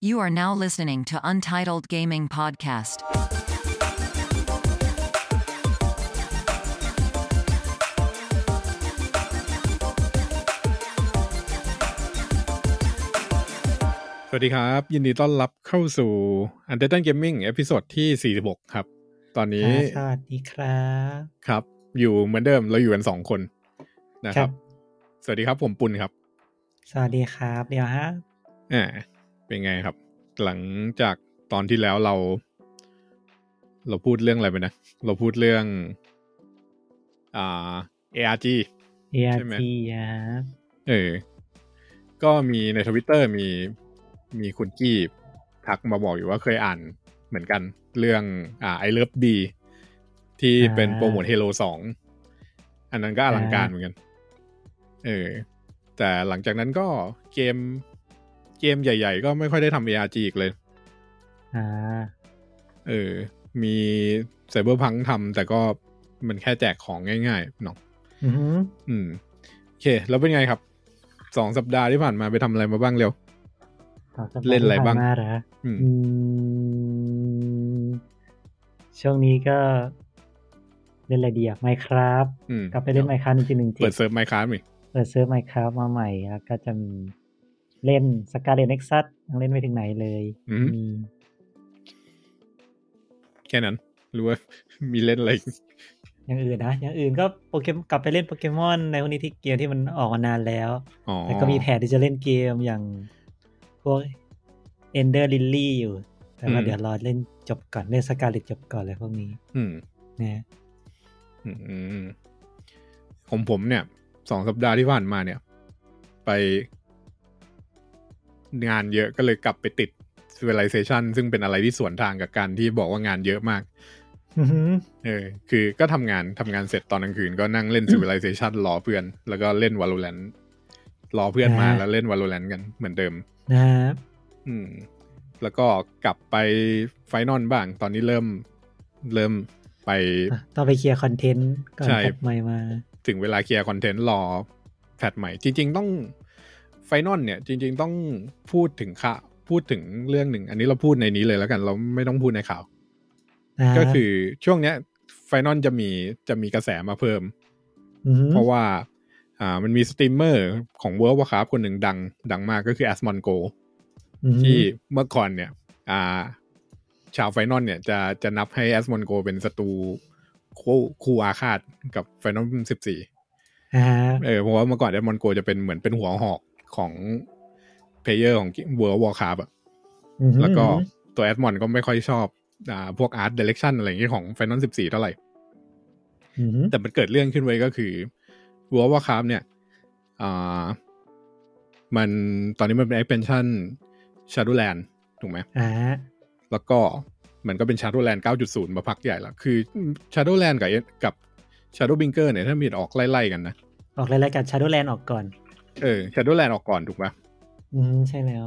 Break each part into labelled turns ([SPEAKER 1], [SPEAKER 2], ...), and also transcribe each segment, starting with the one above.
[SPEAKER 1] You are now listening to Untitled Gaming Podcast.
[SPEAKER 2] สวัสดีครับ ยินดีต้อนรับเข้าสู่ u n d e r t a n Gaming เอพิโซดที่ 46 ครับ ตอนนี้
[SPEAKER 3] สวัสดีครับ
[SPEAKER 2] ครับ อยู่เหมือนเดิมเราอยู่กันสองคนนะครับ
[SPEAKER 3] ครับ
[SPEAKER 2] สวัสดีครับผมปุณครับ
[SPEAKER 3] สวัสดีครับ เดี๋ยวฮะ
[SPEAKER 2] อ่าเป็นไงครับ หลังจากตอนที่แล้วเรา เราพูดเรื่องอะไรไปนะ เราพูดเรื่อง อ่า ARG
[SPEAKER 3] ARG
[SPEAKER 2] ใช่ไหม
[SPEAKER 3] ครับ
[SPEAKER 2] เออ ก็มีในทวิตเตอร์มีมีคุณกี้ทักมาบอกอยู่ว่าเคยอ่านเหมือนกันเรื่องอ่าไอเลิฟดีที่เป็นโปรโมทเฮโลสองอันนั้นก็อลังการเหมือนกัน เออ แต่หลังจากนั้นก็เกมเกมใหญ่ ๆ ก็ไม่ค่อยได้ทำ ARG อีกเลย
[SPEAKER 3] อ่า
[SPEAKER 2] เออ มีไซเบอร์พังทำแต่ก็มันแค่แจกของง่ายๆเนาะ
[SPEAKER 3] อือหือ
[SPEAKER 2] อืม โอเค แล้วเป็นไงครับ สองสัปดาห์ที่ผ่านมาไปทำอะไรมาบ้างเร็ว
[SPEAKER 3] ต่สัปดาห์
[SPEAKER 2] เล่นอะไรบ้าง
[SPEAKER 3] ที่ผ่มเหรอ
[SPEAKER 2] อืม
[SPEAKER 3] อืม ช่วงนี้ก็ เล่นอะไรดีอะไมครับ
[SPEAKER 2] อืม
[SPEAKER 3] กลับไปเล่นไมครับจริงๆจริงๆ
[SPEAKER 2] เปิดเซิร์ฟไมค้าอีก
[SPEAKER 3] เปิดเซิร์ฟไมครับมาใหม่ แล้วก็จะมีเล่นสกาเลตเน็กซัสยังเล่นไม่ถึงไหนเลย
[SPEAKER 2] อืม
[SPEAKER 3] มี
[SPEAKER 2] แค่นั้น รู้ว่า มีเล่นอะไรอีก
[SPEAKER 3] อย่างอื่นนะ อย่างอื่นก็โปเกมกลับไปเล่นโปเกมอนในวันนี้ที่เกมที่มันออกมานานแล้ว
[SPEAKER 2] อ๋อ
[SPEAKER 3] แต่ก็มีแผนที่จะเล่นเกมอย่างพวก Ender Lily อยู่ แต่ว่าเดี๋ยวรอเล่นจบก่อน เล่นสกาเลตจบก่อนเลยพวกนี้
[SPEAKER 2] อืม
[SPEAKER 3] นะ
[SPEAKER 2] อืมอืมของผมเนี่ย สองสัปดาห์ที่ผ่านมาเนี่ย ไป งานเยอะก็เลยกลับไปติด Civilization ซึ่งเป็นอะไรที่สวนทางกับการที่บอกว่างานเยอะมาก
[SPEAKER 3] อื้อหือ
[SPEAKER 2] เออ คือก็ทำงานทำงานเสร็จตอนกลางคืนก็นั่งเล่น Civilization รอเพื่อน แล้วก็เล่น Valorant รอเพื่อนมาแล้วเล่น Valorant กันเหมือนเดิม
[SPEAKER 3] นะครับ
[SPEAKER 2] อืม แล้วก็กลับไปไฟนอลบ้าง ตอนนี้เริ่มเริ่มไป
[SPEAKER 3] อ่ะต้องไปเคลียร์คอนเทนต์ก่อน
[SPEAKER 2] ใช่
[SPEAKER 3] จบใหม่มา
[SPEAKER 2] ถึงเวลาเคลียร์คอนเทนต์รอแพทใหม่ จริง ๆ ต้องไฟนอลเนี่ย จริง ๆ ต้องพูดถึงข่าวพูดถึงเรื่องหนึ่ง อันนี้เราพูดในนี้เลยแล้วกัน เราไม่ต้องพูดในข่าว
[SPEAKER 3] นะ
[SPEAKER 2] ก็คือช่วงเนี้ยไฟนอลจะมีจะมีกระแสมาเพิ่ม
[SPEAKER 3] อหือ
[SPEAKER 2] เพราะว่า อ่ามันมีสตรีมเมอร์ของ World of Warcraft คนหนึ่งดัง ดังมากก็คือ Asmon Go
[SPEAKER 3] อื้อหือ
[SPEAKER 2] ที่เมื่อก่อนเนี่ย อ่า ชาวไฟนอลเนี่ยจะจะนับให้แอสมอนโกเป็นศัตรูคู่คู่อาฆาตกับไฟนอลสิบสี่
[SPEAKER 3] นะฮะ
[SPEAKER 2] เออเพราะว่าเมื่อก่อนแอสมอนโกจะเป็นเหมือนเป็นหัวหอกของเพลเยอร์ของเวิร์วอลคาร์อะ
[SPEAKER 3] อื้อหือ
[SPEAKER 2] แล้วก็ตัวแอสมอนก็ไม่ค่อยชอบ อ่า พวกอาร์ตเดเรคชั่นอะไรอย่างนี้ของไฟนอลสิบสี่เท่าไหร่
[SPEAKER 3] อื้อหือ
[SPEAKER 2] แต่มันเกิดเรื่องขึ้นไว้ก็คือวัวว่าคาร์เนี่ย อ่า มันตอนนี้มันเป็น expansion Shadowland ถูกไหม
[SPEAKER 3] อ่า
[SPEAKER 2] แล้วก็มันก็เป็น Shadowland 9.0 มาพักใหญ่แล้ว คือ Shadowland กับกับ Shadowbringer เนี่ย ถ้ามีออกไล่ ๆ กันนะ
[SPEAKER 3] ออกรายการ Shadowland ออกก่อน
[SPEAKER 2] เออ Shadowland ออกก่อน ถูกปะ
[SPEAKER 3] อืมใช่แล้ว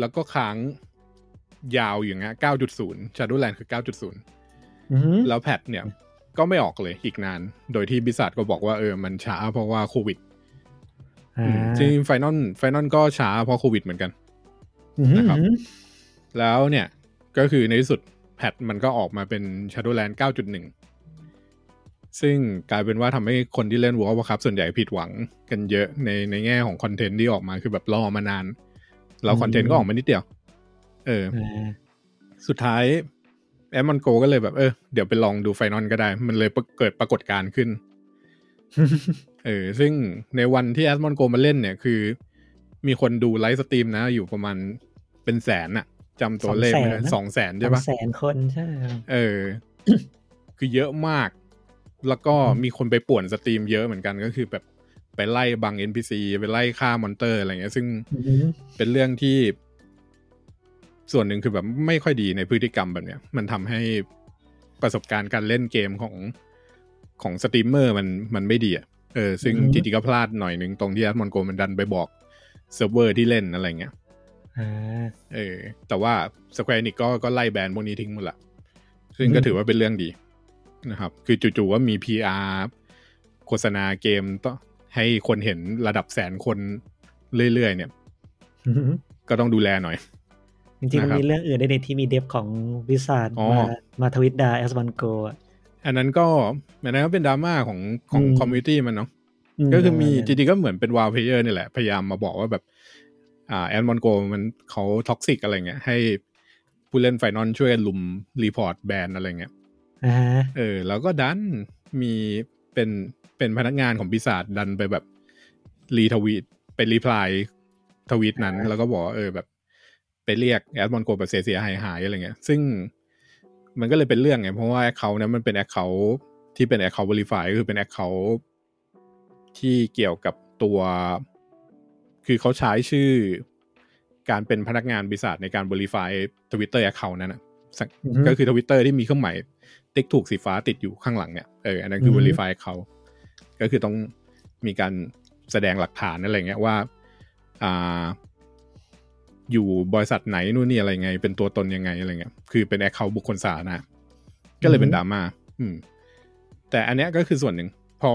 [SPEAKER 2] แล้วก็ค้างยาวอย่างเงี้ย9.0 Shadowland คือ 9.0
[SPEAKER 3] อือหือ
[SPEAKER 2] แล้วแพทเนี่ย ก็ไม่ออกเลยอีกนาน โดยที่บิษัทก็บอกว่าเออ มันช้าเพราะว่าโควิด
[SPEAKER 3] อ่า
[SPEAKER 2] จริงไฟนอลไฟนอลก็ช้าเพราะโควิดเหมือนกัน
[SPEAKER 3] อื้อหือ
[SPEAKER 2] นะครับ แล้วเนี่ยก็คือในที่สุดแพทมันก็ออกมาเป็น Shadowland 9.1 ซึ่งกลายเป็นว่าทำให้คนที่เล่น World of Warcraft ส่วนใหญ่ผิดหวังกันเยอะในในแง่ของคอนเทนต์ที่ออกมาคือแบบรอมานาน แล้วคอนเทนต์ก็ออกมานิดเดียว เออ
[SPEAKER 3] อ่า
[SPEAKER 2] สุดท้ายแอมมอนโกก็เลยแบบเออเดี๋ยวไปลองดูไฟนอลก็ได้ มันเลยเกิดปรากฏการณ์ ขึ้น เออซึ่งในวันที่แอสมอนโกมาเล่นเนี่ยคือ มีคนดูไลฟ์สตรีมนะ อยู่ประมาณเป็นแสนน่ะจำตัวเลขไม่ได้ส
[SPEAKER 3] ส
[SPEAKER 2] อ
[SPEAKER 3] อง ง
[SPEAKER 2] แสนใช่
[SPEAKER 3] สอ
[SPEAKER 2] ปะ
[SPEAKER 3] งแสนคนใช่ครับ
[SPEAKER 2] เออ คือเยอะมาก แล้วก็มีคนไปป่วนสตรีมเยอะเหมือนกันก็คือแบบไปไล่บัง NPC ไปไล่ฆ่ามอนเตอร์อะไรเงี้ยซึ่ง
[SPEAKER 3] อื้อหือ
[SPEAKER 2] เป็นเรื่องที่ส่วนหนึ่งคือแบบไม่ค่อยดีในพฤติกรรมแบบเนี้ย มันทำให้ประสบการณ์การเล่นเกมของของสตรีมเมอร์มันมันไม่ดีอ่ะเออซึ่ง
[SPEAKER 3] อือฮึ
[SPEAKER 2] จริงๆก็พลาดหน่อยหนึ่งตรงที่แอดมอนโกมันดันไปบอกเซิร์ฟเวอร์ที่เล่นอะไรเงี้ย
[SPEAKER 3] อ่า
[SPEAKER 2] เออแต่ว่า Square Enix ก็ก็ไล่แบนพวกนี้ทิ้งหมดละซึ่งก็
[SPEAKER 3] อืม
[SPEAKER 2] ถือว่าเป็นเรื่องดีนะครับ คือจู่ๆว่ามี PR โฆษณาเกมต้องให้คนเห็นระดับแสนคนเรื่อยๆเนี่ย
[SPEAKER 3] อื้อหือ
[SPEAKER 2] ก็ต้องดูแลหน่อย
[SPEAKER 3] จริงๆ มันมีเรื่องอื่นได้ในที่มีเดฟของวิสาด
[SPEAKER 2] อ๋อ
[SPEAKER 3] มามาทวิตดาแอสบันโกอ่ะ
[SPEAKER 2] อันนั้นก็อันนั้นก็เป็นดราม่าของของคอมมูนิตี้มันเนาะ ก็คือมีจริงๆก็เหมือนเป็นวา l เพเยอร์นี่แหละ พยายามมาบอกว่าแบบ อ่าแอนมอนโกมันเขาท็อกซิกอะไรเงี้ย ให้ผู้เล่นไฟนอลช่วยกันลุมรีพอร์ตแบนอะไรเงี้ย
[SPEAKER 3] อ่าฮะ
[SPEAKER 2] เออ แล้วก็ดันมีเป็นเป็นพนักงานของปีศาจดันไปแบบรีทวีตไปรีプライทวีตนั้น แล้วก็บอกว่าเออแบบ ไปเรียกแอดมอนโกแบบเสียเสียหายหายๆอะไรเงี้ย ซึ่งมันก็เลยเป็นเรื่องไง เพราะว่าแอคเคาท์นั้นมันเป็นแอคเคาท์ที่เป็นแอคเคาท์บริฟายก็คือเป็นแอคเคาท์ที่เกี่ยวกับตัว คือเขาใช้ชื่อการเป็นพนักงานบริษัทในการบริฟายทวิตเตอร์แอคเคาท์นั้นนะสัก ก็คือทวิตเตอร์ที่มีเครื่องหมายติ๊กถูกสีฟ้าติดอยู่ข้างหลังเนี่ยเอออันนั้นคือ Verify เขาก็คือต้องมีการแสดงหลักฐานอะไรเงี้ยว่าอ่า อยู่บริษัทไหนนู่นนี่อะไรไง เป็นตัวตนยังไงอะไรเงี้ยคือเป็นแอคเคาท์บุคคลสาธารณะก็เลยเป็นดราม่าอืม แต่อันเนี้ยก็คือส่วนหนึ่ง พอ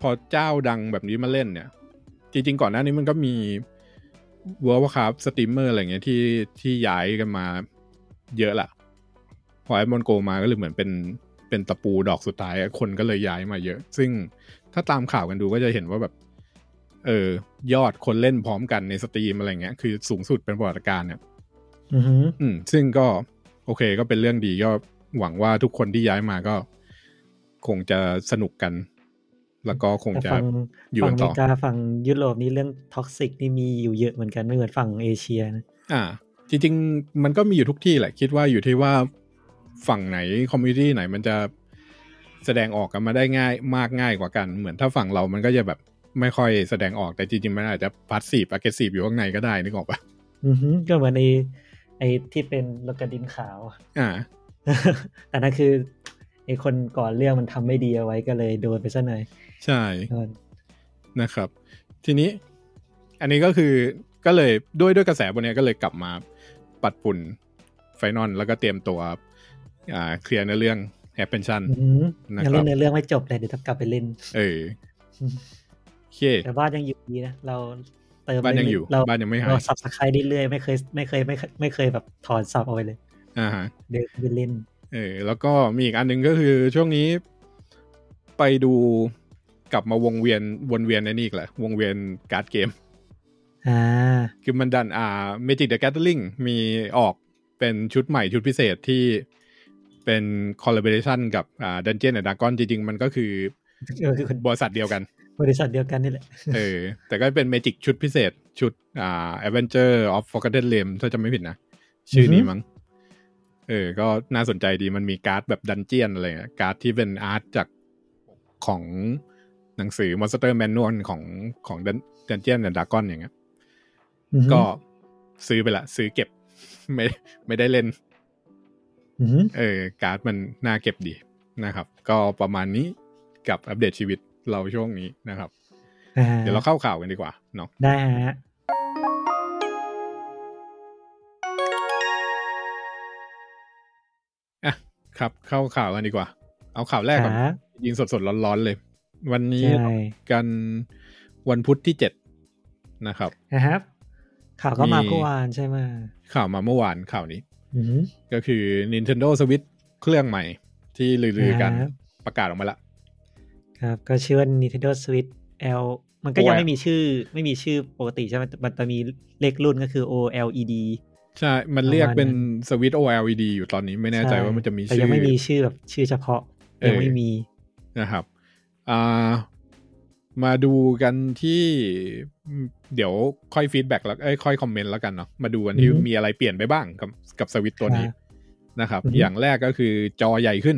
[SPEAKER 2] พอเจ้าดังแบบนี้มาเล่นเนี่ย จริงๆ ก่อนหน้านี้มันก็มี World of Warcraft สตรีมเมอร์อะไรเงี้ยที่ที่ย้ายกันมาเยอะละพอไอมอนโกมาก็เลยเหมือนเป็นเป็นตะปูดอกสุดท้ายอะคนก็เลยย้ายมาเยอะ ซึ่งถ้าตามข่าวกันดูก็จะเห็นว่าแบบ เออ ยอดคนเล่นพร้อมกันในสตรีมอะไรเงี้ยคือสูงสุดเป็นประวัติการณ์เนี่ย
[SPEAKER 3] อือหือ
[SPEAKER 2] อืมซึ่งก็โอเคก็เป็นเรื่องดีก็หวังว่าทุกคนที่ย้ายมาก็ คงจะสนุกกัน แล้วก็คงจะ
[SPEAKER 3] แต่ฝั่ง
[SPEAKER 2] อยู่
[SPEAKER 3] ฝั่
[SPEAKER 2] กั
[SPEAKER 3] ง
[SPEAKER 2] น
[SPEAKER 3] อ
[SPEAKER 2] ต่อ
[SPEAKER 3] เมริกาฝั่งยุโรปนี่เรื่องท็อกซิกนี่มีอยู่เยอะเหมือนกันไม่เหมือนฝั่งเอเชียนะ
[SPEAKER 2] อ่า จริง ๆ มันก็มีอยู่ทุกที่แหละ คิดว่าอยู่ที่ว่าฝั่งไหนคอมมูนิตี้ไหนมันจะแสดงออกกันมาได้ง่ายมากง่ายกว่ากัน เหมือนถ้าฝั่งเรามันก็จะแบบไม่ค่อยแสดงออกแต่จริงๆมันอาจจะพาสซีฟอะเกซีฟอยู่ข้างในก็ได้นึกออกปะ
[SPEAKER 3] อือหือก็เหมือนไอไอที่เป็นโลกาดินขาว
[SPEAKER 2] อ่า
[SPEAKER 3] อันนั้นคือไอคนก่อนเรื่องมันทำไม่ดีเอาไว้ก็เลยโดนไปซะหน่อย
[SPEAKER 2] ใช่
[SPEAKER 3] โดน
[SPEAKER 2] นะครับ ทีนี้อันนี้ก็คือก็เลยด้วยด้วยกระแสบนเนี้ยก็เลยกลับมาปัดฝุ่นไฟนอลแล้วก็เตรียมตัวอ่าเคลียร์ในอเรื่องแอปเปนชั่น
[SPEAKER 3] อื้อหือ
[SPEAKER 2] นะครับ
[SPEAKER 3] ยังเล่นในเรื่องไม่จบเลยเดี๋ยวต้องกลับไปเล่น
[SPEAKER 2] เออโอเค
[SPEAKER 3] แต่บ้านยังอยู่ดีนะ เราเติม
[SPEAKER 2] บ้านยังอยู่
[SPEAKER 3] เรื่ๆเรา
[SPEAKER 2] บ้านยังไม่หาย
[SPEAKER 3] เราสับสไครเรื่อยๆไม่เคยไม่เคยไม่เคยไม่เคยแบบถอนสับเอาไว้เลย
[SPEAKER 2] อ่าฮะ
[SPEAKER 3] เดินไปเล่น
[SPEAKER 2] เออแล้วก็มีอีกอันหนึ่งก็คือช่วงนี้ไปดูกลับมาวงเวียนวนเวียนในนี่อีกแหละ วงเวียนการ์ดเกม
[SPEAKER 3] อ่า
[SPEAKER 2] คือมันดันอ่า Magic the Gathering มีออกเป็นชุดใหม่ชุดพิเศษที่เป็น collaboration กับอ่า Dungeon and Dragon จริง ๆ มันก็คือ
[SPEAKER 3] เออคือคน
[SPEAKER 2] บริษัทเดียวกัน
[SPEAKER 3] บริษัทเดียวกันนี่แหละ
[SPEAKER 2] เออ แต่ก็เป็น Magic ชุดพิเศษชุดอ่า Adventure of Forgotten Realms ถ้าจะไม่ผิดนะ ชื่อนี้มั้งเออ ก็น่าสนใจดีมันมีการ์ดแบบดันเจียนอะไรเงี้ยการ์ดที่เป็นอาร์ตจากของหนังสือ Monster Manual ของของ Dun- Dungeon and Dragon อย่างเงี้ย
[SPEAKER 3] อือหือ
[SPEAKER 2] ก็ซื้อไปละ ซื้อเก็บ ไม่ไม่ได้เล่น
[SPEAKER 3] อือหือ
[SPEAKER 2] เออ การ์ดมันน่าเก็บดีนะครับ ก็ประมาณนี้กับอัปเดตชีวิตเราช่วงนี้นะครับ
[SPEAKER 3] อ่า
[SPEAKER 2] เดี๋ยวเราเข้าข่าวกันดีกว่าเนาะ
[SPEAKER 3] ได้ฮะ
[SPEAKER 2] ครับ เข้าข่าวกันดีกว่า เอาข่าวแรกก่อน
[SPEAKER 3] หา
[SPEAKER 2] ยิงสดๆร้อนๆเลย วันนี้
[SPEAKER 3] ใช่
[SPEAKER 2] กันวันพุธที่เจ็ดนะครับ
[SPEAKER 3] นะครับ ข่าวก็มา
[SPEAKER 2] มี
[SPEAKER 3] เมื่อวานใช่ไหม
[SPEAKER 2] ข่าวมาเมื่อวานข่าวนี้
[SPEAKER 3] อือหือ
[SPEAKER 2] ก็คือ Nintendo Switch เครื่องใหม่ที่ลือๆกัน
[SPEAKER 3] ครับ
[SPEAKER 2] ประกาศออกมาละ
[SPEAKER 3] ครับ ก็ชื่อว่า Nintendo Switch L มันก็ยังไม่มีชื่อ ไม่มีชื่อปกติใช่ไหมมันจะมีเลขรุ่นก็คือ OLED
[SPEAKER 2] ใช่ มันเรียก
[SPEAKER 3] ประมาณนั้น
[SPEAKER 2] เป็นสวิตช์ OLED อยู่ตอนนี้ไม่แน่ใจว่ามันจะมี
[SPEAKER 3] แต่
[SPEAKER 2] ชื่อ
[SPEAKER 3] ยังไม่มีชื่อแบบชื่อเฉพาะ ยังไม่
[SPEAKER 2] เออ
[SPEAKER 3] มี
[SPEAKER 2] นะครับ อ่า มาดูกันที่ เดี๋ยวค่อยฟีดแบ็กแล้วเอ้ยค่อยคอมเมนต์แล้วกันเนาะ มาดูกันที่
[SPEAKER 3] อือฮึ
[SPEAKER 2] มีอะไรเปลี่ยนไปบ้างกับกับสวิตช์ตัวนี้
[SPEAKER 3] ครับ
[SPEAKER 2] นะครับ
[SPEAKER 3] อือฮึ
[SPEAKER 2] อย่างแรกก็คือจอใหญ่ขึ้น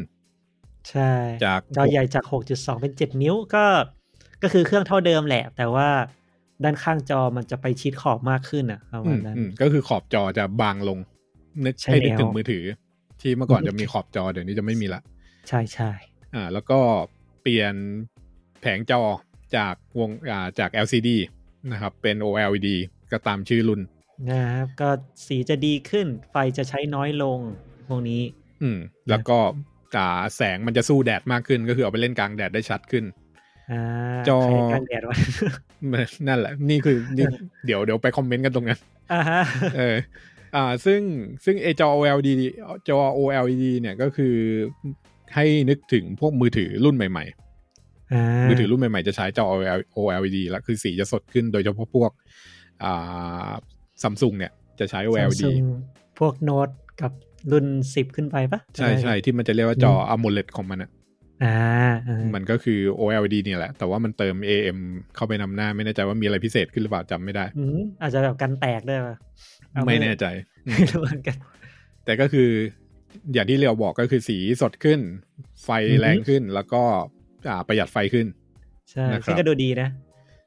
[SPEAKER 3] ใช่
[SPEAKER 2] จาก
[SPEAKER 3] จอใหญ่จาก 6.2 เป็น 7 นิ้วก็ ก็คือเครื่องเท่าเดิมแหละ แต่ว่าด้านข้างจอมันจะไปชิดขอบมากขึ้นอ่ะประ
[SPEAKER 2] อื
[SPEAKER 3] มาณ
[SPEAKER 2] ม
[SPEAKER 3] นั้น
[SPEAKER 2] อืมก็คือขอบจอจะบางลง นึก
[SPEAKER 3] ใช่
[SPEAKER 2] ให้นึก
[SPEAKER 3] แล้ว
[SPEAKER 2] ถึงมือถือ ที่เมื่อก่อนจะมีขอบจอเดี๋ยวนี้จะไม่มีละ
[SPEAKER 3] ใช่ใช่
[SPEAKER 2] อ่า แล้วก็เปลี่ยนแผงจอจากวงอ่าจาก LCD นะครับ เป็น OLED ก็ตามชื่อรุ่น
[SPEAKER 3] นะครับ ก็สีจะดีขึ้น ไฟจะใช้น้อยลง พวกนี้
[SPEAKER 2] อืม แล้วก็อ่าแสงมันจะสู้แดดมากขึ้น ก็คือเอาไปเล่นกลางแดดได้ชัดขึ้น
[SPEAKER 3] อ่า
[SPEAKER 2] จอ
[SPEAKER 3] ใครกลางแดดวะ
[SPEAKER 2] นั่นแหละ นี่คือนี่ เดี๋ยวเดี๋ยวไปคอมเมนต์กันตรงนั้น
[SPEAKER 3] อ่าฮะ
[SPEAKER 2] เออ อ่า ซึ่งซึ่งไอจอ OLED จอ OLED เนี่ยก็คือให้นึกถึงพวกมือถือรุ่นใหม่
[SPEAKER 3] อ่า
[SPEAKER 2] ๆ มือถือรุ่นใหม่ๆ จะใช้จอ OLED แล้วคือสีจะสดขึ้นโดยเฉพาะพวกอ่าซัมซุงเนี่ยจะใช้ OLED
[SPEAKER 3] ซัมซุงพวกโน้ตกับรุ่นสิบขึ้นไปปะ
[SPEAKER 2] ใช่ใช่ที่มันจะเรียกว่าจอ AMOLED ของมันอะ
[SPEAKER 3] อ่าอ่า
[SPEAKER 2] มันก็คือ OLED เนี่ยแหละ แต่ว่ามันเติม AM เข้าไปนำหน้า ไม่แน่ใจว่ามีอะไรพิเศษขึ้นหรือเปล่าจำไม่ได้
[SPEAKER 3] อืมอาจจะแบบกันแตกด้วยปะเอา
[SPEAKER 2] ไม่แน่ใจอืม
[SPEAKER 3] ไม่รู้เหมือนกัน
[SPEAKER 2] แต่ก็คือ อย่างที่เรียวบอกก็คือสีสดขึ้น ไฟ
[SPEAKER 3] อือฮึ
[SPEAKER 2] แรงขึ้น แล้วก็อ่าประหยัดไฟขึ้น
[SPEAKER 3] ใช่
[SPEAKER 2] นะครับ
[SPEAKER 3] ซึ่งก็ดูดีนะ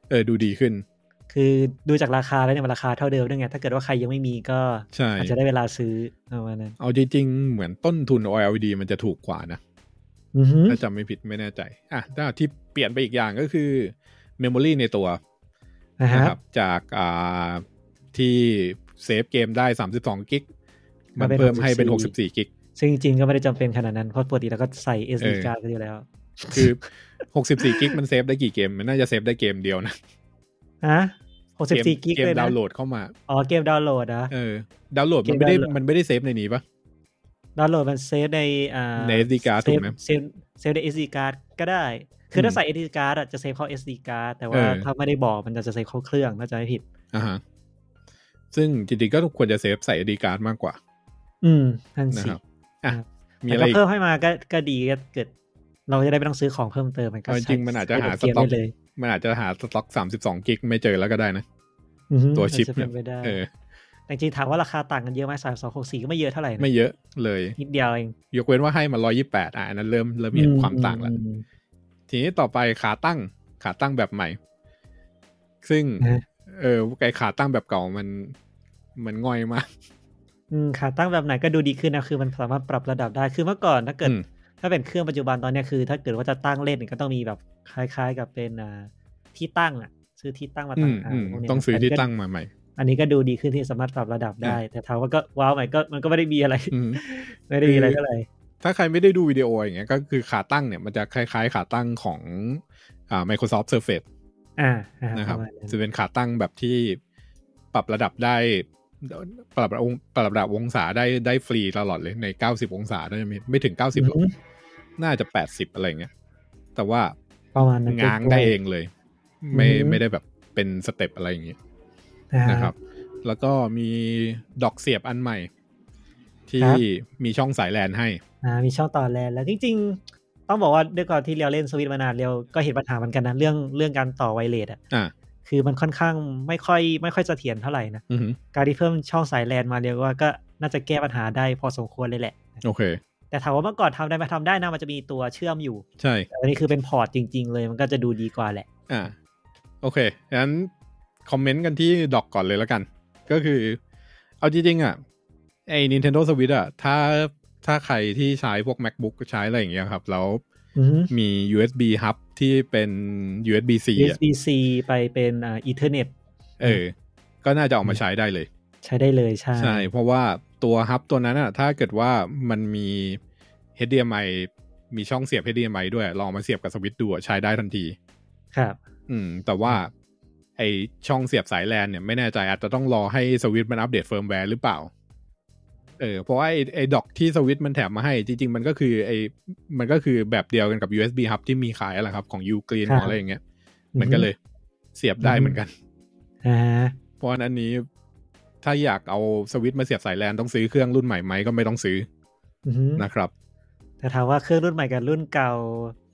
[SPEAKER 2] เออดูดีขึ้น
[SPEAKER 3] คือดูจากราคาแล้วเนี่ยมันราคาเท่าเดิมด้วยไง ถ้าเกิดว่าใครยังไม่มีก็
[SPEAKER 2] ใช่
[SPEAKER 3] อาจจะได้เวลาซื้อประมาณนั้น
[SPEAKER 2] เอาจริงๆ เหมือนต้นทุน OLED มันจะถูกกว่านะ
[SPEAKER 3] อือหือ
[SPEAKER 2] ถ้าจำไม่ผิดไม่แน่ใจ อ่ะแต่ที่เปลี่ยนไปอีกอย่างก็คือ Memory ในตัว
[SPEAKER 3] นะ
[SPEAKER 2] นะ
[SPEAKER 3] ฮะ
[SPEAKER 2] ครับจากอ่าที่เซฟเกมได้ 32 กิก มัน
[SPEAKER 3] มาเป็น
[SPEAKER 2] เพิ่มให้เป็น
[SPEAKER 3] 64
[SPEAKER 2] 64 กิก
[SPEAKER 3] ซึ่งจริงๆก็ไม่ได้จำเป็นขนาดนั้น เพราะปกติเราก็ใส่ SD
[SPEAKER 2] เออ
[SPEAKER 3] card ไปอยู่แล้ว
[SPEAKER 2] คือ 64 กิกมันเซฟได้กี่เกม มันน่าจะเซฟได้เกมเดียวนะ
[SPEAKER 3] ฮะหก สิบสี่กิก
[SPEAKER 2] เกม
[SPEAKER 3] เลย
[SPEAKER 2] ดา
[SPEAKER 3] นะ
[SPEAKER 2] วน์โหลดเข้ามา
[SPEAKER 3] อ๋อเกมดาวน์โหลดนะ
[SPEAKER 2] เออ ดาวน์โหลดมัน
[SPEAKER 3] เกม
[SPEAKER 2] ไม่ได้
[SPEAKER 3] ดาวน์โหลด
[SPEAKER 2] มันไม่ได้เซฟในนี้ปะ
[SPEAKER 3] ดาวน์โหลดมันเซฟในอ่า
[SPEAKER 2] ใน SD card
[SPEAKER 3] เซฟ
[SPEAKER 2] ถูกไหม
[SPEAKER 3] เซฟเซฟใน SD card ก็ได้ คือ
[SPEAKER 2] ม
[SPEAKER 3] ถ้าใส่ SD card อะจะเซฟเข้า SD card แต่
[SPEAKER 2] เอ
[SPEAKER 3] ว่า
[SPEAKER 2] อ
[SPEAKER 3] ถ้าไม่ได้บอกมันจะเซฟเข้าเครื่องถ้าจะไม่ผิด
[SPEAKER 2] อ่าฮะ ซึ่งจริงๆ ก็ควรจะเซฟใส่ SD card มากกว่า
[SPEAKER 3] อืมนั่น
[SPEAKER 2] นะ
[SPEAKER 3] สิ
[SPEAKER 2] ครับ อ่ะ มี
[SPEAKER 3] แต่
[SPEAKER 2] อะไร
[SPEAKER 3] ก็
[SPEAKER 2] อีก
[SPEAKER 3] เพิ่มให้มาก็ก็ดีก็เกิด เราจะได้ไม่ต้องซื้อของเพิ่มเติมมันก็
[SPEAKER 2] เอาจริงๆมันอาจจะหา
[SPEAKER 3] สต็
[SPEAKER 2] สต็
[SPEAKER 3] อ
[SPEAKER 2] อก ก
[SPEAKER 3] ได้เลย
[SPEAKER 2] มันอาจจะหาสต็อก 32 กิกไม่เจอแล้วก็ได้นะ
[SPEAKER 3] อือฮึ
[SPEAKER 2] ตัวชิป
[SPEAKER 3] อาจจะ
[SPEAKER 2] เนี่
[SPEAKER 3] เป็
[SPEAKER 2] ย
[SPEAKER 3] นไปได้
[SPEAKER 2] เออ
[SPEAKER 3] แต่จริงๆถามว่าราคาต่างกันเยอะไหมสามสองหกสี่ก็ไม่เยอะเท่าไหร่นะ
[SPEAKER 2] ไม่เยอะเลย
[SPEAKER 3] นิดเดียวเอง
[SPEAKER 2] ยกเว้นว่าให้มา 128 อ่ะอันนั้นเริ่มเริ่มเห็นความต่างแล้ว
[SPEAKER 3] อืม
[SPEAKER 2] ทีนี้ต่อไปขาตั้งขาตั้งแบบใหม่ ซึ่ง
[SPEAKER 3] ฮะ
[SPEAKER 2] เออไอขาตั้งแบบเก่ามันมันง่อยมาก
[SPEAKER 3] อืมขาตั้งแบบไหนก็ดูดีขึ้นนะคือมันสามารถปรับระดับได้คือเมื่อก่อนถ้าเกิด
[SPEAKER 2] อืม
[SPEAKER 3] ถ้าเป็นเครื่องปัจจุบันตอนเนี้ยคือ ถ้าเกิดว่าจะตั้งเล่นก็ต้องมีแบบคล้ายๆ กับเป็นอ่าที่ตั้งอ่ะ ซื้อที่ตั้งมา
[SPEAKER 2] อื
[SPEAKER 3] ตั้ง
[SPEAKER 2] ม
[SPEAKER 3] อ่า
[SPEAKER 2] อืม
[SPEAKER 3] พวกเนี้ย
[SPEAKER 2] ต้องซื้อที่ตั้ง
[SPEAKER 3] นนี้ก็
[SPEAKER 2] มาใหม่
[SPEAKER 3] อันนี้ก็ดูดีขึ้นที่สามารถปรับระดับได้
[SPEAKER 2] อ่ะ
[SPEAKER 3] แต่ถามว่าก็ว้าวไหมก็มันก็ไม่ได้มีอะไร
[SPEAKER 2] อืม
[SPEAKER 3] ไม่ได้มีอะไรเท่าไหร่
[SPEAKER 2] ถ้าใครไม่ได้ดูวิดีโออย่างเงี้ยก็คือขาตั้งเนี่ยมันจะคล้ายๆ ขาตั้งของอ่า Microsoft Surface
[SPEAKER 3] อ่าอ่าป
[SPEAKER 2] นะครับ
[SPEAKER 3] ระมาณนั้น
[SPEAKER 2] จะเป็นขาตั้งแบบที่ปรับระดับได้ ปรับองปรับระดับองศาได้ได้ฟรีตลอดเลยใน 90 องศาได้ไหมไม่ถึง 90หรอก
[SPEAKER 3] อืม
[SPEAKER 2] น่าจะ 80 อะไรเงี้ยแต่ว่า
[SPEAKER 3] ประมาณนั้น
[SPEAKER 2] ง้างได้เองเลย ไม่
[SPEAKER 3] อืม
[SPEAKER 2] ไม่ได้แบบเป็นสเต็ปอะไรอย่างเงี้ย
[SPEAKER 3] อ่า
[SPEAKER 2] นะครับ แล้วก็มีดอกเสียบอันใหม่
[SPEAKER 3] ค
[SPEAKER 2] ที่
[SPEAKER 3] รับ
[SPEAKER 2] มีช่องสายแลนให้
[SPEAKER 3] อ่ามีช่องต่อแลนแล้วจริง ๆ ต้องบอกว่าด้วยความที่เรียวเล่นสวิตมานานเรียวก็เห็นปัญหาเหมือนกันนะเรื่องเรื่องการต่อไวเลสอ่ะ
[SPEAKER 2] อ่า
[SPEAKER 3] คือมันค่อนข้างไม่ค่อยไม่ค่อยเสถียรเท่าไหร่นะ
[SPEAKER 2] อือหือ
[SPEAKER 3] การที่เพิ่มช่องสายแลนมาเรียกว่าก็น่าจะแก้ปัญหาได้พอสมควรเลยแหละ
[SPEAKER 2] โอเค
[SPEAKER 3] แต่ถามว่าเมื่อก่อนทำได้ไหมทำได้นะมันจะมีตัวเชื่อมอยู่
[SPEAKER 2] ใช่
[SPEAKER 3] แต่อันนี้คือเป็นพอร์ตจริง ๆ เลยมันก็จะดูดีกว่าแหละ
[SPEAKER 2] อ่า โอเคงั้นคอมเมนต์กันที่ดอกก่อนเลยแล้วกัน ก็คือ เอาจริงๆอ่ะ ไอ้ Nintendo Switch อ่ะ ถ้าถ้าใครที่ใช้พวก macbook ใช้อะไรอย่างเงี้ยครับ แล้ว
[SPEAKER 3] อือฮึ
[SPEAKER 2] มี usb hub ที่เป็น usb c อ่ะ
[SPEAKER 3] USB C ไปเป็นอ่าอีเทอร์เน็ต
[SPEAKER 2] เออ ก็น่าจะเออกมาใช้ได้เลย
[SPEAKER 3] ใช้ได้เลยใช่
[SPEAKER 2] ใช่ เพราะว่าตัวฮับตัวนั้นอะถ้าเกิดว่ามันมี HDMI มีช่องเสียบ HDMI ด้วย ลองเอามาเสียบกับสวิตช์ดูอะใช้ได้ทันที
[SPEAKER 3] ครับ
[SPEAKER 2] อืม แต่ว่า ไอช่องเสียบสายแลนเนี่ยไม่แน่ใจอาจจะต้องรอให้สวิตช์มันอัปเดตเฟิร์มแวร์หรือเปล่า เออ เพราะว่าไอไอดอกที่สวิตช์มันแถมมาให้ จริง ๆ มันก็คือไอมันก็คือแบบเดียวกันกับ USB hub ที่มีขายอะแหละครับ ของ u g r e e n
[SPEAKER 3] ครับ
[SPEAKER 2] ของอะไรอย่างเงี้ยเหมือนกันเลย เสียบได้เหมือนกัน
[SPEAKER 3] อ่า
[SPEAKER 2] เพราะฉะนั้นอันนี้ถ้าอยากเอาสวิตช์มาเสียบสายแลนต้องซื้อเครื่องรุ่นใหม่ไหมก็ไม่ต้องซื้อ
[SPEAKER 3] อือฮึ
[SPEAKER 2] นะครับ
[SPEAKER 3] แต่ถามว่าเครื่องรุ่นใหม่กับรุ่นเก่า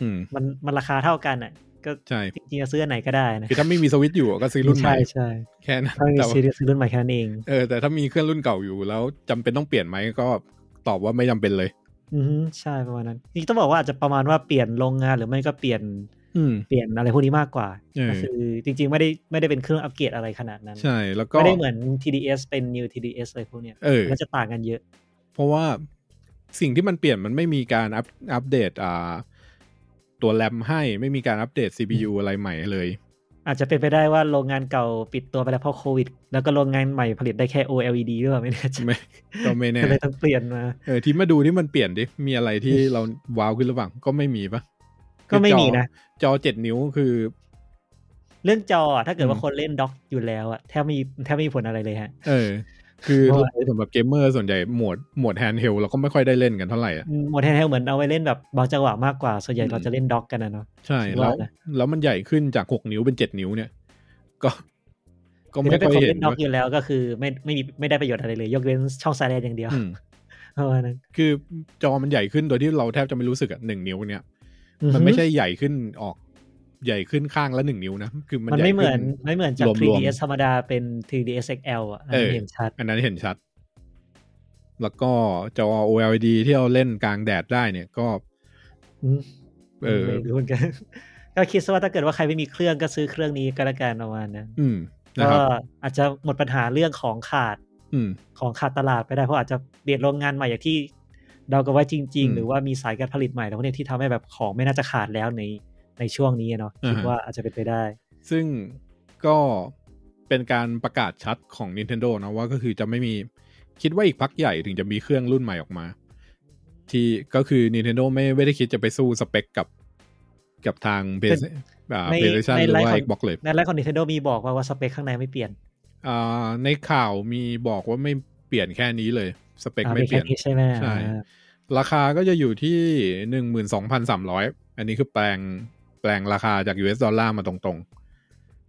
[SPEAKER 2] อืม
[SPEAKER 3] มันมันราคาเท่ากันอ่ะ ก็
[SPEAKER 2] ใช่
[SPEAKER 3] จริงๆจะซื้ออันไหนก็ได้นะ
[SPEAKER 2] คือถ้าไม่มีสวิตช์อยู่ก็ซื้อรุ่นใหม่
[SPEAKER 3] ใช่ใช่
[SPEAKER 2] แค่นั้น
[SPEAKER 3] ถ้ามี
[SPEAKER 2] แต่ว่า
[SPEAKER 3] ซีรีส์ซื้อรุ่นใหม่แค่นั้นเอง
[SPEAKER 2] เออแต่ถ้ามีเครื่องรุ่นเก่าอยู่แล้วจำเป็นต้องเปลี่ยนไหมก็ตอบว่าไม่จำเป็นเลย
[SPEAKER 3] อือฮึใช่ประมาณนั้นจริงๆต้องบอกว่าอาจจะประมาณว่าเปลี่ยนโรงงานหรือไม่ก็เปลี่ยน
[SPEAKER 2] อืม
[SPEAKER 3] เปลี่ยนอะไรพวกนี้มากกว่า
[SPEAKER 2] เออ
[SPEAKER 3] ก็คือจริง ๆ ไม่ได้ไม่ได้เป็นเครื่องอัปเกรดอะไรขนาดนั้น
[SPEAKER 2] ใช่ แล้วก็
[SPEAKER 3] ไม่ได้เหมือน TDS เป็น new TDS อะไรพวกเนี้ย
[SPEAKER 2] เออ
[SPEAKER 3] มันจะต่างกันเยอะ
[SPEAKER 2] เพราะว่าสิ่งที่มันเปลี่ยนมันไม่มีการอัปอัปเดตอ่า ตัวแรมให้ไม่มีการอัปเดต CPU อะไรใหม่เลย
[SPEAKER 3] อาจจะเป็นไปได้ว่าโรงงานเก่าปิดตัวไปแล้วเพราะโควิด แล้วก็โรงงานใหม่ผลิตได้แค่ OLED ด้วยไม่แน่ใจ
[SPEAKER 2] ไม่ก็ไม่แน่
[SPEAKER 3] ก็เลยต้องเปลี่ยนมา
[SPEAKER 2] เออที่มาดูนี่มันเปลี่ยนดิ มีอะไรที่เราว้าวขึ้นหรือเปล่าก็ไม่มีปะ
[SPEAKER 3] ก็ไม่มีนะ
[SPEAKER 2] จอเจ็ดนิ้วคือ
[SPEAKER 3] เรื่องจออะถ้าเกิดว่า
[SPEAKER 2] อืม
[SPEAKER 3] คนเล่นด็อกอยู่แล้วอะแทบไม่มีแทบไม่มีผลอะไรเลยฮะ
[SPEAKER 2] เออ คือ
[SPEAKER 3] เพราะว่า
[SPEAKER 2] สำหรับเกมเมอร์ส่วนใหญ่หมวดหมวดแฮนด์เฮลเราก็ไม่ค่อยได้เล่นกันเท่าไหร่อะ
[SPEAKER 3] อืมโมเทนเทลเหมือนเอาไว้เล่นแบบบางจังหวะมากกว่า ส่วนใหญ่เราจะเล่นด็อกกันนะเนาะ
[SPEAKER 2] ใช่
[SPEAKER 3] คิ
[SPEAKER 2] แล้ว
[SPEAKER 3] ด่าว นะ
[SPEAKER 2] แล้วมันใหญ่ขึ้นจากหกนิ้วเป็นเจ็ดนิ้วเนี่ย ก็ก็
[SPEAKER 3] คือ
[SPEAKER 2] ไม่
[SPEAKER 3] ถ้าเป็น
[SPEAKER 2] ค่อย
[SPEAKER 3] คน
[SPEAKER 2] เห็
[SPEAKER 3] เล่
[SPEAKER 2] น
[SPEAKER 3] นด็อก
[SPEAKER 2] ว่า
[SPEAKER 3] อยู่แล้วก็คือไม่ไม่มีไม่ได้ประโยชน์อะไรเลย ยกเว้นช่องไซเลนอย่างเดียว
[SPEAKER 2] อืม
[SPEAKER 3] เพราะว่านั้น
[SPEAKER 2] คือจอมันใหญ่ขึ้นโดยที่เราแทบจะไม่รู้สึกอะหนึ่งนิ้วเนี่ย มันไม่ใช่ใหญ่ขึ้นออก ใหญ่ขึ้นข้างละหนึ่งนิ้วนะ คือมัน
[SPEAKER 3] มัน
[SPEAKER 2] ใญ่
[SPEAKER 3] ไม่เหมื
[SPEAKER 2] ขึ้
[SPEAKER 3] อนไม่เหมือนจาก
[SPEAKER 2] รวมๆ
[SPEAKER 3] 3ds ธรรมดาเป็น 3ds xl อ่ะอันนั้น
[SPEAKER 2] เออ
[SPEAKER 3] เห็นชัด
[SPEAKER 2] อันนั้นเห็นชัด แล้วก็จอ OLED ที่เราเล่นกลางแดดได้เนี่ยก็
[SPEAKER 3] อืม
[SPEAKER 2] เออ
[SPEAKER 3] ไม่รู้เหมือน กัน ก็คิดซะว่าถ้าเกิดว่าใครไม่มีเครื่องก็ซื้อเครื่องนี้ก็แล้วกันประมาณนั้น
[SPEAKER 2] อืมนะค
[SPEAKER 3] ก็
[SPEAKER 2] รับ
[SPEAKER 3] อาจจะหมดปัญหาเรื่องของขาด
[SPEAKER 2] อืม
[SPEAKER 3] ของขาดตลาดไปได้เพราะอาจจะเปลี่ยนโรงงานใหม่อย่างที่เดากันไว้จริง
[SPEAKER 2] อื
[SPEAKER 3] ๆ
[SPEAKER 2] ม
[SPEAKER 3] หรือว่ามีสายการผลิตใหม่แล้วพวกเนี้ยที่ทำให้แบบของไม่น่าจะขาดแล้วในในช่วงนี้อะเนาะคิด
[SPEAKER 2] อ่าฮะ
[SPEAKER 3] ว่าอาจจะเป็นไปได้
[SPEAKER 2] ซึ่งก็เป็นการประกาศชัดของ Nintendo นะว่าก็คือจะไม่มีคิดว่าอีกพักใหญ่ถึงจะมีเครื่องรุ่นใหม่ออกมา ที่ก็คือ Nintendo ไม่ไม่ได้คิดจะไปสู้สเปคกับ กับทาง PS อ่า
[SPEAKER 3] ใน
[SPEAKER 2] PlayStation
[SPEAKER 3] ใน
[SPEAKER 2] หรือว่า
[SPEAKER 3] ไลฟ์ของ
[SPEAKER 2] Xbox เลย
[SPEAKER 3] ในแรกของ Nintendo มีบอกว่าว่าสเปคข้างในไม่เปลี่ยน
[SPEAKER 2] อ่าในข่าวมีบอกว่าไม่เปลี่ยนแค่นี้เลย สเปค
[SPEAKER 3] อ่า
[SPEAKER 2] ไม่เปลี่ยน
[SPEAKER 3] แค่ใช่ไหม
[SPEAKER 2] ใช่
[SPEAKER 3] อ่า
[SPEAKER 2] ราคาก็จะอยู่ที่ 12,300 อันนี้คือแปลงแปลงราคาจาก US ดอลลาร์มาตรง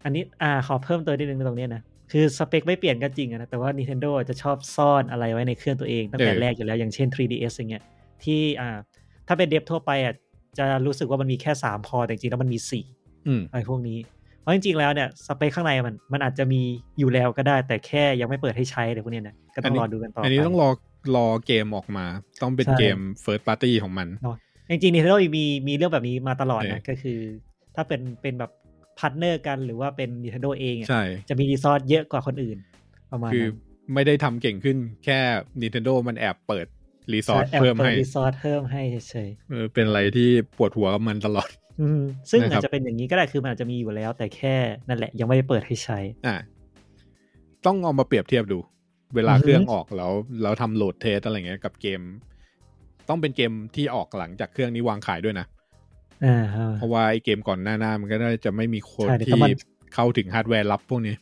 [SPEAKER 3] อันนี้อ่าขอเพิ่มตัวนิดนึงตรงเนี้ยนะคือสเปคไม่เปลี่ยนก็จริงอะนะแต่ว่า Nintendo จะชอบซ่อนอะไรไว้ในเครื่องตัวเองตั้งแต่แรกอยู่แล้วอย่างเช่น 3DS อย่างเงี้ยที่อ่าถ้าเป็นเดฟทั่วไปอ่ะจะรู้สึกว่ามันมีแค่ 3 พอแต่จริงๆแล้วมันมี 4
[SPEAKER 2] ๆ อืม
[SPEAKER 3] อะไรพวกนี้ เพราะจริงๆแล้วเนี่ยสเปคข้างในมันมันอาจจะมีอยู่แล้วก็ได้ แต่แค่ยังไม่เปิดให้ใช้อะไรพวกเนี้ยนะก็ต้องรอดูกันต่อไป
[SPEAKER 2] อันนี้ต้องรอรอเกมออกมา ต้องเป็น
[SPEAKER 3] ใช่
[SPEAKER 2] เกม First Party ของมัน
[SPEAKER 3] จริงๆ Nintendo มีมีเรื่องแบบนี้มาตลอดนะ
[SPEAKER 2] เออ
[SPEAKER 3] ก็คือ ถ้าเป็นเป็นแบบพาร์ทเนอร์กันหรือว่าเป็น Nintendo เองอะ
[SPEAKER 2] ใช่
[SPEAKER 3] จะมีรีซอสเยอะกว่าคนอื่น ประมาณ
[SPEAKER 2] คือ
[SPEAKER 3] นั้น
[SPEAKER 2] ไม่ได้ทำเก่งขึ้นแค่ Nintendo มันแอบเปิดรีสอร์ท
[SPEAKER 3] แบ
[SPEAKER 2] เพิ่มให้
[SPEAKER 3] ปิดรีซอสเพิ่มให้เฉย
[SPEAKER 2] เออเป็นอะไรที่ปวดหัวกับมันตลอด
[SPEAKER 3] ๆอืมซึ่ง
[SPEAKER 2] นะครับ
[SPEAKER 3] อาจจะเป็นอย่างนี้ก็ได้คือมันอาจจะมีอยู่แล้ว แต่แค่นั่นแหละยังไม่ได้เปิดให้ใช้
[SPEAKER 2] อ่ะต้องเอามาเปรียบเทียบดู เวลา
[SPEAKER 3] อือฮึ
[SPEAKER 2] เครื่องออกแล้วแล้วทำโหลดเทสอะไรเงี้ยกับเกม ต้องเป็นเกมที่ออกหลังจากเครื่องนี้วางขายด้วยนะ
[SPEAKER 3] อ่า
[SPEAKER 2] เพราะว่าไอเกมก่อนหน้าหน้ามันก็น่าจะไม่มีคน
[SPEAKER 3] ใช่เดี๋ยว
[SPEAKER 2] ที่
[SPEAKER 3] ต้องมา
[SPEAKER 2] เข้าถึงฮาร์ดแวร์ลับพวกนี้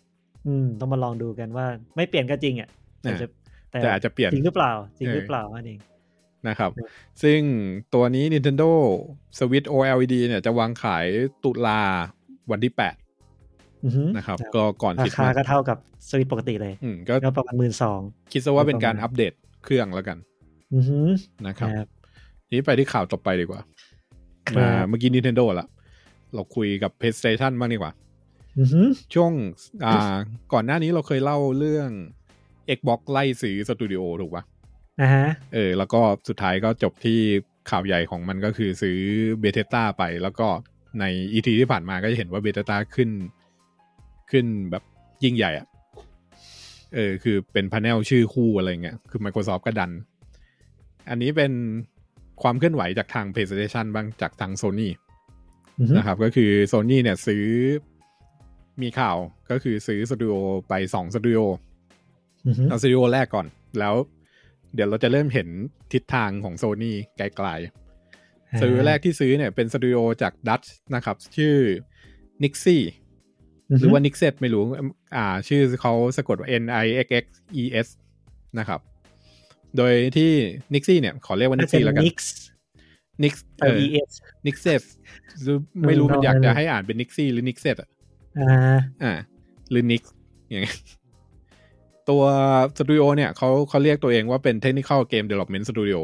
[SPEAKER 3] อืมต้องมาลองดูกันว่าไม่เปลี่ยนก็จริงอ่ะแต่จะ
[SPEAKER 2] แต่อาจจะเปลี่ยน
[SPEAKER 3] จริงหรือเปล่า จริงหรือเปล่าอันเอง
[SPEAKER 2] นะครับ
[SPEAKER 3] ครับ
[SPEAKER 2] ซึ่งตัวนี้ Nintendo Switch OLED เนี่ยจะวางขายตุลาวันที่
[SPEAKER 3] อือฮึ
[SPEAKER 2] 8 นะครับ ก็ก่อน
[SPEAKER 3] รา
[SPEAKER 2] คิด
[SPEAKER 3] คา
[SPEAKER 2] มา
[SPEAKER 3] ก็เท่ากับสวิตปกติเลย
[SPEAKER 2] อืมก็
[SPEAKER 3] ก็ประมาณหมื่นสอง
[SPEAKER 2] คิดซะว่าเป็นการอัปเดตเครื่องแล้วกัน
[SPEAKER 3] อือฮึ
[SPEAKER 2] นะครับ
[SPEAKER 3] ครับ
[SPEAKER 2] ทีนี้ไปที่ข่าวต่อไปดีกว่า
[SPEAKER 3] ครับ
[SPEAKER 2] มาเมื่อกี้ Nintendo ละเราคุยกับ PlayStation บ้างดีกว่า
[SPEAKER 3] อือฮึ
[SPEAKER 2] ช่วงอ่าก่อนหน้านี้เราเคยเล่าเรื่อง Xbox ไล่ซื้อสตูดิโอถูกปะ
[SPEAKER 3] นะฮะ
[SPEAKER 2] เออ แล้วก็สุดท้ายก็จบที่ข่าวใหญ่ของมันก็คือซื้อเบเทต้าไป แล้วก็ใน E3 ที่ผ่านมาก็จะเห็นว่าเบเทต้าขึ้น ขึ้นแบบยิ่งใหญ่อะเออ คือเป็นพา n e l ชื่อคู่อะไรเงี้ย คือ Microsoft ก็ดัน อันนี้เป็นความเคลื่อนไหวจากทาง PlayStation บ้างจากทาง Sony
[SPEAKER 3] อือฮึ
[SPEAKER 2] นะครับ ก็คือ Sony เนี่ยซื้อมีข่าวก็คือซื้อสตูดิโอไปสองสตูดิโอ
[SPEAKER 3] อือฮึ
[SPEAKER 2] เอาสตูดิโอแรกก่อน แล้ว เดี๋ยวเราจะเริ่มเห็นทิศทางของโซนี่ไกลๆสตูดิโอแรกที่ซื้อเนี่ยเป็นสตูดิโอจากดัตช์นะครับ ชื่อ n i x i หรือว่า n i x e t ไม่รู้อ่า ชื่อเขาสะกดว่า N I X X E S นะครับ โดยที่ n i x i เนี่ย ขอเรียกว่า n i x i แล้วกัน
[SPEAKER 3] นิก
[SPEAKER 2] Nix เออ
[SPEAKER 3] ES
[SPEAKER 2] n i x e t ไม่รู้มันอยาก
[SPEAKER 3] เออ
[SPEAKER 2] จะให้อ่านเป็น n i x i หรือ n i x e t อะ
[SPEAKER 3] อ่า
[SPEAKER 2] อ่าหรือนิกอย่างเงี้ย ตัวสตูดิโอเนี่ยเขาเขาเรียกตัวเองว่าเป็น Technical Game Development Studio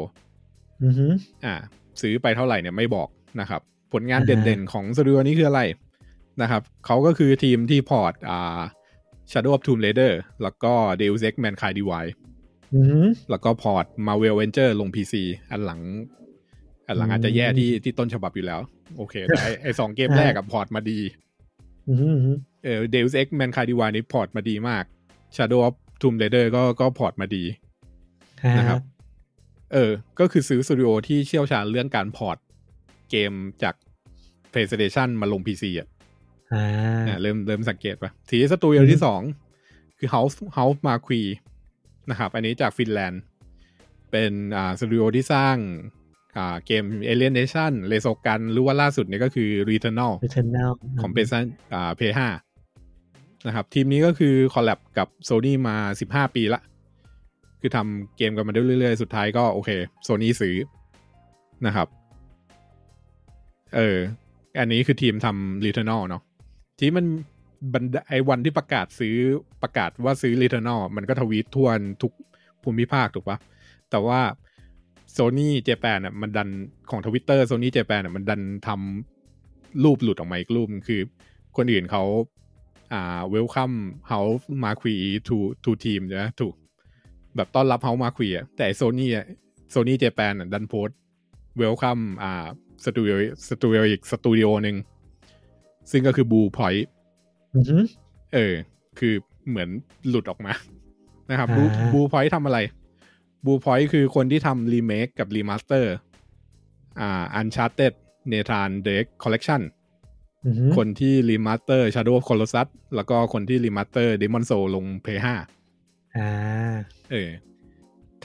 [SPEAKER 3] อือฮึ
[SPEAKER 2] อ่า ซื้อไปเท่าไหร่เนี่ยไม่บอกนะครับ ผลงาน
[SPEAKER 3] อ่าฮะ
[SPEAKER 2] เด่นๆของสตูดิโอนี้คืออะไรนะครับเขาก็คือทีมที่พอร์ตอ่า Shadow of Tomb Raider แล้วก็ Deus Ex Mankind Divide
[SPEAKER 3] อือฮึ
[SPEAKER 2] แล้วก็พอร์ต Marvel Avenger ลง PC อันหลัง อันหลังอาจจะแย่ที่ที่ต้นฉบับอยู่แล้ว โอเค แต่ไอ้ไอสองเกมแรกกับพอร์ตมาดี
[SPEAKER 3] อือฮึอือฮึ
[SPEAKER 2] เออ Deus Ex Mankind Divide นี่พอร์ตมาดีมาก Shadow of Tomb Raider ก็ก็พอร์ตมาดีนะครับ เออ ก็คือซื้อสตูดิโอที่เชี่ยวชาญเรื่องการพอร์ตเกมจาก PlayStation มาลง PC อ่ะ
[SPEAKER 3] อ่า
[SPEAKER 2] อ่ะเริ่มเริ่มสังเกตปะทีนี้สตูดิโอ
[SPEAKER 3] อือฮึ
[SPEAKER 2] ที่สองคือ House House Marqui นะครับ อันนี้จากฟินแลนด์ เป็นอ่าสตูดิโอที่สร้าง อ่าเกม Alien Nation เลโซกันหรือว่าล่าสุดเนี่ยก็คือ Returnal
[SPEAKER 3] เทอร์นล
[SPEAKER 2] ของเพย์ซันอ่าเพย์ห้านะครับ ทีมนี้ก็คือคอลแลบกับ Sony มา 15 ปีละ คือทำเกมกันมาเรื่อยๆ สุดท้ายก็โอเค Sony ซื้อนะครับ เออ อันนี้คือทีมทำ Returnal เนาะที่มันบันไดไอ้วันที่ประกาศซื้อประกาศว่าซื้อ Returnal มันก็ทวีตทวนทุกภูมิภาคถูกปะแต่ว่า Sony Japan น่ะมันดันของ Twitter Sony Japan น่ะมันดันทำรูปหลุดออกมาอีกรูปนึงคือ คนอื่นเขาอ่า welcome house marquee to to team นะถูก แบบต้อนรับ house marquee อะแต่ไอ้ Sony อะ Sony Japan น่ะดันโพสต์ welcome อ่าสตูดิโอสตูดิโออีกสตูดิโอหนึ่งซึ่งก็คือบูพอย เออ คือเหมือนหลุดออกมา นะครับบู
[SPEAKER 3] อ่า
[SPEAKER 2] บูพอยทำอะไร บูพอยคือคนที่ทำรีเมคกับรีมาสเตอร์ อ่าอันชาร์เต็ดเนธานเดกคอลเลกชันคนที่รีมาสเตอร์ชาร์โดว์คอล s ัสแล้วก็คนที่รีมาสเตอร์เดมอนโซลงเพย์ห้า
[SPEAKER 3] อ่า
[SPEAKER 2] เออ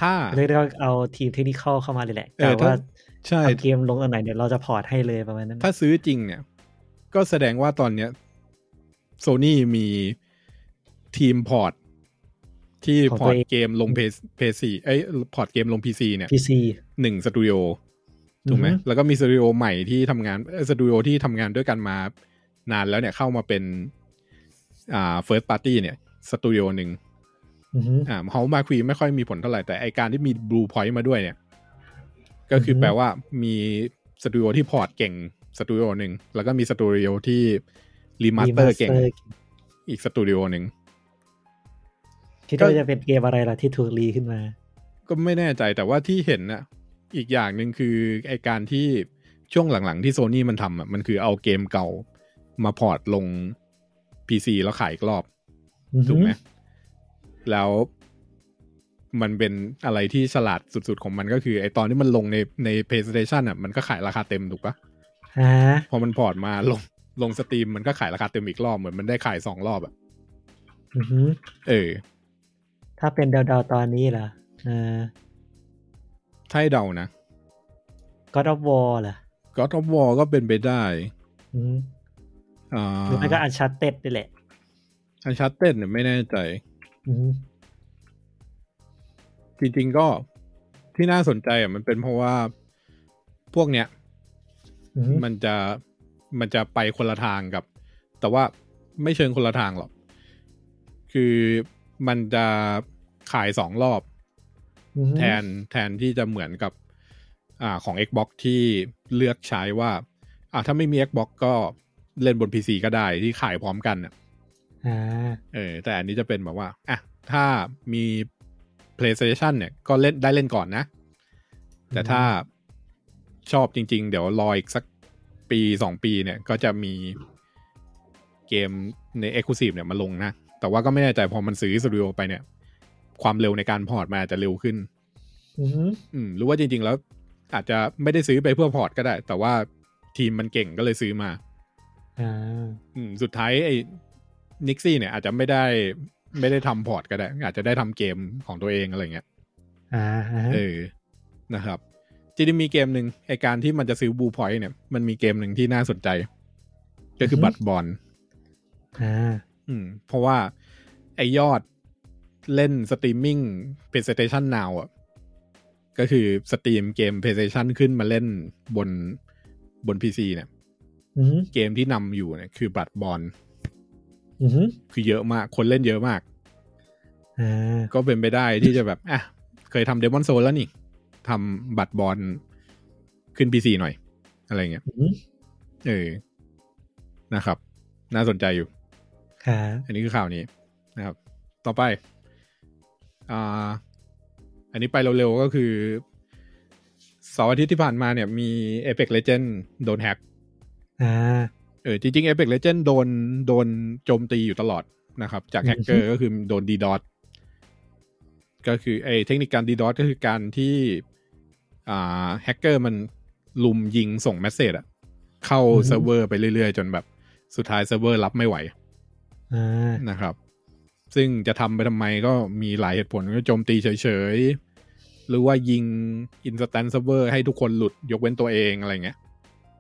[SPEAKER 2] ถ้า
[SPEAKER 3] เรียกได้ว่าเอาทีมเทคนิคอลเข้ามาเลยแหละ
[SPEAKER 2] เออก
[SPEAKER 3] ะว่า
[SPEAKER 2] ถ้า ใช่
[SPEAKER 3] ทำเกมลงอันไหนเดี๋ยวเราจะพอร์ตให้เลยประมาณนั้น
[SPEAKER 2] ถ้าซื้อจริงเนี่ย ก็แสดงว่าตอนเนี้ยโซนี่มีทีมพอร์ต ที่พอร์ตเกมลงเพซีเอ้ยพอร์ตเกมลงพีซีเนี่ย
[SPEAKER 3] พีซี
[SPEAKER 2] หนึ่งสตูดิโอถูกไหม
[SPEAKER 3] อือฮึ
[SPEAKER 2] แล้วก็มีสตูดิโอใหม่ที่ทำงานเอ่อสตูดิโอที่ทำงานด้วยกันมานานแล้วเนี่ยเข้ามาเป็นอ่าเฟิร์สปาร์ตี้เนี่ยสตูดิโอหนึ่งอ่าเฮามาคุยไม่ค่อยมีผลเท่าไหร่ แต่ไอการที่มีบลูพอยต์มาด้วยเนี่ย ก็คือแปลว่ามีสตูดิโอที่พอร์ตเก่งสตูดิโอหนึ่งแล้วก็มีสตูดิโอที่รีมาสเตอร์เก่งอีกสตูดิโอหนึ่ง
[SPEAKER 3] คิดว่าจะเป็นเกมอะไรล่ะที่ถูกรีขึ้นมา
[SPEAKER 2] ก็ไม่แน่ใจแต่ว่าที่เห็นน่ะอีกอย่างหนึ่งคือไอการที่ช่วงหลังๆที่โซนี่มันทำอ่ะมันคือเอาเกมเก่ามาพอร์ตลง PC แล้วขายอีกรอบ ถูกไหมแล้วมันเป็นอะไรที่ฉลาดสุดๆของมันก็คือ ไอตอนที่มันลงในใน PlayStation อ่ะมันก็ขายราคาเต็มถูกปะ
[SPEAKER 3] ฮะ
[SPEAKER 2] พอมันพอร์ตมาลงลงสตรีมมันก็ขายราคาเต็มอีกรอบเหมือนมันได้ขายสองรอบอ่ะ
[SPEAKER 3] อือหือ
[SPEAKER 2] เออ
[SPEAKER 3] ถ้าเป็นเดาๆตอนนี้เหรอเออ
[SPEAKER 2] ถ้าให้เดานะ
[SPEAKER 3] ก็ดอบวอลเหรอ
[SPEAKER 2] ก็ท็อปวอก็เป็นไปได้
[SPEAKER 3] อืม
[SPEAKER 2] อ่า
[SPEAKER 3] หรือไม่ก็อันชาเต็ดนี่แหละ
[SPEAKER 2] อันชาร์เต็ดเนี่ยไม่แน่ใจ
[SPEAKER 3] อืม
[SPEAKER 2] จริงๆก็ที่น่าสนใจอ่ะมันเป็นเพราะว่าพวกเนี้ย
[SPEAKER 3] อืม
[SPEAKER 2] มันจะมันจะไปคนละทางกับ แต่ว่าไม่เชิงคนละทางหรอก คือมันจะขายสองรอบ
[SPEAKER 3] อืม
[SPEAKER 2] แทนแทนที่จะเหมือนกับอ่าของ Xbox ที่เลือกใช้ว่าอ่าถ้าไม่มี Xbox ก็เล่นบน PC ก็ได้ที่ขายพร้อมกันอ่ะ
[SPEAKER 3] อ่า
[SPEAKER 2] เออแต่อันนี้จะเป็นแบบว่าอ่ะถ้ามี PlayStation เนี่ย ก็เล่นได้เล่นก่อนนะ แต่ถ้าชอบจริง ๆ เดี๋ยวรออีกสักปีสองปีเนี่ย ก็จะมีเกมใน Exclusive เนี่ยมาลงนะ แต่ว่าก็ไม่แน่ใจพอมันซื้อสตูดิโอไปเนี่ย ความเร็วในการพอร์ตมันอาจจะเร็วขึ้น
[SPEAKER 3] อืม
[SPEAKER 2] อืมหรือว่าจริง ๆ แล้ว อาจจะไม่ได้ซื้อไปเพื่อพอร์ตก็ได้ แต่ว่าทีมมันเก่งก็เลยซื้อมา
[SPEAKER 3] อ่า
[SPEAKER 2] อืมสุดท้ายไอ้นิกซี่เนี่ยอาจจะไม่ได้ไม่ได้ทำพอร์ตก็ได้ อาจจะได้ทำเกมของตัวเองอะไรเงี้ย
[SPEAKER 3] อ่าฮะ
[SPEAKER 2] เออนะครับจริงๆมีเกมหนึ่งไอการที่มันจะซื้อบูพอยต์เนี่ย มันมีเกมหนึ่งที่น่าสนใจ ก็คือบัตรบอล
[SPEAKER 3] อ่า
[SPEAKER 2] อืม เพราะว่าไอยอดเล่นสตรีมมิ่ง PlayStation Now อ่ะก็คือสตรีมเกม PlayStation ขึ้นมาเล่นบนบน PC เนี่ย
[SPEAKER 3] อืม
[SPEAKER 2] เกมที่นำอยู่เนี่ยคือบัตรบอล
[SPEAKER 3] อืม
[SPEAKER 2] คือเยอะมาก คนเล่นเยอะมาก
[SPEAKER 3] อ่า
[SPEAKER 2] ก็เป็นไปได้ที่จะแบบ อ่ะ เคยทำเดมอนโซแล้วนี่ทำบัตรบอลขึ้น PC หน่อย อะไรเงี้ย
[SPEAKER 3] อืม
[SPEAKER 2] เออ นะครับ น่าสนใจอยู่
[SPEAKER 3] ครับ
[SPEAKER 2] อันนี้คือข่าวนี้นะครับ ต่อไป อ่า อันนี้ไปเร็วๆ ก็คือเสาร์อาทิตย์ที่ผ่านมาเนี่ยมี Apex Legend โดนแฮก
[SPEAKER 3] อ่า
[SPEAKER 2] เออจริงๆ Apex Legend โดนโดนโจมตีอยู่ตลอดนะครับ จากแฮกเกอร์ก็คือโดน DDoS ก็คือไอเทคนิคการ DDoS ก็คือการที่อ่าแฮกเกอร์มันลุมยิงส่งเมสเซจอะเข้า
[SPEAKER 3] อือฮึ
[SPEAKER 2] เซิร์ฟเวอร์ไปเรื่อยๆ จนแบบสุดท้ายเซิร์ฟเวอร์รับไม่ไหว
[SPEAKER 3] อ่า
[SPEAKER 2] นะครับ ซึ่งจะทำไปทำไมก็มีหลายเหตุผลก็โจมตีเฉย หรือว่ายิงอินสแตนเซเวอร์ให้ทุกคนหลุดยกเว้นตัวเองอะไรเงี้ย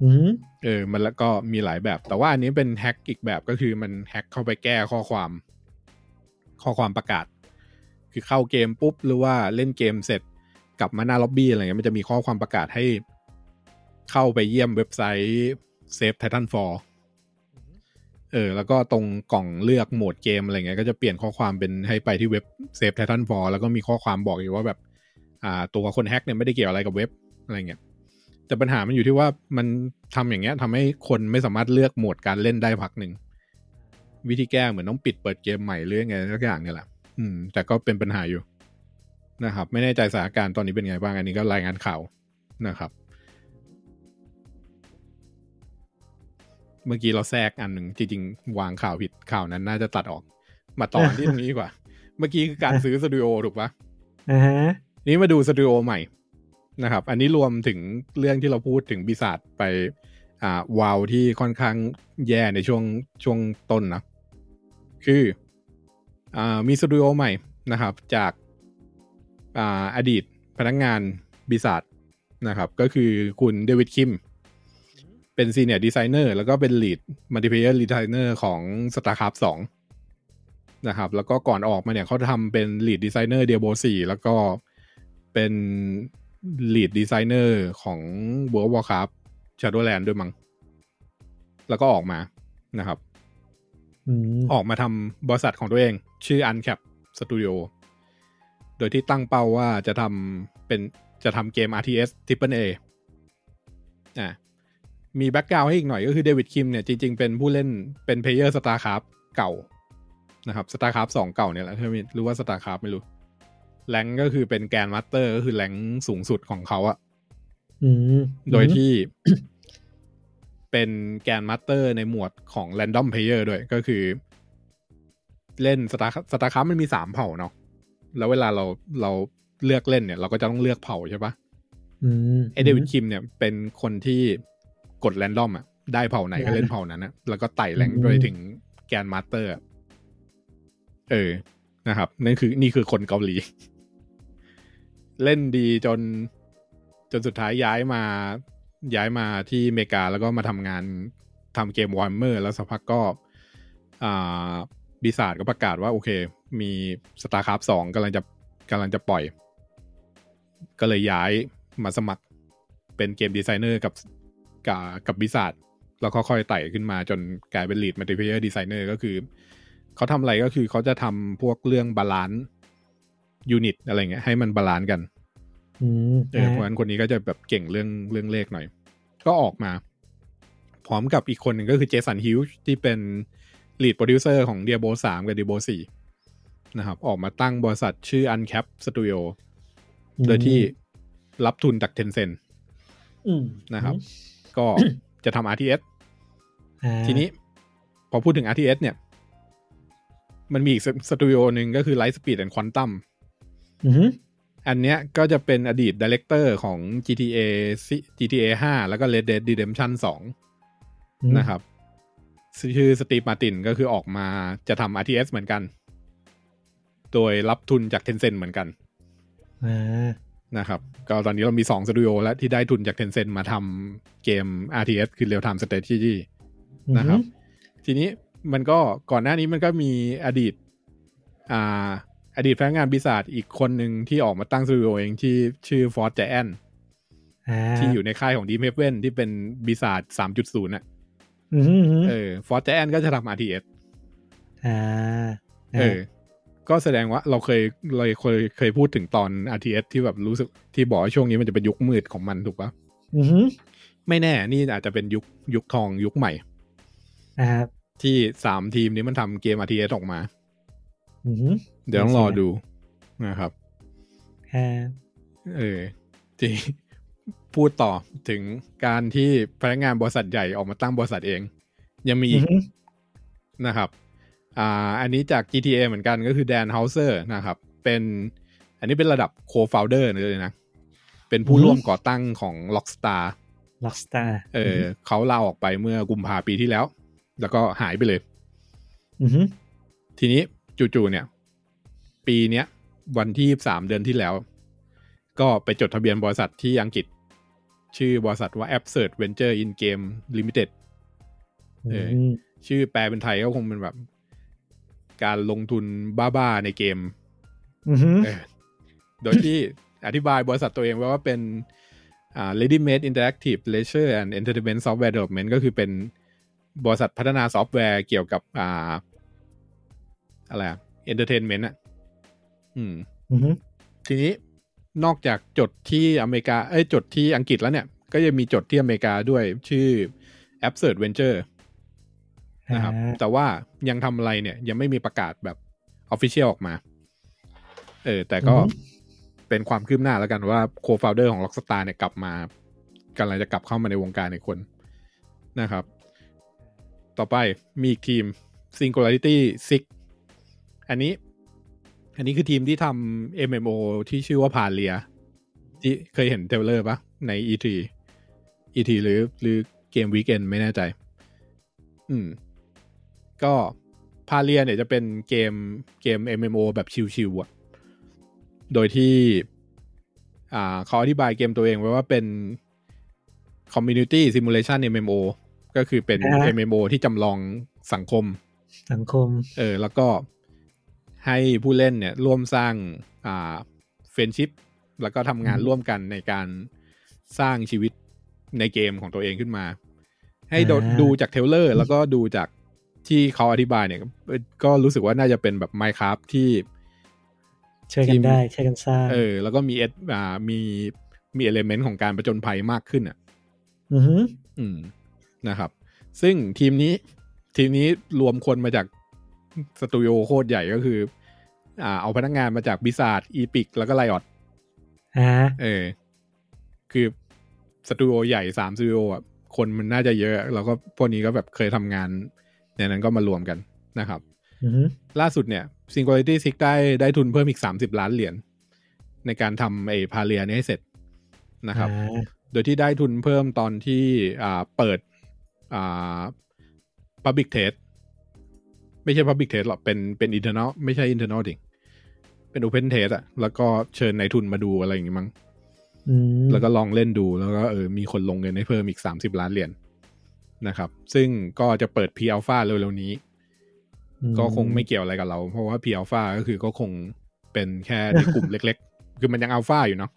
[SPEAKER 3] อืม
[SPEAKER 2] เออ มันแล้วก็มีหลายแบบ แต่ว่าอันนี้เป็นแฮ็กอีกแบบก็คือมันแฮ็กเข้าไปแก้ข้อความ ข้อความประกาศ คือเข้าเกมปุ๊บ หรือว่าเล่นเกมเสร็จกลับมาหน้าล็อบบี้อะไรเงี้ย มันจะมีข้อความประกาศให้ เข้าไปเยี่ยมเว็บไซต์เซฟไททันฟอร์เออ แล้วก็ตรงกล่องเลือกโหมดเกมอะไรเงี้ย ก็จะเปลี่ยนข้อความเป็นให้ไปที่เว็บเซฟไททันฟอร์แล้วก็มีข้อความบอกอยู่ว่าแบบ อ่า ตัวคนแฮ็กเนี่ยไม่ได้เกี่ยวอะไรกับเว็บอะไรเงี้ย แต่ปัญหามันอยู่ที่ว่ามันทำอย่างเงี้ยทำให้คนไม่สามารถเลือกโหมดการเล่นได้พักหนึ่ง วิธีแก้เหมือนต้องปิดเปิดเกมใหม่หรือยังไงสักอย่างเนี่ยแหละ อืม แต่ก็เป็นปัญหาอยู่นะครับ ไม่แน่ใจสถานการณ์ตอนนี้เป็นไงบ้างอันนี้ก็รายงานข่าวนะครับ เมื่อกี้เราแทรกอันหนึ่งจริงๆ วางข่าวผิดข่าวนั้นน่าจะตัดออก มาต่อที่ตรงนี้ดีกว่า เมื่อกี้คือการซื้อสตูดิโอถูกปะ
[SPEAKER 3] อ่าฮะ
[SPEAKER 2] นี่มาดูสตูดิโอใหม่นะครับ อันนี้รวมถึงเรื่องที่เราพูดถึงบิษัทไป อ่าวาวที่ค่อนข้างแย่ในช่วงช่วงต้นนะ คืออ่ามีสตูดิโอใหม่นะครับ จากอ่าอดีตพนักงานบิษัทนะครับ ก็คือคุณเดวิดคิม เป็นซีเนียร์ดีไซเนอร์แล้วก็เป็นลีดมัลติเพเยอร์ดีไซเนอร์ของ StarCraft 2 นะครับ แล้วก็ก่อนออกมาเนี่ยเขาทำเป็นลีดดีไซเนอร์ Diablo 4 แล้วก็เป็นลีดดีไซเนอร์ของ World of Warcraft Shadowland ด้วยมั้งแล้วก็ออกมานะครับ
[SPEAKER 3] อืม
[SPEAKER 2] ออกมาทำบริษัทของตัวเอง ชื่อ Uncap Studio โดยที่ตั้งเป้าว่าจะทำเป็นจะทำเกม RTS Triple A อ่ะมีแบ็กกราวให้อีกหน่อยก็คือเดวิดคิมเนี่ย จริง ๆ เป็นผู้เล่นเป็นเพลเยอร์ StarCraft เก่านะครับ StarCraft 2 เก่าเนี่ยแหละถ้าไม่รู้ว่า StarCraft ไม่รู้ แรงก็คือเป็นแกนมาสเตอร์ก็คือแรงสูงสุดของเขาอะ
[SPEAKER 3] อืม
[SPEAKER 2] โดยที่ เป็นแกนมาสเตอร์ในหมวดของ Random Player ด้วยก็คือ เล่นสตาร์สตาร์คัมันมีสามเผ่าเนาะแล้วเวลาเราเราเลือกเล่นเนี่ย เราก็จะต้องเลือกเผ่าใช่ปะ
[SPEAKER 3] อืม
[SPEAKER 2] ไอเดวิดคิมเนี่ยเป็นคนที่กด r รนดอมอะได้เผ่าไหนก็เล่นเผ่านั้นนะแล้วก็ไต่แรงไปถึงแกนมาสเตอร์อะเออนะครับนั่นคือนี่คือคนเกาหลี เล่นดีจนจนสุดท้ายย้ายมาย้ายมาที่อเมริกาแล้วก็มาทำงานทำเกมวอร์เมอร์ แล้วสักพักก็อ่าบิษัทก็ประกาศว่า โอเค มีสตาร์ค f t สองกำลังจะกำลังจะปล่อย ก็เลยย้ายมาสมัครเป็นเกมดีไซเนอร์กับกับกับบิษัทแล้วก็ค่อยไต่ขึ้นมาจนกลายเป็นลีดมัลติเพเยอร์ดีไซเนอร์ก็คือ เขาทำอะไรก็คือเขาจะทำพวกเรื่องบาลานซ์ยูนิตอะไรเงี้ยให้มันบาลานซ์กัน
[SPEAKER 3] อืม
[SPEAKER 2] เออเพราะฉะนั้นคนนี้ก็จะแบบเก่งเรื่องเรื่องเลขหน่อย ก็ออกมา พร้อมกับอีกคนหนึ่งก็คือเจสันฮิวที่เป็น lead producer ของ Diablo 3 กับ Diablo 4 นะครับ ออกมาตั้งบริษัทชื่อ Uncap Studio โดยที่รับทุนจาก Tencent
[SPEAKER 3] อืม
[SPEAKER 2] นะครับ ก็จะทำ RTS
[SPEAKER 3] อ่า
[SPEAKER 2] ทีนี้ พอพูดถึง RTS เนี่ย มันมีอีกสตูดิโอหนึ่งก็คือ Lightspeed and Quantum
[SPEAKER 3] อืม
[SPEAKER 2] อันเนี้ยก็จะเป็นอดีตดีเลกเตอร์ของ GTA ซิ GTA 5 แล้วก็ Red Dead Redemption 2 นะครับชื่อสตี e มาตินก็คือออกมาจะทำ RTS เหมือนกัน โดยรับทุนจาก Tencent เหมือนกัน
[SPEAKER 3] อ่า
[SPEAKER 2] นะครับ ก็ตอนนี้เรามี 2 สตูดิโอแล้วที่ได้ทุนจาก Tencent มาทำเกม RTS คือ Real Time Strategy
[SPEAKER 3] นะ
[SPEAKER 2] นะครับ ทีนี้มันก็ก่อนหน้านี้มันก็มีอดีตอ่าอดีตพนักงานบิษัทอีกคนหนึ่งที่ออกมาตั้งสตูดิโอเองที่ชื่อฟอร์ดแจน
[SPEAKER 3] อ่า
[SPEAKER 2] ที่อยู่ในค่ายของดีเมเว่นที่เป็นบิษัทสามจุดศูนย์อ่ะ
[SPEAKER 3] อืมอืมอืม
[SPEAKER 2] เออฟอร์ดแจนก็จะทำ RTS
[SPEAKER 3] อ่า
[SPEAKER 2] เออ ก็แสดงว่าเราเคยเราเคยเคยพูดถึงตอน RTS ที่แบบรู้สึกที่บอกว่าช่วงนี้มันจะเป็นยุคมืดของมันถูกปะ
[SPEAKER 3] อืม
[SPEAKER 2] ไม่แน่นี่อาจจะเป็นยุคยุคทองยุคใหม่
[SPEAKER 3] อ่า
[SPEAKER 2] ที่สามทีมนี้มันทำเกม RTS ออกมา
[SPEAKER 3] อืม
[SPEAKER 2] เดี๋ยวต้องรอดูนะครับ
[SPEAKER 3] อ่า
[SPEAKER 2] เออที่ พูดต่อถึงการที่พนักงานบริษัทใหญ่ออกมาตั้งบริษัทเอง ยังมี
[SPEAKER 3] อื
[SPEAKER 2] อีก
[SPEAKER 3] ม
[SPEAKER 2] นะครับอ่าอันนี้จาก GTA เหมือนกันก็คือแดนเฮาเซอร์นะครับ เป็นอันนี้เป็นระดับโคฟ o u เดอร์เลยนะ เป็นผู้ร่วมก่อตั้งของ Lockstar
[SPEAKER 3] ล็อกสตาร์
[SPEAKER 2] เออเขาลาออกไปเมื่อกุมภาปีที่แล้ว แล้วก็หายไปเลย
[SPEAKER 3] อืม
[SPEAKER 2] ทีนี้จู่ๆเนี่ย ปีเนี้ย วันที่ 23 เดือนที่แล้ว ก็ไปจดทะเบียนบริษัทที่อังกฤษ ชื่อบริษัทว่า Absurd Venture in Game Limited เออ
[SPEAKER 3] ม
[SPEAKER 2] ชื่อแปลเป็นไทยก็คงเป็นแบบ การลงทุนบ้าๆในเกม
[SPEAKER 3] อือหือ
[SPEAKER 2] เออโดยที่อธิบายบริษัทตัวเองไว้ว่าเป็นอ่า Ready Made Interactive Leisure and Entertainment Software Development ก็คือเป็นบริษัทพัฒนาซอฟต์แวร์เกี่ยวกับอ่าอะไรอะ Entertainment อ่ะอืม
[SPEAKER 3] อือหือ
[SPEAKER 2] ทีนี้นอกจากจดที่อเมริกา เอ้ยจดที่อังกฤษแล้วเนี่ย ก็ยังมีจดที่อเมริกาด้วยชื่อ Absurd Venture นะครับ
[SPEAKER 3] อ่า
[SPEAKER 2] แต่ว่ายังทำอะไรเนี่ย ยังไม่มีประกาศแบบออฟฟิเชียลออกมา เออ แต่ก็เป็นความคืบหน้าแล้วกันว่าโคฟาวเดอร์ของ Rockstar เนี่ยกลับมากำลังจะกลับเข้ามาในวงการในคนนะครับ ต่อไปมีอีกทีม Singularity 6 อันนี้ อันนี้คือทีมที่ทำ MMO ที่ชื่อว่าพาเลีย ที่เคยเห็นเทรลเลอร์ปะใน E3 E3 หรือหรือเกมวีคเอนไม่แน่ใจ อืม ก็พาเลียเนี่ยจะเป็นเกมเกม MMO แบบชิวๆอะโดยที่ อ่าเขาอธิบายเกมตัวเองไว้ว่าเป็น Community Simulation MMO ก็คือเป็น
[SPEAKER 3] อ่าฮะ
[SPEAKER 2] MMO ที่จำลองสังคม
[SPEAKER 3] สังคม
[SPEAKER 2] เออแล้วก็ให้ผู้เล่นเนี่ยร่วมสร้างอ่าเฟนชิพแล้วก็ทำงาน
[SPEAKER 3] อืม
[SPEAKER 2] ร่วมกันในการสร้างชีวิตในเกมของตัวเองขึ้นมา ให้ดู
[SPEAKER 3] อ่า
[SPEAKER 2] ดูจากเทรลเลอร์ แล้วก็ดูจากที่เขาอธิบายเนี่ยเออก็รู้สึกว่าน่าจะเป็นแบบ Minecraft ที่
[SPEAKER 3] ช่วย
[SPEAKER 2] ที
[SPEAKER 3] กัน
[SPEAKER 2] ม
[SPEAKER 3] ได้ช่วยกันสร้าง
[SPEAKER 2] เออแล้วก็มีเอสอ่ามีมีเอลเมนต์ของการประจนภัยมากขึ้นอ่ะ
[SPEAKER 3] อหือ
[SPEAKER 2] อืมนะครับ ซึ่งทีมนี้ทีมนี้รวมคนมาจากสตูดิโอโคตรใหญ่ก็คือ อ่า เอาพนักงานมาจากบิซาร์ดอีพิกแล้วก็ไลออด
[SPEAKER 3] อ่า
[SPEAKER 2] เออ คือสตูดิโอใหญ่สามสตูดิโออ่ะคนมันน่าจะเยอะ แล้วก็พวกนี้ก็แบบเคยทำงานในนั้นก็มารวมกันนะครับ
[SPEAKER 3] อือหือ
[SPEAKER 2] ล่าสุดเนี่ย Singularity 6 ได้ได้ทุนเพิ่มอีก 30 ล้านเหรียญในการทำไอ้พาเลียนี้ให้เสร็จนะครับ
[SPEAKER 3] อ่า
[SPEAKER 2] โดยที่ได้ทุนเพิ่มตอนที่อ่าเปิดอ่า Public Test ไม่ใช่ Public Test หรอกเป็นเป็น internal ไม่ใช่ internal ดิเป็น Open Test อะแล้วก็เชิญนายทุนมาดูอะไรอย่างงี้มั้ง
[SPEAKER 3] อืม
[SPEAKER 2] แล้วก็ลองเล่นดูแล้วก็เออมีคนลงเงินให้เพิ่มอีก 30 ล้านเหรียญนะครับ ซึ่งก็จะเปิด P Alpha เร็วๆนี้ ก็คงไม่เกี่ยวอะไรกับเรา เพราะว่า P Alpha ก็คือก็คงเป็นแค่ ในกลุ่มเล็ก ๆ คือมันยัง Alpha อยู่เนาะ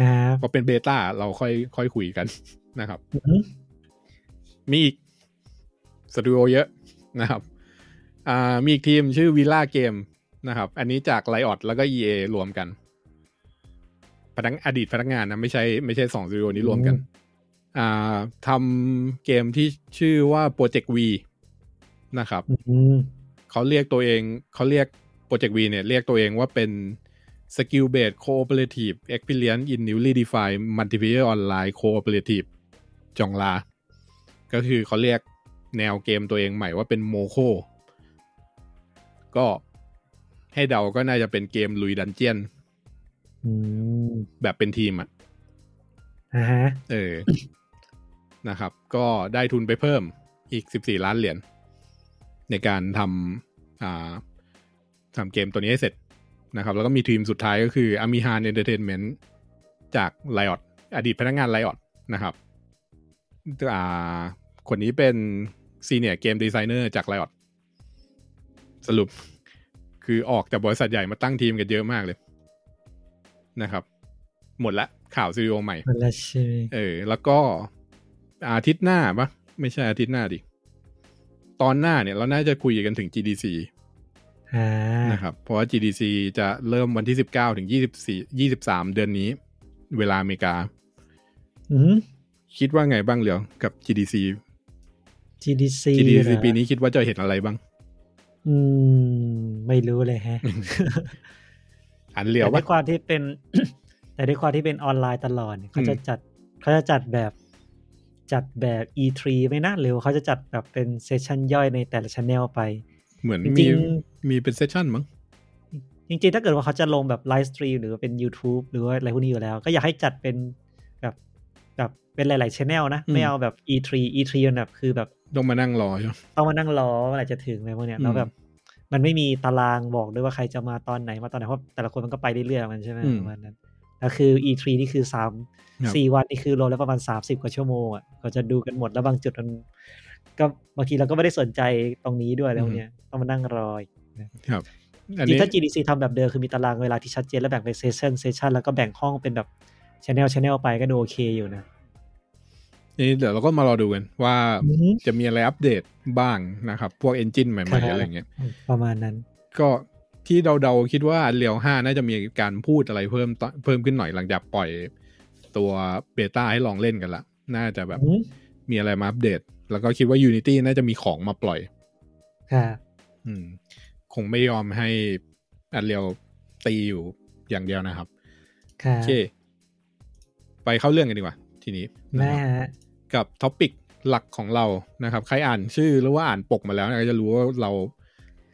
[SPEAKER 3] อ่า
[SPEAKER 2] พอเป็นเบต้าเราค่อยค่อยคุยกัน นะครับ
[SPEAKER 3] อือหือ
[SPEAKER 2] มีอีกสตูดิโอเยอะนะครับ อ่า มีอีกทีมชื่อวิลล่าเกมนะครับ อันนี้จากไลออดแล้วก็ EA รวมกันพนักอดีตพนักงานนะ ไม่ใช่ไม่ใช่สองสตูดิโอนี้รวมกัน อ่าทำเกมที่ชื่อว่า Project V นะครับ
[SPEAKER 3] อืม
[SPEAKER 2] เขาเรียกตัวเองเขาเรียก Project V เนี่ยเรียกตัวเองว่าเป็น Skill Based Cooperative Experience in Newly Defined Multiplayer Online Cooperative จองลา ก็คือเขาเรียกแนวเกมตัวเองใหม่ว่าเป็นโมโค ก็ให้เดาก็น่าจะเป็นเกมลุยดันเจียน
[SPEAKER 3] อืม
[SPEAKER 2] แบบเป็นทีมอ่ะ
[SPEAKER 3] อ่าฮะ
[SPEAKER 2] เออ นะครับ ก็ได้ทุนไปเพิ่มอีก 14 ล้านเหรียญในการทำอ่าทำเกมตัวนี้ให้เสร็จนะครับ แล้วก็มีทีมสุดท้ายก็คือ a m i h a n Entertainment จาก Riot อดีตพนักงาน Riot นะครับอ่าคนนี้เป็นซีเนียเกมดีไซเนอร์จาก Riot สรุป คือออกจากบริษัทใหญ่มาตั้งทีมกันเยอะมากเลยนะครับ หมดละข่าวซีรีโอใหม่
[SPEAKER 3] มันละใช่ไหม
[SPEAKER 2] เออ แล้วก็อาทิตย์หน้าปะไม่ใช่อาทิตย์หน้าดิ ตอนหน้าเนี่ยเราน่าจะคุยกันถึง GDC
[SPEAKER 3] อ่า
[SPEAKER 2] นะครับ เพราะว่า GDC จะเริ่มวันที่ 19 ถึง 24 23 เดือนนี้ เวลาอเมริกา
[SPEAKER 3] อืม
[SPEAKER 2] คิดว่าไงบ้างเหลียวกับ GDC
[SPEAKER 3] GDC
[SPEAKER 2] GDC
[SPEAKER 3] เหรอ
[SPEAKER 2] ปีนี้คิดว่าจะเห็นอะไรบ้าง
[SPEAKER 3] อืม ไม่รู้เลยแฮะ
[SPEAKER 2] อันเหลียว
[SPEAKER 3] แต่ด้
[SPEAKER 2] ว่า
[SPEAKER 3] วยความที่เป็น แต่ด้วยความที่เป็นออนไลน์ตลอดเนี่ยเขาจะจัดเขาจะจัดแบบจัดแบบ E3 ไม่น่าเร็วเขาจะจัดแบบเป็นเซสชันย่อยในแต่ละช anel ไป
[SPEAKER 2] เหมือน
[SPEAKER 3] จ
[SPEAKER 2] มี
[SPEAKER 3] ริง
[SPEAKER 2] มีเป็นเซสชั่นมั้ง
[SPEAKER 3] ๆจริงๆ ถ้าเกิดว่าเขาจะลงแบบไลฟ์สตรีมหรือว่าเป็น YouTube หรือว่าอะไรพวกนี้อยู่แล้ว ก็อยากให้จัดเป็นแบบแบบเป็นหลายๆช anel นะ
[SPEAKER 2] อืม
[SPEAKER 3] ไม่เอาแบบ E3 E3 มันแบบคือแบบ
[SPEAKER 2] ต้องมานั่งรอใช่ไหม
[SPEAKER 3] ต้องมานั่งรอว่าเมื่อไหร่จะถึงอะไรพวกเนี้ย
[SPEAKER 2] อืม
[SPEAKER 3] แล้วแบบ มันไม่มีตารางบอกด้วยว่าใครจะมาตอนไหนมาตอนไหนเพราะแต่ละคนมันก็ไปเรื่อยๆของมันใช่ไหมประมาณนั้น แ แล้วคือ E3 นี่คือสาม
[SPEAKER 2] ครับ
[SPEAKER 3] สี่วันนี่คือรวมแล้วประมาณสามสิบกว่าชั่วโมงอ่ะก็จะดูกันหมดแล้วบางจุดมันก็บางทีเราก็ไม่ได้สนใจตรงนี้ด้วยแล้วเนี่ยต้องมานั่งรออีก
[SPEAKER 2] ครับ อัน
[SPEAKER 3] จริ
[SPEAKER 2] นี้
[SPEAKER 3] งๆถ้า GDC ทำแบบเดิมคือมีตารางเวลาที่ชัดเจนแล้วแบ่งเป็นเซสชันเซสชันแล้วก็แบ่งห้องเป็นแบบชแนลชแนลไปก็ดูโอเคอยู่นะ
[SPEAKER 2] นี่เดี๋ยวเราก็มารอดูกันว่า
[SPEAKER 3] อือฮึ
[SPEAKER 2] จะมีอะไรอัปเดตบ้างนะครับ พวกเอนจินใหม่ๆอะไรอย่างเงี้ย
[SPEAKER 3] ประมาณนั้น
[SPEAKER 2] ก็ที่เดาๆคิดว่าเรียวห้าน่าจะมีการพูดอะไรเพิ่มต่อเพิ่มขึ้นหน่อยหลังจากปล่อยตัวเบต้าให้ลองเล่นกันละ น่าจะแบบ
[SPEAKER 3] อือ
[SPEAKER 2] มีอะไรมาอัปเดต แล้วก็คิดว่า Unity น่าจะมีของมาปล่อย
[SPEAKER 3] ค่ะ
[SPEAKER 2] อืม คงไม่ยอมให้อันเรียวตีอยู่อย่างเดียวนะครับ
[SPEAKER 3] ค่ะ
[SPEAKER 2] โอเค ไปเข้าเรื่องกันดีกว่า ทีนี้นะ
[SPEAKER 3] นะครับ ฮะ
[SPEAKER 2] กับท็อปิกหลักของเรานะครับ ใครอ่านชื่อหรือว่าอ่านปกมาแล้วเนี่ยก็จะรู้ว่าเรา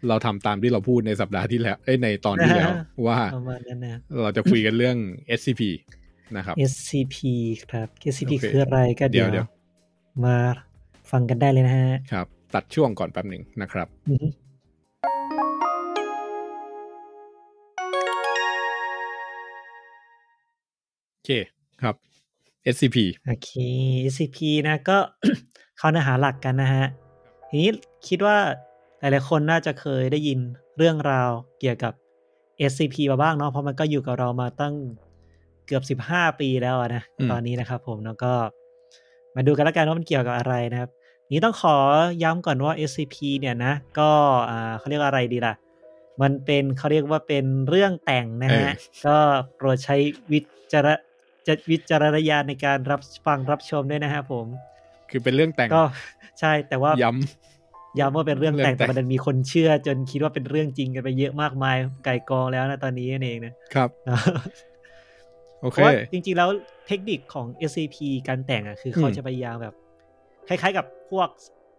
[SPEAKER 2] เราทำตามที่เราพูดในสัปดาห์ที่แล้วเอ้ยในตอนที่แล้ว ว่า
[SPEAKER 3] ประมาณนั้นนะ
[SPEAKER 2] เราจะคุยกันเรื่อง SCP นะครับ
[SPEAKER 3] SCP ครับ SCP
[SPEAKER 2] โอเค
[SPEAKER 3] คืออะไรก็เดี๋ยว
[SPEAKER 2] เดี๋ยว
[SPEAKER 3] มาฟังกันได้เลยนะฮะ
[SPEAKER 2] ครับ ตัดช่วงก่อนแป๊บหนึ่งนะครับ
[SPEAKER 3] อือฮึ
[SPEAKER 2] โอเคครับ SCP
[SPEAKER 3] โอเค SCP นะก็ เข้าเนื้อหาหลักกันนะฮะ ทีนี้คิดว่าหลายๆคนน่าจะเคยได้ยินเรื่องราวเกี่ยวกับ SCP มาบ้างเนาะเพราะมันก็อยู่กับเรามาตั้งเกือบ 15 ปีแล้วอะนะ
[SPEAKER 2] อืม
[SPEAKER 3] ตอนนี้นะครับผมแล้วก็มาดูกันแล้วกันว่ามันเกี่ยวกับอะไรนะครับ นี้ต้องขอย้ำก่อนว่า SCP เนี่ยนะ ก็อ่าเขาเรียกว่าอะไรดีล่ะ มันเป็นเขาเรียกว่าเป็นเรื่องแต่งนะฮะ
[SPEAKER 2] เออ
[SPEAKER 3] ก็โปรดใช้วิจารจะวิจารณญาณในการรับฟังรับชมด้วยนะฮะผม
[SPEAKER 2] คือเป็นเรื่องแต่ง
[SPEAKER 3] ก็ ใช่แต่ว่า
[SPEAKER 2] ย้ำ
[SPEAKER 3] ย้ำว่าเป็นเรื่องแต่ง
[SPEAKER 2] เรื่องแต่
[SPEAKER 3] แต่
[SPEAKER 2] ง
[SPEAKER 3] มันมีคนเชื่อจนคิดว่าเป็นเรื่องจริงกันไปเยอะมากมายไก่กองแล้วนะตอนนี้นั่นเองนะครับ
[SPEAKER 2] โอ
[SPEAKER 3] เพ
[SPEAKER 2] เค
[SPEAKER 3] ราะว่าจริงๆแล้วเทคนิคของ SCP การแต่งอ่ะคือเขา
[SPEAKER 2] อืม
[SPEAKER 3] จะพยายามแบบ คล้ายๆกับพวก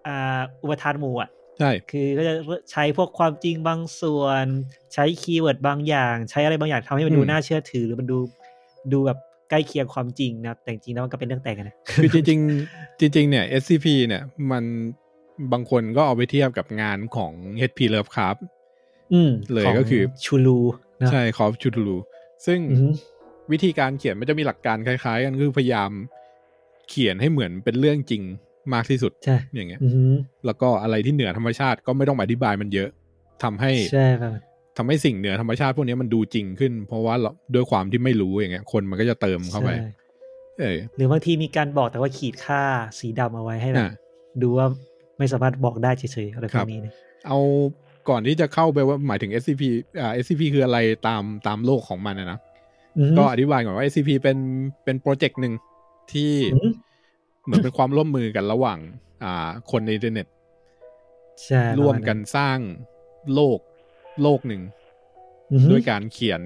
[SPEAKER 3] อ่าอุปทานหมู่อ่ะ
[SPEAKER 2] ใช่
[SPEAKER 3] คือก็จะใช้พวกความจริงบางส่วน ใช้คีย์เวิร์ดบางอย่าง ใช้อะไรบางอย่างทำให้มันดู
[SPEAKER 2] อืม
[SPEAKER 3] น่าเชื่อถือ หรือมันดูดูแบบใกล้เคียงความจริงนะครับแต่จริงๆแล้วมันก็เป็นเรื่องแต่งกันนะ
[SPEAKER 2] คือจริงๆ จริง ๆ เนี่ย SCP เนี่ยมันบางคนก็เอาไปเทียบกับงานของ HP Lovecraft
[SPEAKER 3] อืม
[SPEAKER 2] เลย
[SPEAKER 3] ของ
[SPEAKER 2] ก็คือ
[SPEAKER 3] ชูลูนะ
[SPEAKER 2] ใช่คอฟชูทูลูซึ่ง
[SPEAKER 3] อือฮึ
[SPEAKER 2] วิธีการเขียนมันจะมีหลักการคล้ายๆ กันคือพยายามเขียนให้เหมือนเป็นเรื่องจริงมากที่สุด
[SPEAKER 3] ใช่
[SPEAKER 2] อย่างเงี้ย
[SPEAKER 3] อือฮึ
[SPEAKER 2] แล้วก็อะไรที่เหนือธรรมชาติก็ไม่ต้องอธิบายมันเยอะทำให้
[SPEAKER 3] ใช่ประมาณ
[SPEAKER 2] ทำให้สิ่งเหนือธรรมชาติพวกนี้มันดูจริงขึ้น เพราะว่าเราด้วยความที่ไม่รู้อย่างเงี้ย คนมันก็จะเติมเข้าไป
[SPEAKER 3] ใช่
[SPEAKER 2] เออ
[SPEAKER 3] หรือบางทีมีการบอกแต่ว่าขีดค่าสีดำเอาไว้ให้แบบ
[SPEAKER 2] อ่ะ
[SPEAKER 3] ดูว่าไม่สามารถบอกได้เฉยๆอะไรพ
[SPEAKER 2] ครั
[SPEAKER 3] ว
[SPEAKER 2] บ
[SPEAKER 3] กนี้นะ
[SPEAKER 2] เอาก่อนที่จะเข้าไปว่าหมายถึง SCP อ่า SCP คืออะไรตามตามโลกของมันนะนะ
[SPEAKER 3] อืม
[SPEAKER 2] ก็อธิบายก่อนว่า SCP เป็นเป็นโปรเจกต์หนึ่งที่
[SPEAKER 3] อืม
[SPEAKER 2] เหมือนเป็นความร่วมมือกันระหว่าง อ่า คนในอินเทอร์เน็ต
[SPEAKER 3] ใช่
[SPEAKER 2] ร่วมกันสร้างโลกโลกหนึ่ง
[SPEAKER 3] อือฮึ
[SPEAKER 2] ด้วยการเขียน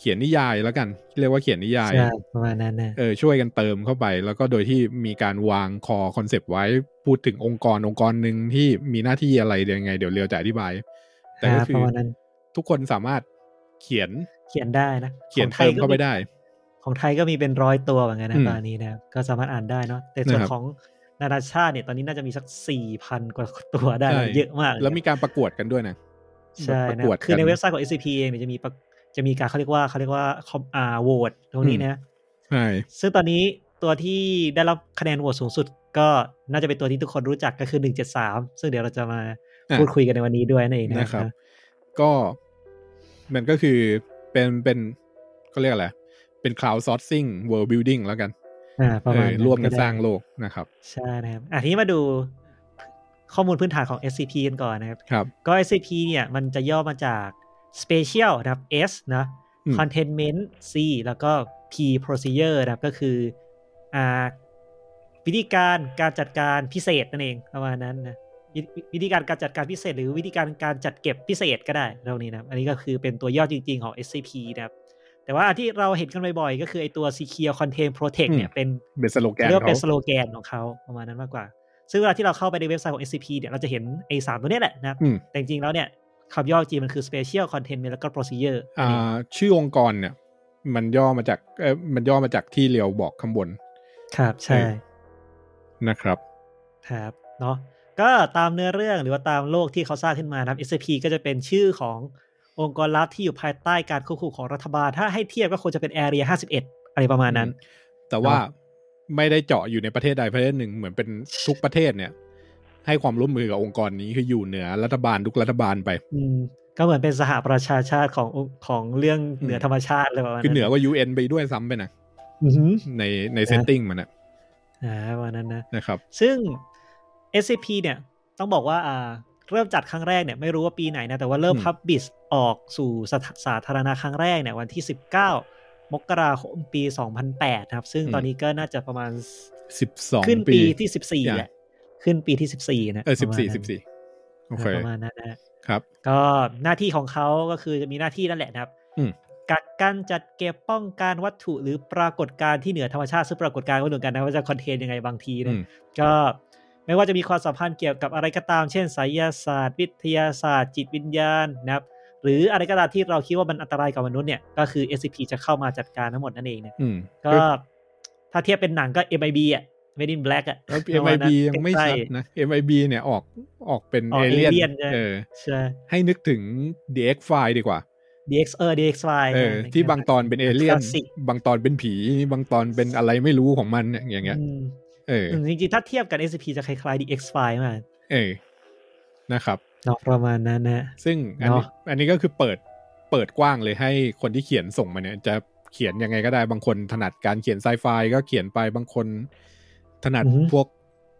[SPEAKER 2] เขียนนิยายแล้วกัน เรียกว่าเขียนนิยาย
[SPEAKER 3] ใช่ประมาณนั้นนะ
[SPEAKER 2] เออช่วยกันเติมเข้าไป แล้วก็โดยที่มีการวางคอคอนเซปต์ไว้พูดถึงองค์กรองค์กรหนึ่งที่มีหน้าที่อะไรเดี๋ยวยังไง เดี๋ยวเรียวจะอธิบาย แต่ก็
[SPEAKER 3] อ่า
[SPEAKER 2] คื
[SPEAKER 3] ป
[SPEAKER 2] อ
[SPEAKER 3] ระมาณนั้น
[SPEAKER 2] ทุกคนสามารถเขียน
[SPEAKER 3] เขียนได้นะ
[SPEAKER 2] เขียน
[SPEAKER 3] ของท
[SPEAKER 2] เติมเข้าไป
[SPEAKER 3] ก็
[SPEAKER 2] ได้
[SPEAKER 3] ของไทยก็มีเป็นร้อยตัวเหมือนกันนะ
[SPEAKER 2] อืม
[SPEAKER 3] ตอนนี้นะก็สามารถอ่านได้เนาะแต่ส่ว
[SPEAKER 2] นะค
[SPEAKER 3] น
[SPEAKER 2] รับ
[SPEAKER 3] ของนานาชาติเนี่ยตอนนี้น่าจะมีสักสี่พันกว่าตัวได้
[SPEAKER 2] ใช่
[SPEAKER 3] เยอะมากเย
[SPEAKER 2] แล้วมีการประกวดกันด้วยนะ
[SPEAKER 3] ใช่
[SPEAKER 2] ประ
[SPEAKER 3] นะ
[SPEAKER 2] กวด
[SPEAKER 3] คือ
[SPEAKER 2] กั
[SPEAKER 3] ใน
[SPEAKER 2] น
[SPEAKER 3] เว็บไซต์ของ SCP เองเนี่ยจะมีประจะมีการเขาเรียกว่าเขาเรียกว่าคอมอ่าโหวตตรงนี้นะ
[SPEAKER 2] ใช่
[SPEAKER 3] ซึ่งตอนนี้ตัวที่ได้รับคะแนนโหวตสูงสุดก็น่าจะเป็นตัวที่ทุกคนรู้จักก็คือ 173 ซึ่งเดี๋ยวเราจะมา
[SPEAKER 2] อ่ะ
[SPEAKER 3] พูดคุยกันในวันนี้ด้วยนั่นเองนะ
[SPEAKER 2] นะครับ
[SPEAKER 3] นะ
[SPEAKER 2] ก็มันก็คือเป็นเป็นเขาเรียกอะไร เป็น cloud sourcing world building แล้วกัน
[SPEAKER 3] อ่าประมาณ
[SPEAKER 2] เออ
[SPEAKER 3] นั้น
[SPEAKER 2] ร่วมกัน
[SPEAKER 3] ได้
[SPEAKER 2] สร้างโลกนะครับ
[SPEAKER 3] ใช่นะครับอ่ะทีนี้มาดูข้อมูลพื้นฐานของ SCP กันก่อนนะครับ
[SPEAKER 2] ครับ
[SPEAKER 3] ก็ SCP เนี่ยมันจะย่อมาจาก Special นะครับ S นะ
[SPEAKER 2] อืม
[SPEAKER 3] Containment C แล้วก็ P Procedure นะครับก็คืออ่าวิธีการการจัดการพิเศษนั่นเองประมาณนั้นนะวิวิธีการการจัดการพิเศษ หรือวิธีการการจัดเก็บพิเศษก็ได้เท่านี้นะครับอันนี้ก็คือเป็นตัวย่อจริง ๆ ของ SCP นะครับ แต่ว่าที่เราเห็นกันบ่อยๆ ก็คือไอตัว Secure Contain Protect เนี่ย
[SPEAKER 2] อืม
[SPEAKER 3] เป็น
[SPEAKER 2] เป็นสโลแกน
[SPEAKER 3] เรียกว่า
[SPEAKER 2] เขา
[SPEAKER 3] เป็นสโลแกนของเขาประมาณนั้นมากกว่า ซึ่งเวลาที่เราเข้าไปในเว็บไซต์ของ SCP เนี่ยเราจะเห็นไอ้สามตัวเนี้ยแหละนะครับ
[SPEAKER 2] อืม
[SPEAKER 3] แต่จริงๆแล้วเนี่ยคำย่อจริงมันคือ Special Containment แล้วก็ Procedure
[SPEAKER 2] อ่า ชื่อองค์กรเนี่ย มันย่อมาจากเออมันย่อมาจากที่เรียวบอกข้างบน
[SPEAKER 3] ครับ ใช่
[SPEAKER 2] เออ นะครับ
[SPEAKER 3] ครับเนาะก็ตามเนื้อเรื่องหรือว่าตามโลกที่เขาสร้างขึ้นมานะครับ SCP ก็จะเป็นชื่อของ องค์กรลับที่อยู่ภายใต้การควบคุมของรัฐบาล ถ้าให้เทียบก็ควรจะเป็นแอเรียห้าสิบเอ็ดอะไรประมาณนั้น
[SPEAKER 2] แต่ว่าไม่ได้เจาะอยู่ในประเทศใดประเทศหนึ่งเหมือนเป็นทุกประเทศเนี่ย ให้ความร่วมมือกับองค์กรนี้คืออยู่เหนือรัฐบาลทุกรัฐบาลไป
[SPEAKER 3] อืมก็เหมือนเป็นสหประชาชาติขององค์ของเรื่องเหนือธรรมชาติอะไรประมาณ
[SPEAKER 2] คือเหนือ
[SPEAKER 3] นั้น
[SPEAKER 2] กว่า UN ไปด้วยซ้ำไปนะ
[SPEAKER 3] อือหือ
[SPEAKER 2] ในในเซตติ้งมันนะ
[SPEAKER 3] อ่าประมาณนั้นนะ
[SPEAKER 2] นะครับ
[SPEAKER 3] ซึ่ง SCP เนี่ยต้องบอกว่าอ่าเริ่มจัดครั้งแรกเนี่ยไม่รู้ว่าปีไหนนะ แต่ว่าเริ่ม
[SPEAKER 2] อืม
[SPEAKER 3] พับบิสออกสู่สาธสาธารณะครั้งแรกเนี่ยวันที่ 19 มกราคมปี 2008 นะครับ ซึ่งตอนนี้ก็น่าจะประมาณ
[SPEAKER 2] สิบสอง
[SPEAKER 3] ขึ้น
[SPEAKER 2] ปี
[SPEAKER 3] ปีที่ 14 แหละ ขึ้นปีที่ 14 นะ
[SPEAKER 2] เออสิบสี่
[SPEAKER 3] ประมา
[SPEAKER 2] สิบ
[SPEAKER 3] ณนั้น
[SPEAKER 2] สี่โอเค
[SPEAKER 3] ประมาณนั้นนะ
[SPEAKER 2] ครับ
[SPEAKER 3] ก็หน้าที่ของเขาก็คือจะมีหน้าที่นั่นแหละนะครับ
[SPEAKER 2] อืม
[SPEAKER 3] กักกันจัดเก็บป้องกันวัตถุหรือปรากฏการณ์ที่เหนือธรรมชาติซึ่งปรากฏการณ์ก็เหมือนกันนะว่าจะคอนเทนยังไงบางที
[SPEAKER 2] อื
[SPEAKER 3] นะ
[SPEAKER 2] ม
[SPEAKER 3] ก็ไม่ว่าจะมีความสัมพันธ์เกี่ยวกับอะไรก็ตาม เช่นไสยศาสตร์ วิทยาศาสตร์ จิตวิญญาณนะครับ หรืออะไรก็ตามที่เราคิดว่ามันอันตรายกับมนุษย์เนี่ย ก็คือ SCP จะเข้ามาจัดการทั้งหมดนั่นเองเนี่ย
[SPEAKER 2] อืม
[SPEAKER 3] ก็ถ้าเทียบเป็นหนังก็ MIB อ่ะ Made in Black อ่ะ
[SPEAKER 2] แล้ว
[SPEAKER 3] ประาณ
[SPEAKER 2] MIB
[SPEAKER 3] นั้น
[SPEAKER 2] ยังไม่
[SPEAKER 3] ใกล้
[SPEAKER 2] ชัดนะ MIB เนี่ยออกออกเป็น
[SPEAKER 3] ออก
[SPEAKER 2] เอเลีย
[SPEAKER 3] alien
[SPEAKER 2] น
[SPEAKER 3] ใช่
[SPEAKER 2] เออ
[SPEAKER 3] ๆใช่
[SPEAKER 2] ให้นึกถึง DX File ดีกว่า
[SPEAKER 3] DX เออ DX
[SPEAKER 2] เออ ที่บางตอนเป็นเอเลี่ยน
[SPEAKER 3] Classic
[SPEAKER 2] บางตอนเป็นผี บางตอนเป็นอะไรไม่รู้ของมันเนี่ยอย่างเงี้ย เออ
[SPEAKER 3] จริงๆ ถ้าเทียบกัน SCP จะคล้ายๆ DX File มาก
[SPEAKER 2] เออ นะครับ
[SPEAKER 3] เนอกประมาณนั้นนะ
[SPEAKER 2] ซึ่งอันนี้
[SPEAKER 3] เนาะ
[SPEAKER 2] อันนี้ก็คือเปิดเปิดกว้างเลยให้คนที่เขียนส่งมาเนี่ย จะเขียนยังไงก็ได้บางคนถนัดการเขียนไซไฟก็เขียนไปบางคนถนัด
[SPEAKER 3] อือฮึ
[SPEAKER 2] พวก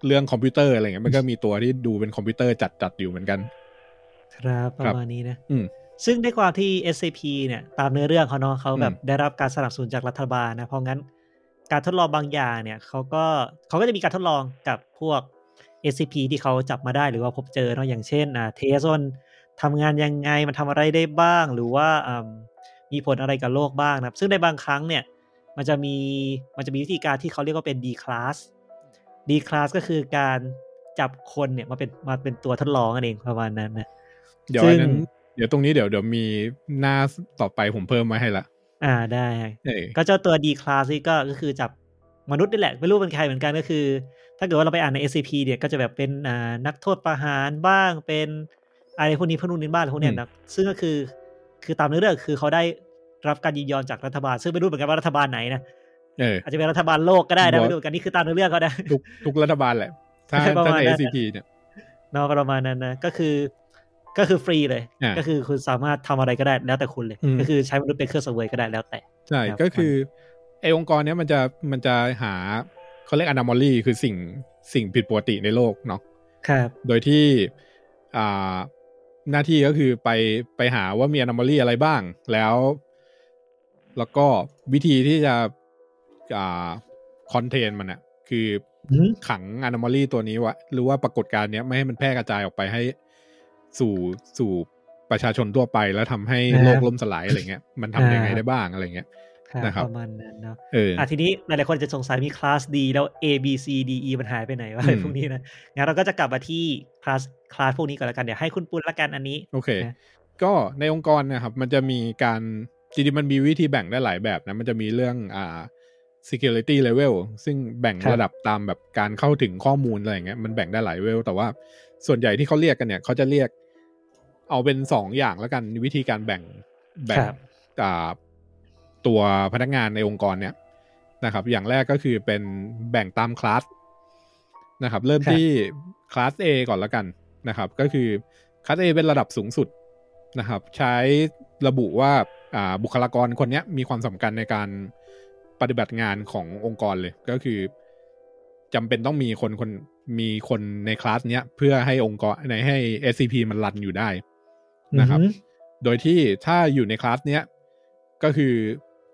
[SPEAKER 2] เรื่องคอมพิวเตอร์อะไรเงี้ยมันก็มีตัวที่ดูเป็นคอมพิวเตอร์จัดจัดๆอยู่เหมือนกัน
[SPEAKER 3] ครับป
[SPEAKER 2] ครั
[SPEAKER 3] ระ
[SPEAKER 2] บ
[SPEAKER 3] มาณนี้นะ
[SPEAKER 2] อืม
[SPEAKER 3] ซึ่งด้วยความที่ SCP เนี่ยตามเนื้อเรื่องเขาเนาะเขาแบบ
[SPEAKER 2] อืม
[SPEAKER 3] ได้รับการสนับสนุนจากรัฐบาลนะเพราะงั้นการทดลองบางอย่างเนี่ยเขาก็เขาก็จะมีการทดลองกับพวก SCP ที่เขาจับมาได้หรือว่าพบเจอเนาะอย่างเช่นอ่าเทสมันทำงานยังไงมันทำอะไรได้บ้าง หรือว่าอ่ามีผลอะไรกับโลกบ้างนะครับ ซึ่งในบางครั้งเนี่ย มันจะมีมันจะมีวิธีการที่เขาเรียกว่าเป็น D class D class ก็คือการจับคนเนี่ยมาเป็นมาเป็นตัวทดลองนั่นเองประมาณนั้นนะ
[SPEAKER 2] เดี๋ยว
[SPEAKER 3] ซึ่
[SPEAKER 2] อั
[SPEAKER 3] ง
[SPEAKER 2] นนั้น เดี๋ยวตรงนี้เดี๋ยวเดี๋ยวมีหน้าต่อไปผมเพิ่มมาให้ละ
[SPEAKER 3] อ่าได้ฮะ
[SPEAKER 2] เออ
[SPEAKER 3] ก็เจ้าตัว D class นี่ก็ก็คือจับมนุษย์นี่แหละ ไม่รู้เป็นใครเหมือนกันก็คือ ถ้าเกิดว่าเราไปอ่านใน SCP เนี่ยก็จะแบบเป็นอ่านักโทษประหารบ้างเป็นอะไรพวกนี้พวกนู้นนี่บ้างอะไรพวกเนี้ยนะซึ่งก็คือคือตามเนื้อเรื่องคือเขาได้รับการยินยอมจากรัฐบาล ซึ่งไม่รู้เหมือนกันว่ารัฐบาลไหนนะ
[SPEAKER 2] เออ
[SPEAKER 3] อาจจะเป็นรัฐบาลโลกก็ได้นะ
[SPEAKER 2] บอก
[SPEAKER 3] ไม่รู้เหมือนกันนี่คือตามเนื้อเรื่องเขานะ
[SPEAKER 2] ทุกทุกรัฐบาลแหละ ถ้า
[SPEAKER 3] ใช่ประ
[SPEAKER 2] ถ้า
[SPEAKER 3] มาณ
[SPEAKER 2] ใน
[SPEAKER 3] นั้น
[SPEAKER 2] ACP เนี่ย
[SPEAKER 3] เนาะประมาณนั้นนะก็คือก็คือฟรีเลย
[SPEAKER 2] อ่า
[SPEAKER 3] ก็คือคุณสามารถทำอะไรก็ได้แล้วแต่คุณเลย
[SPEAKER 2] อืม
[SPEAKER 3] ก็คือใช้มนุษย์เป็นเครื่องเสวยก็ได้แล้วแต่
[SPEAKER 2] ใช่
[SPEAKER 3] ครับ
[SPEAKER 2] ก็คือไอองค์กรเนี้ยมันจะมันจะหาเขาเรียก anomaly คือสิ่งสิ่งผิดปกติในโลกเนาะ
[SPEAKER 3] ครับ
[SPEAKER 2] โดยที่อ่าหน้าที่ก็คือไปไปหาว่ามี anomaly อะไรบ้าง แล้ว แล้วก็วิธีที่จะอ่า contain มันอะคือ
[SPEAKER 3] อืม
[SPEAKER 2] ขัง anomaly ตัวนี้ไวะหรือว่าปรากฏการณ์เนี้ยไม่ให้มันแพร่กระจายออกไปให้สู่สู่ประชาชนทั่วไป แล้วทำให้โลกล่มสลายอะไรเงี้ยมันทำยังไงได้บ้างอะไรเงี้ย นะครับ
[SPEAKER 3] ประมาณนั้นเนาะ
[SPEAKER 2] เออ
[SPEAKER 3] อ่ะทีนี้หลายๆคนจะสงสัยมีคลาส D แล้ว A B C D E มันหายไปไหนวะ
[SPEAKER 2] อืม
[SPEAKER 3] ไอ้พวกนี้นะงั้นเราก็จะกลับมาที่คลาสคลาสพวกนี้ก่อนละกันเดี๋ยวให้คุณปุ้นละกันอันนี้
[SPEAKER 2] โอเค
[SPEAKER 3] นะ
[SPEAKER 2] ก็ในองค์กรนะครับ มันจะมีการจริงๆมันมีวิธีแบ่งได้หลายแบบนะ มันจะมีเรื่องอ่า security level ซึ่งแบ่ง
[SPEAKER 3] ครับ
[SPEAKER 2] ระดับตามแบบการเข้าถึงข้อมูลอะไรอย่างเงี้ย มันแบ่งได้หลายเวล แต่ว่าส่วนใหญ่ที่เขาเรียกกันเนี่ย เขาจะเรียกเอาเป็นสองอย่างแล้วกันวิธีการแบ่งแบ่ง อ่าตัวพนักงานในองค์กรเนี่ยนะครับ อย่างแรกก็คือเป็นแบ่งตามคลาสนะครับ เริ่ม
[SPEAKER 3] ครับ
[SPEAKER 2] ที่คลาส A ก่อนแล้วกันนะครับ ก็คือคลาส A เป็นระดับสูงสุดนะครับ ใช้ระบุว่าอ่าบุคลากรคนเนี้ยมีความสำคัญในการปฏิบัติงานขององค์กรเลย ก็คือจำเป็นต้องมีคนคนมีคนในคลาสเนี้ยเพื่อให้องค์กรในให้ SCP มันรันอยู่ได้นะครับ
[SPEAKER 3] อือหือ
[SPEAKER 2] โดยที่ถ้าอยู่ในคลาสเนี้ยก็คือ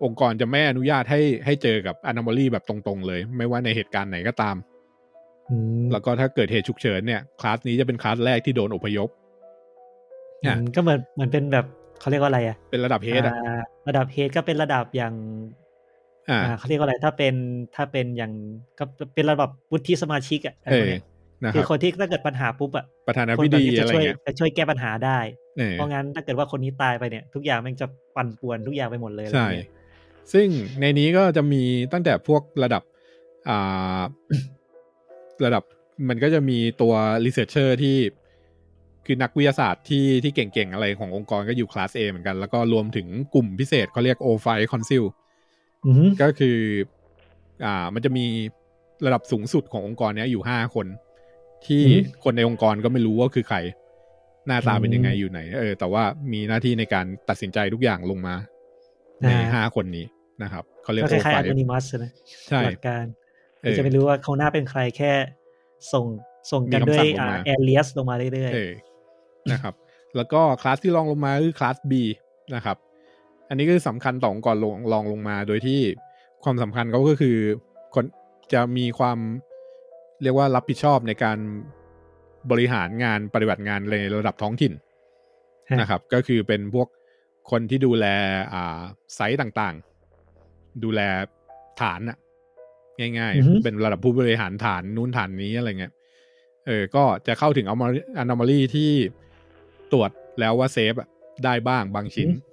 [SPEAKER 2] องค์กรจะไม่อนุญาตให้ให้เจอกับ anomaly แบบตรงๆ เลย ไม่ว่าในเหตุการณ์ไหนก็ตาม
[SPEAKER 3] อืม
[SPEAKER 2] แล้วก็ถ้าเกิดเหตุฉุกเฉินเนี่ยคลาสนี้จะเป็นคลาสแรกที่โดนอพยพ เนี่ย
[SPEAKER 3] อืมก็เหมือนเหมือนเป็นแบบเขาเรียกว่าอะไรอะ
[SPEAKER 2] เป็นระดับเฮดอ่ะ
[SPEAKER 3] อ่าระดับเฮดก็เป็นระดับอย่าง
[SPEAKER 2] อ่า
[SPEAKER 3] อ่าเขาเรียกว่าอะไรถ้าเป็นถ้าเป็นอย่างก็เป็นระดับวุฒิสมาชิกอะะไรพวกเนี้ย
[SPEAKER 2] นะค
[SPEAKER 3] คื
[SPEAKER 2] รั
[SPEAKER 3] อบ คนที่ถ้าเกิดปัญหาปุ๊บอะ
[SPEAKER 2] ประธานา
[SPEAKER 3] คน
[SPEAKER 2] ธิบ
[SPEAKER 3] แบบ
[SPEAKER 2] ดี
[SPEAKER 3] นี้จะ
[SPEAKER 2] อะไร
[SPEAKER 3] ช่วย
[SPEAKER 2] เงี้ย
[SPEAKER 3] จะช่วยแก้ปัญหาได้
[SPEAKER 2] เออ
[SPEAKER 3] เพราะงั้นถ้าเกิดว่าคนนี้ตายไปเนี่ยทุกอย่างมันจะปั่นป่วนทุกอย่างไปหมดเลยอะไร
[SPEAKER 2] ใช่
[SPEAKER 3] เงี้ย
[SPEAKER 2] ซึ่งในนี้ก็จะมีตั้งแต่พวกระดับอ่ า ระดับมันก็จะมีตัวรีเสิร์ชเชอร์ที่ คือนักวิทยาศาสตร์ที่ที่เก่งๆ อะไรขององค์กรก็อยู่คลาส A เหมือนกัน แล้วก็รวมถึงกลุ่มพิเศษเขาเรียกโอไฟคอนซิล
[SPEAKER 3] อือฮึ
[SPEAKER 2] ก็คือ อ่า มันจะมีระดับสูงสุดขององค์กรเนี้ยอยู่ห้าคน ที่คนในองค์กรก็ไม่รู้ว่าคือใคร หน้าตาเป็นยังไงอยู่ไหน เออ แต่ว่ามีหน้าที่ในการตัดสินใจทุกอย่างลงมา ใน
[SPEAKER 3] อ่า
[SPEAKER 2] ห้าคนนี้นะครับเขาเรียก
[SPEAKER 3] ก็
[SPEAKER 2] โอ
[SPEAKER 3] ค
[SPEAKER 2] ไฟ
[SPEAKER 3] ล้ายๆอันนิมัสนะ
[SPEAKER 2] ใช่
[SPEAKER 3] หลักการ
[SPEAKER 2] เออ
[SPEAKER 3] จะไม่รู้ว่าเขาหน้าเป็นใครแค่ส่งส่งกัน
[SPEAKER 2] มีคำ
[SPEAKER 3] ด้ว
[SPEAKER 2] สั่
[SPEAKER 3] ย
[SPEAKER 2] งลงมา
[SPEAKER 3] อ่าแอเลียสลงมาเรื่อย
[SPEAKER 2] เออนะครับ แล้วก็คลาสที่รองลงมาคือคลาส B นะครับ อันนี้ก็คือสำคัญต่อองค์กรลงรองลงมา โดยที่ความสำคัญเขาก็คือคนจะมีความเรียกว่ารับผิดชอบในการบริหารงานปฏิบัติงานในระดับท้องถิ่น
[SPEAKER 3] ๆ
[SPEAKER 2] นะครับ ก็คือเป็นพวกคนที่ดูแลอ่าไซต์ต่างๆ ดูแลฐานอะง่าย
[SPEAKER 3] อือฮึ
[SPEAKER 2] ๆ เป็นระดับผู้บริหารฐานนู้นฐานนี้อะไรเงี้ย เออ ก็จะเข้าถึง anomaly- anomaly ที่ตรวจแล้วว่าเซฟอะได้บ้างบางชิ้น
[SPEAKER 3] อืม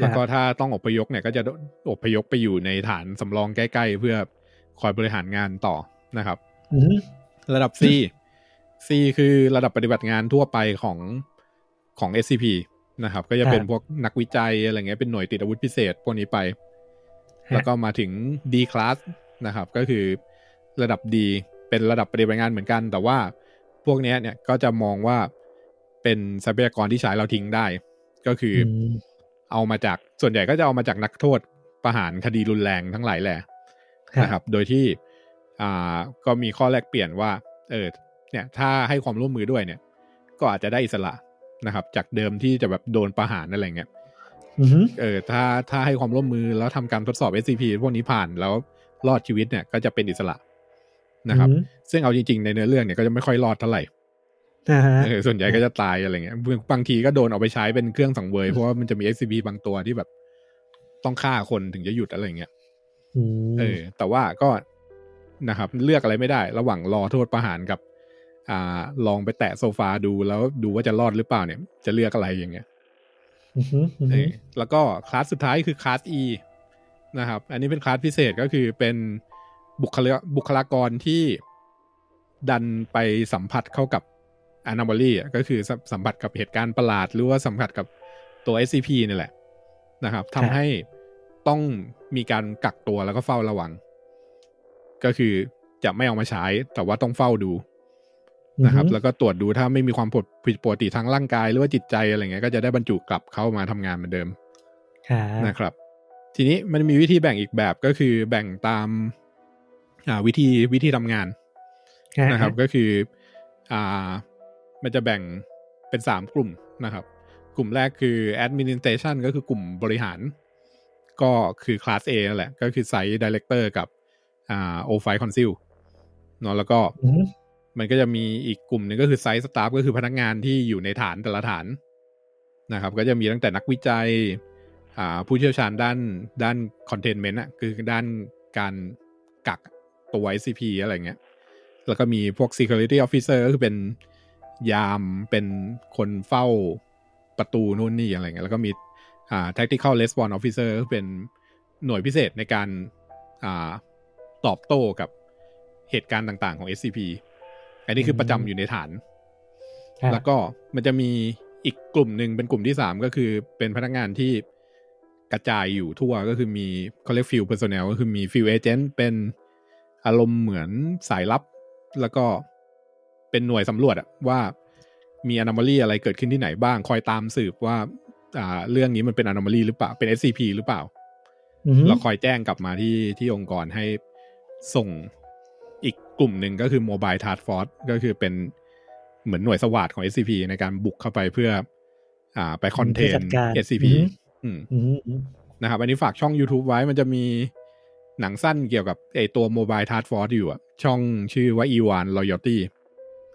[SPEAKER 2] แล้วก็ถ้าต้องอพยพเนี่ยก็จะอพยพไปอยู่ในฐานสำรองใกล้ ๆ เพื่อคอยบริหารงานต่อนะครับ
[SPEAKER 3] อือฮึ
[SPEAKER 2] ระดับ C C คือระดับปฏิบัติงานทั่วไปของของ SCP นะครับ ก็จะเป็น
[SPEAKER 3] ครับ
[SPEAKER 2] พวกนักวิจัยอะไรเงี้ยเป็นหน่วยติดอาวุธพิเศษพวกนี้ไป
[SPEAKER 3] ฮะ
[SPEAKER 2] แล้วก็มาถึง D class นะครับ ก็คือระดับ D เป็นระดับปฏิบัติงานเหมือนกัน แต่ว่าพวกเนี้ยเนี่ยก็จะมองว่าเป็นทรัพยากรที่ใช้เราทิ้งได้ ก็คืออ
[SPEAKER 3] ม
[SPEAKER 2] เอามาจากส่วนใหญ่ก็จะเอามาจากนักโทษประหารคดีรุนแรงทั้งหลายแหละ นะครับ โดยที่อ่าก็มีข้อแลกเปลี่ยนว่า เออ เนี่ย ถ้าให้ความร่วมมือด้วยเนี่ย ก็อาจจะได้อิสระนะครับ จากเดิมที่จะแบบโดนประหารอะไรเงี้ย
[SPEAKER 3] อือฮึ
[SPEAKER 2] เออ ถ้า ถ้าให้ความร่วมมือแล้วทำการทดสอบ SCP พวกนี้ผ่านแล้วรอดชีวิตเนี่ย ก็จะเป็นอิสระนะครับ
[SPEAKER 3] อือฮึ
[SPEAKER 2] ซึ่งเอาจริงๆ ในเนื้อเรื่องเนี่ยก็จะไม่ค่อยรอดเท่าไหร่
[SPEAKER 3] อ่าฮะ
[SPEAKER 2] เออ ส่วนใหญ่ก็จะตายอะไรเงี้ย บางทีก็โดนเอาไปใช้เป็นเครื่องสังเวย เพราะว่ามันจะมี SCP บางตัวที่แบบต้องฆ่าคนถึงจะหยุดอะไรเงี้ย
[SPEAKER 3] ม
[SPEAKER 2] เออแต่ว่าก็นะครับ เลือกอะไรไม่ได้ ระหว่างรอโทษประหารกับ อ่า ลองไปแตะโซฟาดูแล้วดูว่าจะรอดหรือเปล่าเนี่ย จะเลือกอะไรอย่างเงี้ย
[SPEAKER 3] อฮึอือ
[SPEAKER 2] เอ
[SPEAKER 3] ฮึ
[SPEAKER 2] อแล้วก็คลาสสุดท้ายคือคลาส E นะครับ อันนี้เป็นคลาสพิเศษก็คือเป็นบุคลาบุคลากรที่ดันไปสัมผัสเข้ากับอนาบอลี่ก็คือสัมสัมผัสกับเหตุการณ์ประหลาด หรือว่าสัมผัสกับตัว SCP นี่แหละนะครับทำให้ต้องมีการกักตัวแล้วก็เฝ้าระวัง ก็คือจะไม่เอามาใช้ แต่ว่าต้องเฝ้าดูนะครับ แล้วก็ตรวจดูถ้าไม่มีความผิดปกติทางร่างกาย หรือว่าจิตใจอะไรเงี้ยก็จะได้บรรจุกลับเข้ามาทำงานเหมือนเดิม
[SPEAKER 3] ค่ะ
[SPEAKER 2] นะครับ ทีนี้มันมีวิธีแบ่งอีกแบบก็คือแบ่งตามอ่าวิธีวิธีทำงานนะครับ ก็คืออ่ามันจะแบ่งเป็นสามกลุ่มนะครับ กลุ่มแรกคือ administration ก็คือกลุ่มบริหาร ก็คือ class A นั่นแหละ ก็คือ site director กับอ่า O5 council เนอะแล้วก็
[SPEAKER 3] อือฮึ
[SPEAKER 2] มันก็จะมีอีกกลุ่มหนึ่งก็คือไซส์สตาฟก็คือพนักงานที่อยู่ในฐานแต่ละฐานนะครับ ก็จะมีตั้งแต่นักวิจัยอ่าผู้เชี่ยวชาญด้านด้านคอนเทนเมนต์อะคือด้านการกักตัว SCP อะไรเงี้ย แล้วก็มีพวก Security Officer ก็คือเป็นยามเป็นคนเฝ้าประตูนู่นนี่อะไรเงี้ยแล้วก็มีอ่า Tactical Response Officer ก็เป็นหน่วยพิเศษในการอ่าตอบโต้กับเหตุการณ์ต่าง ๆ ของ SCP อันนี้คือประจำอยู่ในฐาน
[SPEAKER 3] ค่ะ
[SPEAKER 2] แล้วก็มันจะมีอีกกลุ่มหนึ่งเป็นกลุ่มที่สามก็คือเป็นพนักงานที่กระจายอยู่ทั่วก็คือมีเขาเรียกฟิลเพอร์ซ n นลก็คือมีฟิลเอเจนต์เป็นอารมณ์เหมือนสายลับ แล้วก็เป็นหน่วยสำรวจอะว่ามีอนามาลีอะไรเกิดขึ้นที่ไหนบ้าง คอยตามสืบว่าอ่าเรื่องนี้มันเป็นอนามาลีหรือเปล่าเป็น SCP หรือเปล่า
[SPEAKER 3] อือฮึ
[SPEAKER 2] เราคอยแจ้งกลับมาที่ที่องค์กรให้ส่งอีกกลุ่มหนึ่งก็คือ Mobile Task Force ก็คือเป็นเหมือนหน่วยสวาดของ SCP ในการบุกเข้าไปเพื่อ อ่าไปคอนเทน
[SPEAKER 3] จัดการ
[SPEAKER 2] SCP อืม
[SPEAKER 3] อือฮึอือฮึ
[SPEAKER 2] นะครับ อันนี้ฝากช่อง YouTube ไว้มันจะมีหนังสั้นเกี่ยวกับไอตัว Mobile Task Force อยู่อะช่องชื่อว่า e w a n Loyalty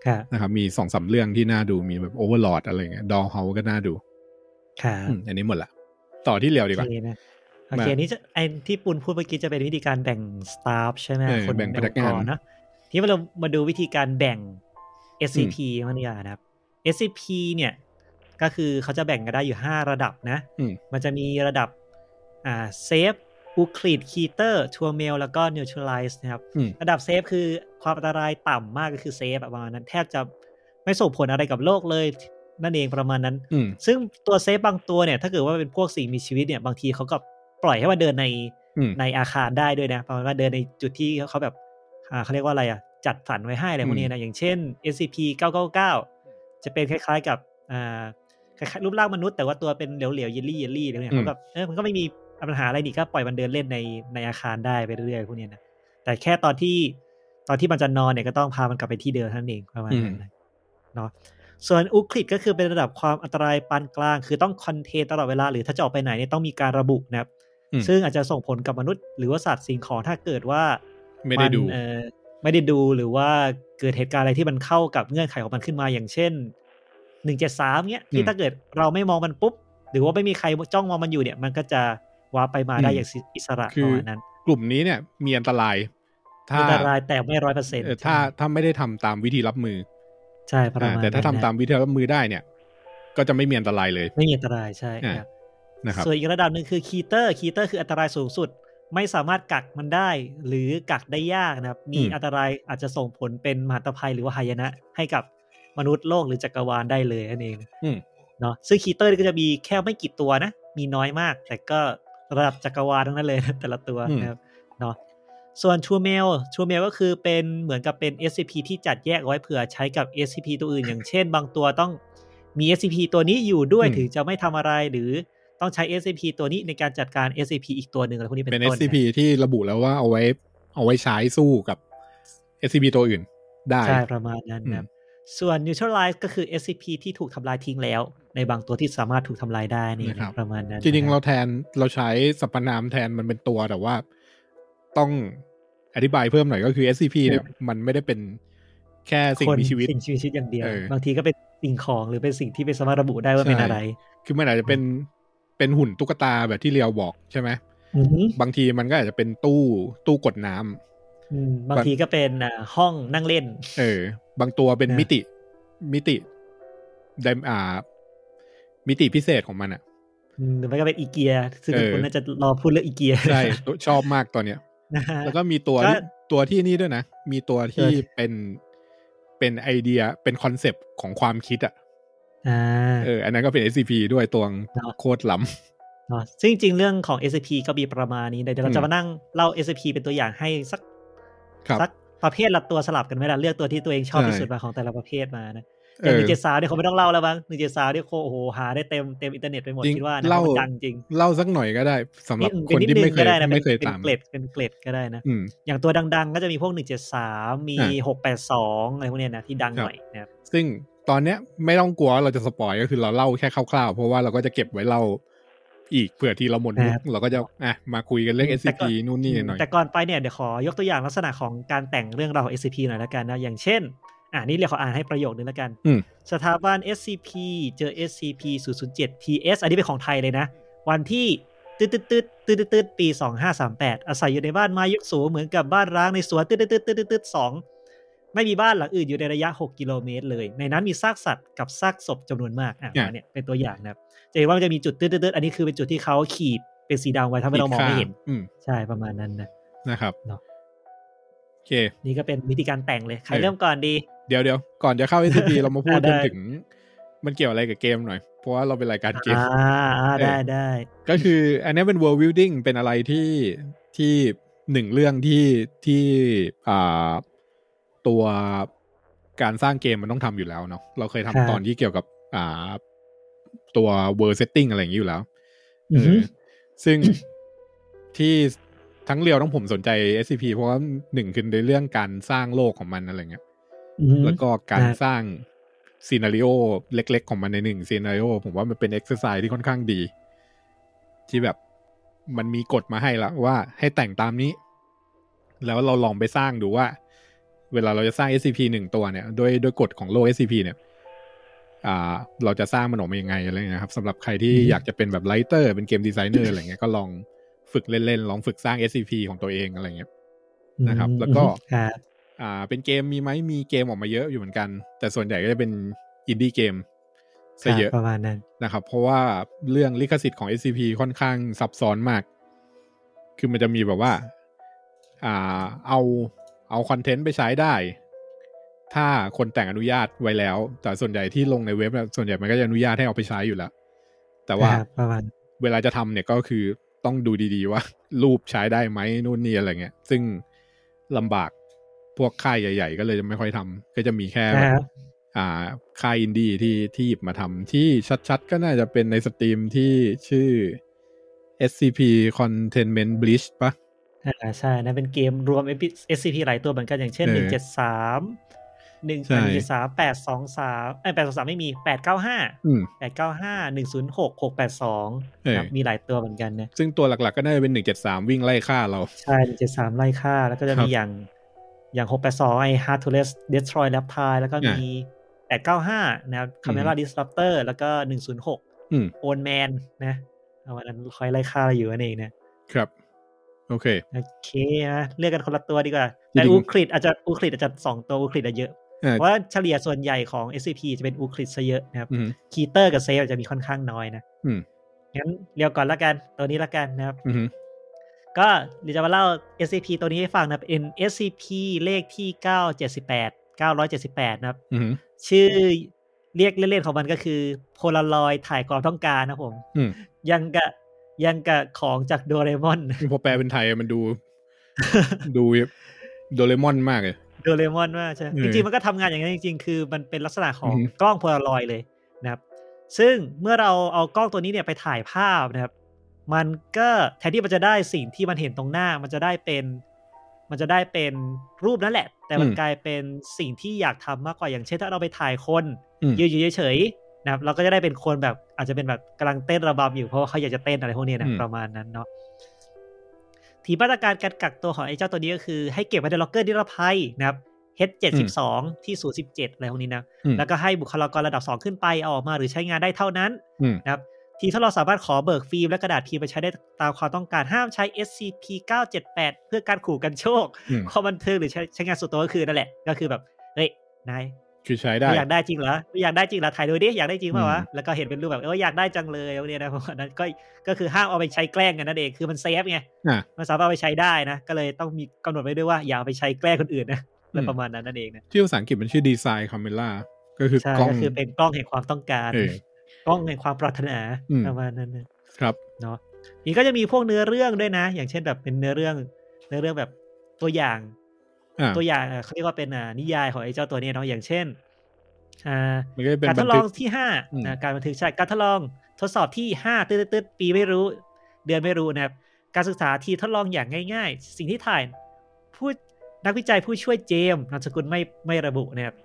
[SPEAKER 3] ค่ะ
[SPEAKER 2] นะครับ มีสองสามเรื่องที่น่าดูมีแบบ Overlord อะไรเงี้ย Dollhouse ก็น่าดู
[SPEAKER 3] ค่ะ
[SPEAKER 2] อืมอันนี้หมดละ ต่อที่เร็วดีก
[SPEAKER 3] โอ
[SPEAKER 2] ว่า
[SPEAKER 3] เคนะโอเคอันนี้จะไอ้ที่ปูนพูดเมื่อกี้จะเป็นวิธีการแบ่งสตาฟใช่ไหม
[SPEAKER 2] เออ
[SPEAKER 3] คน
[SPEAKER 2] แบ่งพนักงาน
[SPEAKER 3] ใอค์รเนาะที่เรามาดูวิธีการแบ่ง SCP มันอย่างนะครับ SCP เนี่ย ก็คือเขาจะแบ่งกันได้อยู่ห้าระดับนะ
[SPEAKER 2] อืม
[SPEAKER 3] มันจะมีระดับอ่าเซฟอูคลิดคีเตอร์ทัวเมลแล้วก็นิวทร a ไลซ์นะครับ
[SPEAKER 2] อืม
[SPEAKER 3] ระดับเซฟคือความอันตรายต่ำมากก็คือเซฟอะประมาณนั้นแทบจะไม่ส่งผลอะไรกับโลกเลย นั่นเองประมาณนั้น
[SPEAKER 2] อืม
[SPEAKER 3] ซึ่งตัวเซฟบางตัวเนี่ย ถ้าเกิดว่าเป็นพวกสิ่งมีชีวิตเนี่ย บางทีเขาก็ปล่อยให้มันเดินใน
[SPEAKER 2] อืม
[SPEAKER 3] ในอาคารได้ด้วยนะประมาณว่าเดินในจุดที่เขาแบบอ่าเขาเรียกว่าอะไรอ่ะ จัดสรรไว้ให้อะไรพวกนี้นะ อย่างเช่น SCP 999 จะเป็นคล้ายๆกับอ่าคล้ายๆรูปร่างมนุษย์แต่ว่าตัวเป็นเหลวๆเยลลี่เยลลี่อะไรพวกเนี่ยเขาแบบเออมันก็ไม่มีปัญหาอะไรนี่ก็ปล่อยมันเดินเล่นในในอาคารได้ไปเรื่อยๆพวกเนี้ยนะ แต่แค่ตอนที่ตอนที่มันจะนอนเนี่ยก็ต้องพามันกลับไปที่เดิมเท่านั้นเองประมาณนั้นนะเนาะส่วนอุคลิดก็คือเป็นระดับความอันตรายปานกลาง คือต้องคอนเทนตลอดเวลาหรือถ้าจะออกไปไหนเนี่ยต้องมีการระบุนะครับ
[SPEAKER 2] อืม
[SPEAKER 3] ซึ่งอาจจะส่งผลกับมนุษย์ หรือว่าสัตว์สิ่งของถ้าเกิดว่า
[SPEAKER 2] ไม่ได้ดู
[SPEAKER 3] นเอ่อไม่ได้ดูหรือว่าเกิดเหตุการณ์อะไรที่มันเข้ากับเงื่อนไขของมันขึ้นมาอย่างเช่นหนึ่งเจ็ดสามเนี่ย
[SPEAKER 2] อื
[SPEAKER 3] ที่
[SPEAKER 2] ม
[SPEAKER 3] ถ้าเกิดเราไม่มองมันปุ๊บ หรือว่าไม่มีใครจ้องมองมันอยู่เนี่ย มันก็จะว้าไปมาได้
[SPEAKER 2] อืม
[SPEAKER 3] อย่างอิสระ
[SPEAKER 2] คื
[SPEAKER 3] ประ
[SPEAKER 2] อ
[SPEAKER 3] มาณนั้น
[SPEAKER 2] กลุ่มนี้เนี่ย มีอันตราย ถ้า
[SPEAKER 3] อันตรายแต่ไม่ร้อยเปอร์เซ็นต์
[SPEAKER 2] เอ่อถ้าถ้าไม่ได้ทำตามวิธีรับมือ
[SPEAKER 3] ใช่ประมาณ
[SPEAKER 2] อ่าแต่ถ้าทำ
[SPEAKER 3] นั้นนะ
[SPEAKER 2] ตามวิธีรับมือได้เนี่ย ก็จะไม่มีอันตรายเลย
[SPEAKER 3] ไม่มีอันตรายใช่ครับ
[SPEAKER 2] นะครับ
[SPEAKER 3] ส่วนอีกระดับหนึ่งคือคีเตอร์คีเตอร์คืออันตรายสูงสุด ไม่สามารถกักมันได้ หรือกักได้ยากนะครับ มี
[SPEAKER 2] อืม
[SPEAKER 3] อันตรายอาจจะส่งผลเป็นมหันตภัยหรือว่าหายนะให้กับมนุษย์โลกหรือจักรวาลได้เลยนั่นเอง
[SPEAKER 2] อืม
[SPEAKER 3] เนาะซึ่งคีเตอร์นี่ก็จะมีแค่ไม่กี่ตัวนะ มีน้อยมาก แต่ก็ระดับจักรวาลทั้งนั้นเลยนะ แต่ละตัว
[SPEAKER 2] อืม
[SPEAKER 3] นะครับเนาะส่วนชูเมลชูเมลก็คือเป็นเหมือนกับเป็น SCP ที่จัดแยกเอาไว้เผื่อใช้กับ SCP ตัวอื่น อย่างเช่น บางตัวต้องมี SCP ตัวนี้อยู่ด้วย
[SPEAKER 2] อืม
[SPEAKER 3] ถึงจะไม่ทำอะไรหรือต้องใช้ SCP ตัวนี้ในการจัดการ SCP อีกตัวหนึ่งอะไรพวกนี้
[SPEAKER 2] เป็
[SPEAKER 3] เป็น นต้น
[SPEAKER 2] SCP ที่ระบุแล้วว่าเอาไว้ เอาไว้ใช้สู้กับ SCP ตัวอื่นได้
[SPEAKER 3] ใช่ประมาณนั้น
[SPEAKER 2] อืม
[SPEAKER 3] นะครับส่วน neutralize ก็คือ SCP ที่ถูกทำลายทิ้งแล้ว ในบางตัวที่สามารถถูกทำลายได้นี่นะประมาณนั้น
[SPEAKER 2] จริงๆ
[SPEAKER 3] นะค
[SPEAKER 2] เรา
[SPEAKER 3] บ
[SPEAKER 2] แทนเราใช้สรรพนามแทนมันเป็นตัวแต่ว่า ต้องอธิบายเพิ่มหน่อยก็คือ SCP เนี่ยมันไม่ได้เป็นแค่สิ่ง
[SPEAKER 3] คน
[SPEAKER 2] มีชีวิต
[SPEAKER 3] สิ่งมีชีวิตอย่างเดียว
[SPEAKER 2] เออบ
[SPEAKER 3] างทีก็เป็นสิ่งของหรือเป็นสิ่งที่ไม่สามารถระบุได้ว่า
[SPEAKER 2] ใช่
[SPEAKER 3] เป็นอะไร
[SPEAKER 2] คือมันอาจจะเป็นเป็นหุ่นตุ๊กตาแบบที่เรียวบอกใช่ไหม
[SPEAKER 3] อือหือบ
[SPEAKER 2] างทีมันก็อาจจะเป็นตู้ตู้กดน้ำ
[SPEAKER 3] อืมบางทีก็เป็นอ่าห้องนั่งเล่น
[SPEAKER 2] เออ บางตัวเป็น
[SPEAKER 3] นะ
[SPEAKER 2] มิติ มิติไดอ่า มิติพิเศษของมันอ่ะ
[SPEAKER 3] อืมหรือไม่ก็เป็นอีเกียซึ่ง
[SPEAKER 2] เออ
[SPEAKER 3] คุณน่าจะรอพูดเรื่องอีเกีย
[SPEAKER 2] ใช่ ตัวชอบมากตัวเนี้ย
[SPEAKER 3] นะฮะ
[SPEAKER 2] แล้วก็มีตัว
[SPEAKER 3] ก็
[SPEAKER 2] ที่ตัวที่นี่ด้วยนะ มีตัวที่
[SPEAKER 3] เออ
[SPEAKER 2] เป็นเป็นไอเดียเป็นคอนเซปต์ของความคิดอ่ะ
[SPEAKER 3] อ่า
[SPEAKER 2] เออ อันนั้นก็เป็น SCP ด้วยตัว
[SPEAKER 3] เนอะ
[SPEAKER 2] โคตรล้
[SPEAKER 3] เนาะซึ่งจริงๆเรื่องของ SCP ก็มีประมาณนี้เดี๋ยวเรา
[SPEAKER 2] อื
[SPEAKER 3] จะ
[SPEAKER 2] ม
[SPEAKER 3] มานั่งเล่า SCP เป็นตัวอย่างให้สัก
[SPEAKER 2] ำครับ
[SPEAKER 3] สักประเภทละตัวสลับกันไหมล่ะเลือกตัวที่ตัวเองชอบ
[SPEAKER 2] ใช่
[SPEAKER 3] ที่สุดมาของแต่ละประเภทมานะอ
[SPEAKER 2] เอย่าง
[SPEAKER 3] ห
[SPEAKER 2] อ
[SPEAKER 3] นึ่งเจ็ดสามเนี่ยเขาไม่ต้องเล่าแล้วบ้างหนึ่งเจ็ดสามเนี่ยโคโอ้โหหาได้เต็มเต็มอินเทอร์เน็ตไปหมด
[SPEAKER 2] จริง
[SPEAKER 3] คิดว่านะ
[SPEAKER 2] เล่า
[SPEAKER 3] มันดังจริง
[SPEAKER 2] เล่าสักหน่อยก็ได้สำหรับ
[SPEAKER 3] ด
[SPEAKER 2] คนที่
[SPEAKER 3] ด
[SPEAKER 2] ไม่เค
[SPEAKER 3] ก็
[SPEAKER 2] ย
[SPEAKER 3] ด้นะ
[SPEAKER 2] ไม่เคย
[SPEAKER 3] ป็น
[SPEAKER 2] ตาม
[SPEAKER 3] เป็นเกล็ดเป็นเกล็ดก็ได้นะ
[SPEAKER 2] อืม
[SPEAKER 3] อย่างตัวดัง ๆ ก็จะมีพวกหนึ่งเจ็ดสามมี
[SPEAKER 2] อ่า
[SPEAKER 3] หกแปดสองอะไรพวกเนี้ยนะที่ดัง
[SPEAKER 2] ครับ
[SPEAKER 3] หน่อยนะครับ
[SPEAKER 2] ซึ่งตอนเนี้ยไม่ต้องกลัวว่าเราจะสปอยก็คือเราเล่าแค่คร่าวๆ เพราะว่าเราก็จะเก็บไว้เล่าอีกเผื่อที่เราหมดมุกเราก็จะอ่ะมาคุยกันเรื่อง
[SPEAKER 3] แต่
[SPEAKER 2] SCP
[SPEAKER 3] ก่อ
[SPEAKER 2] นู่นนี่หน่อย
[SPEAKER 3] แต่ก่อนไปเนี่ยเดี๋ยวขอยกตัวอย่างลักษณะของการแต่งเรื่องราวของ SCP หน่อยละกันนะอย่างเช่น อ่านี่เรียกขออ่านให้ประโยคนึงละกัน
[SPEAKER 2] อืม
[SPEAKER 3] สถาบัน SCP เจอ SCP 0 0 7 TS อันนี้เป็นของไทยเลยนะ วันที่ตืดตืดตืดตืดตืดปี 2538 อาศัยอยู่ในบ้านไม้ยกสูงเหมือนกับบ้านร้างในสวนตืดตืดตืดตืดตืดสองไม่มีบ้านหลังอื่นอยู่ในระยะ 6 กิโลเมตรเลย ในนั้นมีซากสัตว์กับซากศพจำนวนมากอ่ะ
[SPEAKER 2] อ่ะ
[SPEAKER 3] เนี่ยเป็นตัวอย่างนะครับจะเห็นว่ามันจะมีจุดตืดตืดตืดอันนี้คือเป็นจุดที่เขาขีดเป็นสีดำไว้ทำให้เรามองไม่เห็น
[SPEAKER 2] อืม
[SPEAKER 3] ใช่ประมาณนั้นนะ
[SPEAKER 2] นะครับ
[SPEAKER 3] เนอะ
[SPEAKER 2] โอเค
[SPEAKER 3] นี่ก็เป็นวิธีการแต่งเลยใคร
[SPEAKER 2] เออ
[SPEAKER 3] เริ่มก่อนดี
[SPEAKER 2] เดี๋ยวเดี๋ยวก่อนจะเข้า SCP เรามาพูด
[SPEAKER 3] ได้
[SPEAKER 2] จนถึง มันเกี่ยวอะไรกับเกมหน่อย เพราะว่าเราเป็นรายการเกม
[SPEAKER 3] อ่าอ่า
[SPEAKER 2] เออ
[SPEAKER 3] ได้ได้
[SPEAKER 2] ก็คือ อันนี้เป็น world building เป็นอะไรที่ที่หนึ่งเรื่องที่ที่อ่าตัวการสร้างเกมมันต้องทำอยู่แล้วเนาะเราเคยทำตอนที่เกี่ยวกับอ่าตัว world setting อะไรอย่างนี้อยู่แล้ว
[SPEAKER 3] อือหือ
[SPEAKER 2] เออซึ่ง ที่ทั้งเรียวทั้งผมสนใจ SCP เพราะว่าหนึ่งคือในเรื่องการสร้างโลกของมันอะไรเงี้ย
[SPEAKER 3] อือหือ
[SPEAKER 2] แล้วก็การ
[SPEAKER 3] ครับ
[SPEAKER 2] สร้างซีนารีโอเล็กๆ ของมันในหนึ่งซีนารีโอผมว่ามันเป็นเอ็กซ์ไซส์ที่ค่อนข้างดี ที่แบบมันมีกฎมาให้ละว่าให้แต่งตามนี้ แล้วเราลองไปสร้างดูว่า เวลาเราจะสร้าง SCP หนึ่งตัวเนี่ยโดยโดยกฎของโลก SCP เนี่ยอ่าเราจะสร้างมันออกมายังไงอะไรเงี้ยครับสำหรับใครที่
[SPEAKER 3] อืม
[SPEAKER 2] อยากจะเป็นแบบไลเตอร์เป็นเกมดีไซเนอร์อะไรเงี้ยก็ลองฝึกเล่นๆลองฝึกสร้าง SCP ของตัวเองอะไรเงี้ย นะครับแล้วก็
[SPEAKER 3] ครับ
[SPEAKER 2] อ่าเป็นเกมมีไหมมีเกมออกมาเยอะอยู่เหมือนกัน แต่ส่วนใหญ่ก็จะเป็นอินดี้เกมซะเยอะ
[SPEAKER 3] ครับประมาณนั้น
[SPEAKER 2] นะครับ เพราะว่าเรื่องลิขสิทธิ์ของ SCP ค่อนข้างซับซ้อนมาก คือมันจะมีแบบว่า อ่าเอาเอาคอนเทนต์ไปใช้ได้ ถ้าคนแต่งอนุญาตไว้แล้ว แต่ส่วนใหญ่ที่ลงในเว็บน่ะส่วนใหญ่มันก็จะอนุญาตให้เอาไปใช้อยู่แล้ว แต่ว่า
[SPEAKER 3] ครับประมาณ
[SPEAKER 2] เวลาจะทำเนี่ยก็คือต้องดูดีๆว่า รูปใช้ได้ไหมนู่นนี่อะไรเงี้ย ซึ่งลำบากพวกค่ายใหญ่ ๆ ก็เลยจะไม่ค่อยทำก็จะมีแค่แบบ
[SPEAKER 3] ครับ
[SPEAKER 2] อ่าค่ายอินดี้ที่ที่หยิบมาทำที่ชัดๆ ก็น่าจะเป็นในสตรีมที่ชื่อ SCP Containment Breach ปะ
[SPEAKER 3] อ่าใช่นะเป็นเกมรวม SCP หลายตัวเหมือนกันอย่างเช่น
[SPEAKER 2] เออ
[SPEAKER 3] หนึ่งเจ็ดสามหนึ่ง
[SPEAKER 2] ใช่
[SPEAKER 3] เจ็ดสามแปดสองสามไอแปดสองสามไม่มีแปดเก้าห้า
[SPEAKER 2] อืม
[SPEAKER 3] แปดเก้าห้าหนึ่งศูนย์หกหกแปดสอง
[SPEAKER 2] เออ
[SPEAKER 3] มีหลายตัวเหมือนกันนะ
[SPEAKER 2] ซึ่งตัวหลักๆก็น่าจะเป็นหนึ่งเจ็ดสามวิ่งไล่ฆ่าเรา
[SPEAKER 3] ใช่เจ็ดสามไล่ฆ่า แล้วก็จะ
[SPEAKER 2] ครับ
[SPEAKER 3] มีอย่างอย่างหกแปดสองไอฮาร์ทูเลสเดสทรอยแลปทายแล้วก็
[SPEAKER 2] อ่ามี
[SPEAKER 3] มีแปดเก้าห้านะครับคาเม
[SPEAKER 2] อือฮึ
[SPEAKER 3] ราดิสรัปเตอร์แล้วก็หนึ่งศูนย์หก
[SPEAKER 2] อืม
[SPEAKER 3] โอนแมนนะเอาวันนั้นคอยไล่ฆ่าเราอยู่นั่นเองนะ
[SPEAKER 2] ครับ โอเค
[SPEAKER 3] โอเคนะเลือกกันคนละตัวดีกว่า
[SPEAKER 2] จริง
[SPEAKER 3] แต่อูคลิดอาจจะอูคลิดอาจจะสองตัวอูคลิดอะเยอะ
[SPEAKER 2] อ่า
[SPEAKER 3] เพราะว่าเฉลี่ยส่วนใหญ่ของ SCP จะเป็นอูคลิดซะเยอะนะครับ
[SPEAKER 2] อืม
[SPEAKER 3] คีเตอร์กับเซฟอาจจะมีค่อนข้างน้อยนะ
[SPEAKER 2] อืม
[SPEAKER 3] งั้นเรียวก่อนละกันตัวนี้ละกันนะครับ
[SPEAKER 2] อืม
[SPEAKER 3] ก็เดี๋ยวจะมาเล่า SCP ตัวนี้ให้ฟังนะครับเป็น SCP เลขที่ 978 978 นะครับ
[SPEAKER 2] อืม
[SPEAKER 3] ชื่อเรียกเล่นๆของมันก็คือโพลารอยถ่ายความต้องการนะครับผม
[SPEAKER 2] อืม
[SPEAKER 3] ยังกะยังกะของจากโดเรมอน
[SPEAKER 2] พอแปลเป็นไทยมัน ดู ดูโดเรมอนมากเลย
[SPEAKER 3] โดเรมอนว่าใช่ไหม
[SPEAKER 2] เออ
[SPEAKER 3] จริงๆ มันก็ทำงานอย่างนั้นจริงๆ คือมันเป็นลักษณะของ
[SPEAKER 2] อือฮึ
[SPEAKER 3] กล้องโพลารอยด์เลยนะครับ ซึ่งเมื่อเราเอากล้องตัวนี้เนี่ยไปถ่ายภาพนะครับ มันก็แทนที่มันจะได้สิ่งที่มันเห็นตรงหน้า มันจะได้เป็น มันจะได้เป็นรูปนั่นแหละ แต่มันกลายเป็นสิ่งที่อยากทำมากกว่าอย่างเช่นถ้าเราไปถ่ายคน
[SPEAKER 2] อืม
[SPEAKER 3] ยืนอยู่เฉยๆนะครับ เราก็จะได้เป็นคนแบบอาจจะเป็นแบบกำลังเต้นระบำอยู่เพราะว่าเขาอยากจะเต้นอะไรพวกเนี้ยนะ
[SPEAKER 2] อืม
[SPEAKER 3] ประมาณนั้นเนาะ ทีมาตรการการกักตัวของไอ้เจ้าตัวนี้ก็คือให้เก็บไว้ในล็อกเกอร์นิรภัยนะครับ H72 ที่ 017 อะไรพวกนี้นะ
[SPEAKER 2] อืม
[SPEAKER 3] แล้วก็ให้บุคลากรระดับ 2 ขึ้นไปเอาออกมาหรือใช้งานได้เท่านั้น
[SPEAKER 2] อืม
[SPEAKER 3] ทีถ้าเราสามารถขอเบิกฟิล์มและกระดาษพิมพ์ไปใช้ได้ตามความต้องการห้ามใช้ SCP-978 เพื่อการขู่กันโชค
[SPEAKER 2] อืม
[SPEAKER 3] ความบันเทิงหรือใช้ใช้งานส่วนตัวก็คือนั่นแหละ ก็คือแบบ เฮ้ย นาย
[SPEAKER 2] คือใช้ได้
[SPEAKER 3] อยากได้จริงเหรออยากได้จริงเหรอถ่ายดูดิอยากได้จริงเปล่าวะ
[SPEAKER 2] อืม
[SPEAKER 3] แล้วก็เห็นเป็นรูปแบบเอออยากได้จังเลยพวกเนี้ยนะ เพราะว่านั้นก็ก็คือห้ามเอาไปใช้แกล้งกันนั่นเองคือมันเซฟไง
[SPEAKER 2] อ่า
[SPEAKER 3] มันสามารถเอาไปใช้ได้นะ ก็เลยต้องมีกำหนดไว้ด้วยว่าอย่าเอาไปใช้แกล้งคนอื่นนะอะไร
[SPEAKER 2] อืม
[SPEAKER 3] ประมาณนั้นนั่นเองนะ
[SPEAKER 2] ที่ภาษาอังกฤษมันชื่อดีไซน์คาเมล่าก็คือกล้อง
[SPEAKER 3] ก็คือเป็นกล้องแห่งความต้องการ
[SPEAKER 2] เออก
[SPEAKER 3] ล้องแห่งความปรารถนา
[SPEAKER 2] อืม
[SPEAKER 3] ประมาณนั้นนะครับ เนาะอีกก็จะมีพวกเนื้อเรื่องด้วยนะ อย่างเช่นแบบเป็นเนื้อเรื่อง เนื้อเรื่องแบบตัวอย่าง
[SPEAKER 2] อ่า
[SPEAKER 3] ตัวอย่างเอ่อเขาเรียกว่าเป็นอ่านิยายของไอ้เจ้าตัวเนี้ยเนาะอย่างเช่นอ่า
[SPEAKER 2] มันก็จะเป็น
[SPEAKER 3] การท
[SPEAKER 2] บัน
[SPEAKER 3] ดล
[SPEAKER 2] ทึ
[SPEAKER 3] อก งที่ห้า
[SPEAKER 2] อืม
[SPEAKER 3] นะการบันทึกใช่การทดลองทดสอบที่ห้าตืดตืดๆๆปีไม่รู้ เดือนไม่รู้นะครับ การศึกษาที่ทดลองอย่างง่าย ๆ สิ่งที่ถ่ายผู้นักวิจัยผู้ช่วยเจมส์นามสกุลไม่ไม่ระบุนะครับ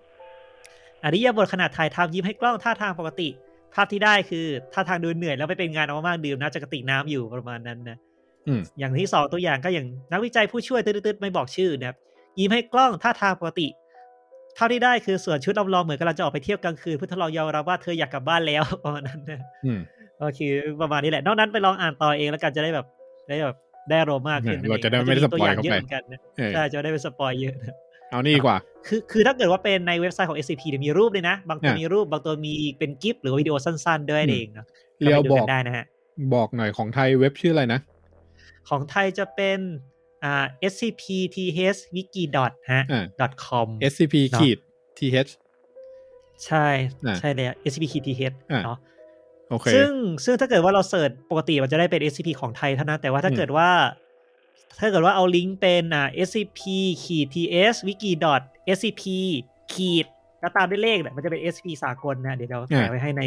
[SPEAKER 3] อริยบทขนาดถ่ายทำยิ้มให้กล้องท่าทางปกติ ภาพที่ได้คือท่าทางดูเหนื่อยแล้วไม่เป็นงานเอามากๆดื่มน้ำจากกระติกน้ำอยู่ประมาณนั้นนะ
[SPEAKER 2] อืม
[SPEAKER 3] อย่างที่สองตัวอย่างก็อย่างนักวิจัยผู้ช่วยตืดๆไม่บอกชื่อนะครับยิ้มให้กล้องท่าทางปกติ เท่าที่ได้คือส่วนชุดลำลองเหมือนกำลังจะออกไปเที่ยวกลางคืนเพื่อทดลองยอมรับว่าเธออยากกลับบ้านแล้ว ประมาณนั้นนะ
[SPEAKER 2] อืม
[SPEAKER 3] ก็คือประมาณนี้แหละนอกนั้นไปลองอ่านต่อเองแล้วกันจะได้แบบได้แบบได้อารมณ์มากขึ้นนั่นอง
[SPEAKER 2] เราจะได้ไม่ได้ส
[SPEAKER 3] ตัว
[SPEAKER 2] ปอย
[SPEAKER 3] ย่าง
[SPEAKER 2] เข้า
[SPEAKER 3] เย
[SPEAKER 2] ไป
[SPEAKER 3] อะเหมือนกันนะ
[SPEAKER 2] เออ
[SPEAKER 3] ใช่จะได้เป็นสปอยเยอะนะ
[SPEAKER 2] เอานี่ดีกว่า
[SPEAKER 3] คือคือถ้าเกิดว่าเป็นในเว็บไซต์ของ SCP เนี่ยมีรูปเลยนะ บางตัว
[SPEAKER 2] อ่ะ
[SPEAKER 3] มีรูปบางตัวมีเป็นกิฟต์หรือวิดีโอสั้น ๆ ด้วย
[SPEAKER 2] อืม
[SPEAKER 3] นั่นเองเนาะ
[SPEAKER 2] เรียว
[SPEAKER 3] ไปดู
[SPEAKER 2] บอน ก
[SPEAKER 3] ได้นะฮะ
[SPEAKER 2] บอกหน่อยของไทยเว็บชื่ออะไรนะ
[SPEAKER 3] ของไทยจะเป็นอ่า scpthwiki. dot ฮะ
[SPEAKER 2] อ่า
[SPEAKER 3] dot .com
[SPEAKER 2] scp ขีด th
[SPEAKER 3] ใช่
[SPEAKER 2] อ่า
[SPEAKER 3] ใช่เลยอะ scpthth
[SPEAKER 2] อ่า
[SPEAKER 3] เนาะ
[SPEAKER 2] โอเค
[SPEAKER 3] ซึ่งซึ่งถ้าเกิดว่าเราเสิร์ชปกติมันจะได้เป็น scp ของไทยเท่านั้น แต่ว่าถ้า
[SPEAKER 2] อืม
[SPEAKER 3] เกิดว่า ถ้าเกิดว่าเอาลิงก์เป็นอ่า scp-thwiki. dot scp ขีดแล้วตามด้วยเลขเนี่ยมันจะเป็น scp สากลนะ เดี๋ยวเราแปะไว้ให้ใน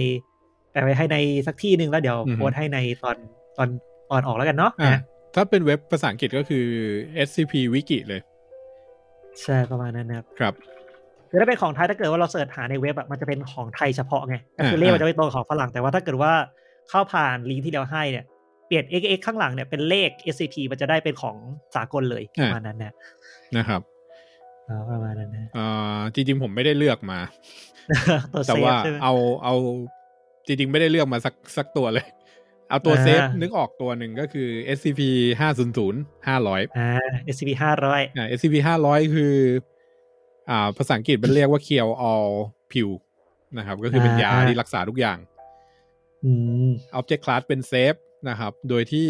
[SPEAKER 3] แปะไว้ให้ในสักที่หนึ่งแล้วเดี๋ยวโพสต์ให้ในตอนตอนตอนออกแล้วกันเนาะ
[SPEAKER 2] อ่า
[SPEAKER 3] นะ
[SPEAKER 2] ถ้าเป็นเว็บภาษาอังกฤษก็คือ scp wiki เลย
[SPEAKER 3] ใช่ประมาณนั้นนะครับ
[SPEAKER 2] ครับ
[SPEAKER 3] คือถ้าเป็นของไทยถ้าเกิดว่าเราเสิร์ชหาในเว็บอะมันจะเป็นของไทยเฉพาะไงก็คือ
[SPEAKER 2] อ่า
[SPEAKER 3] เลขมั
[SPEAKER 2] อ่า
[SPEAKER 3] นจะไม่ตรงของฝรั่งแต่ว่าถ้าเกิดว่าเข้าผ่านลิงก์ที่เราให้เนี่ยเปลี่ยน xx ข้างหลังเนี่ยเป็นเลข scp มันจะได้เป็นของสากลเลยประมาณนั้นนะ
[SPEAKER 2] นะครับ
[SPEAKER 3] อ๋อประมาณนั้นนะ
[SPEAKER 2] เอ่อจริงๆผมไม่ได้เลือกมา
[SPEAKER 3] ตัวเซ
[SPEAKER 2] แต่
[SPEAKER 3] ฟ
[SPEAKER 2] ว่า
[SPEAKER 3] ใช่ไหม
[SPEAKER 2] เอาเอาจริงๆไม่ได้เลือกมาสักสักตัวเลย เอาตัว
[SPEAKER 3] อ่า
[SPEAKER 2] เซฟนึกออกตัวหนึ่งก็คือ scp ห้าศูนย์ศูนย์ห้าร้อย
[SPEAKER 3] อ่า scp ห้าร้อย
[SPEAKER 2] อ่า scp ห้าร้อยคือ อ่าภาษาอังกฤษมันเรียกว่าเคียวออลพิวนะครับ ก็คือเป็นยาที่รักษาทุกอย่าง
[SPEAKER 3] อืม
[SPEAKER 2] object class เป็น safe นะครับ โดยที่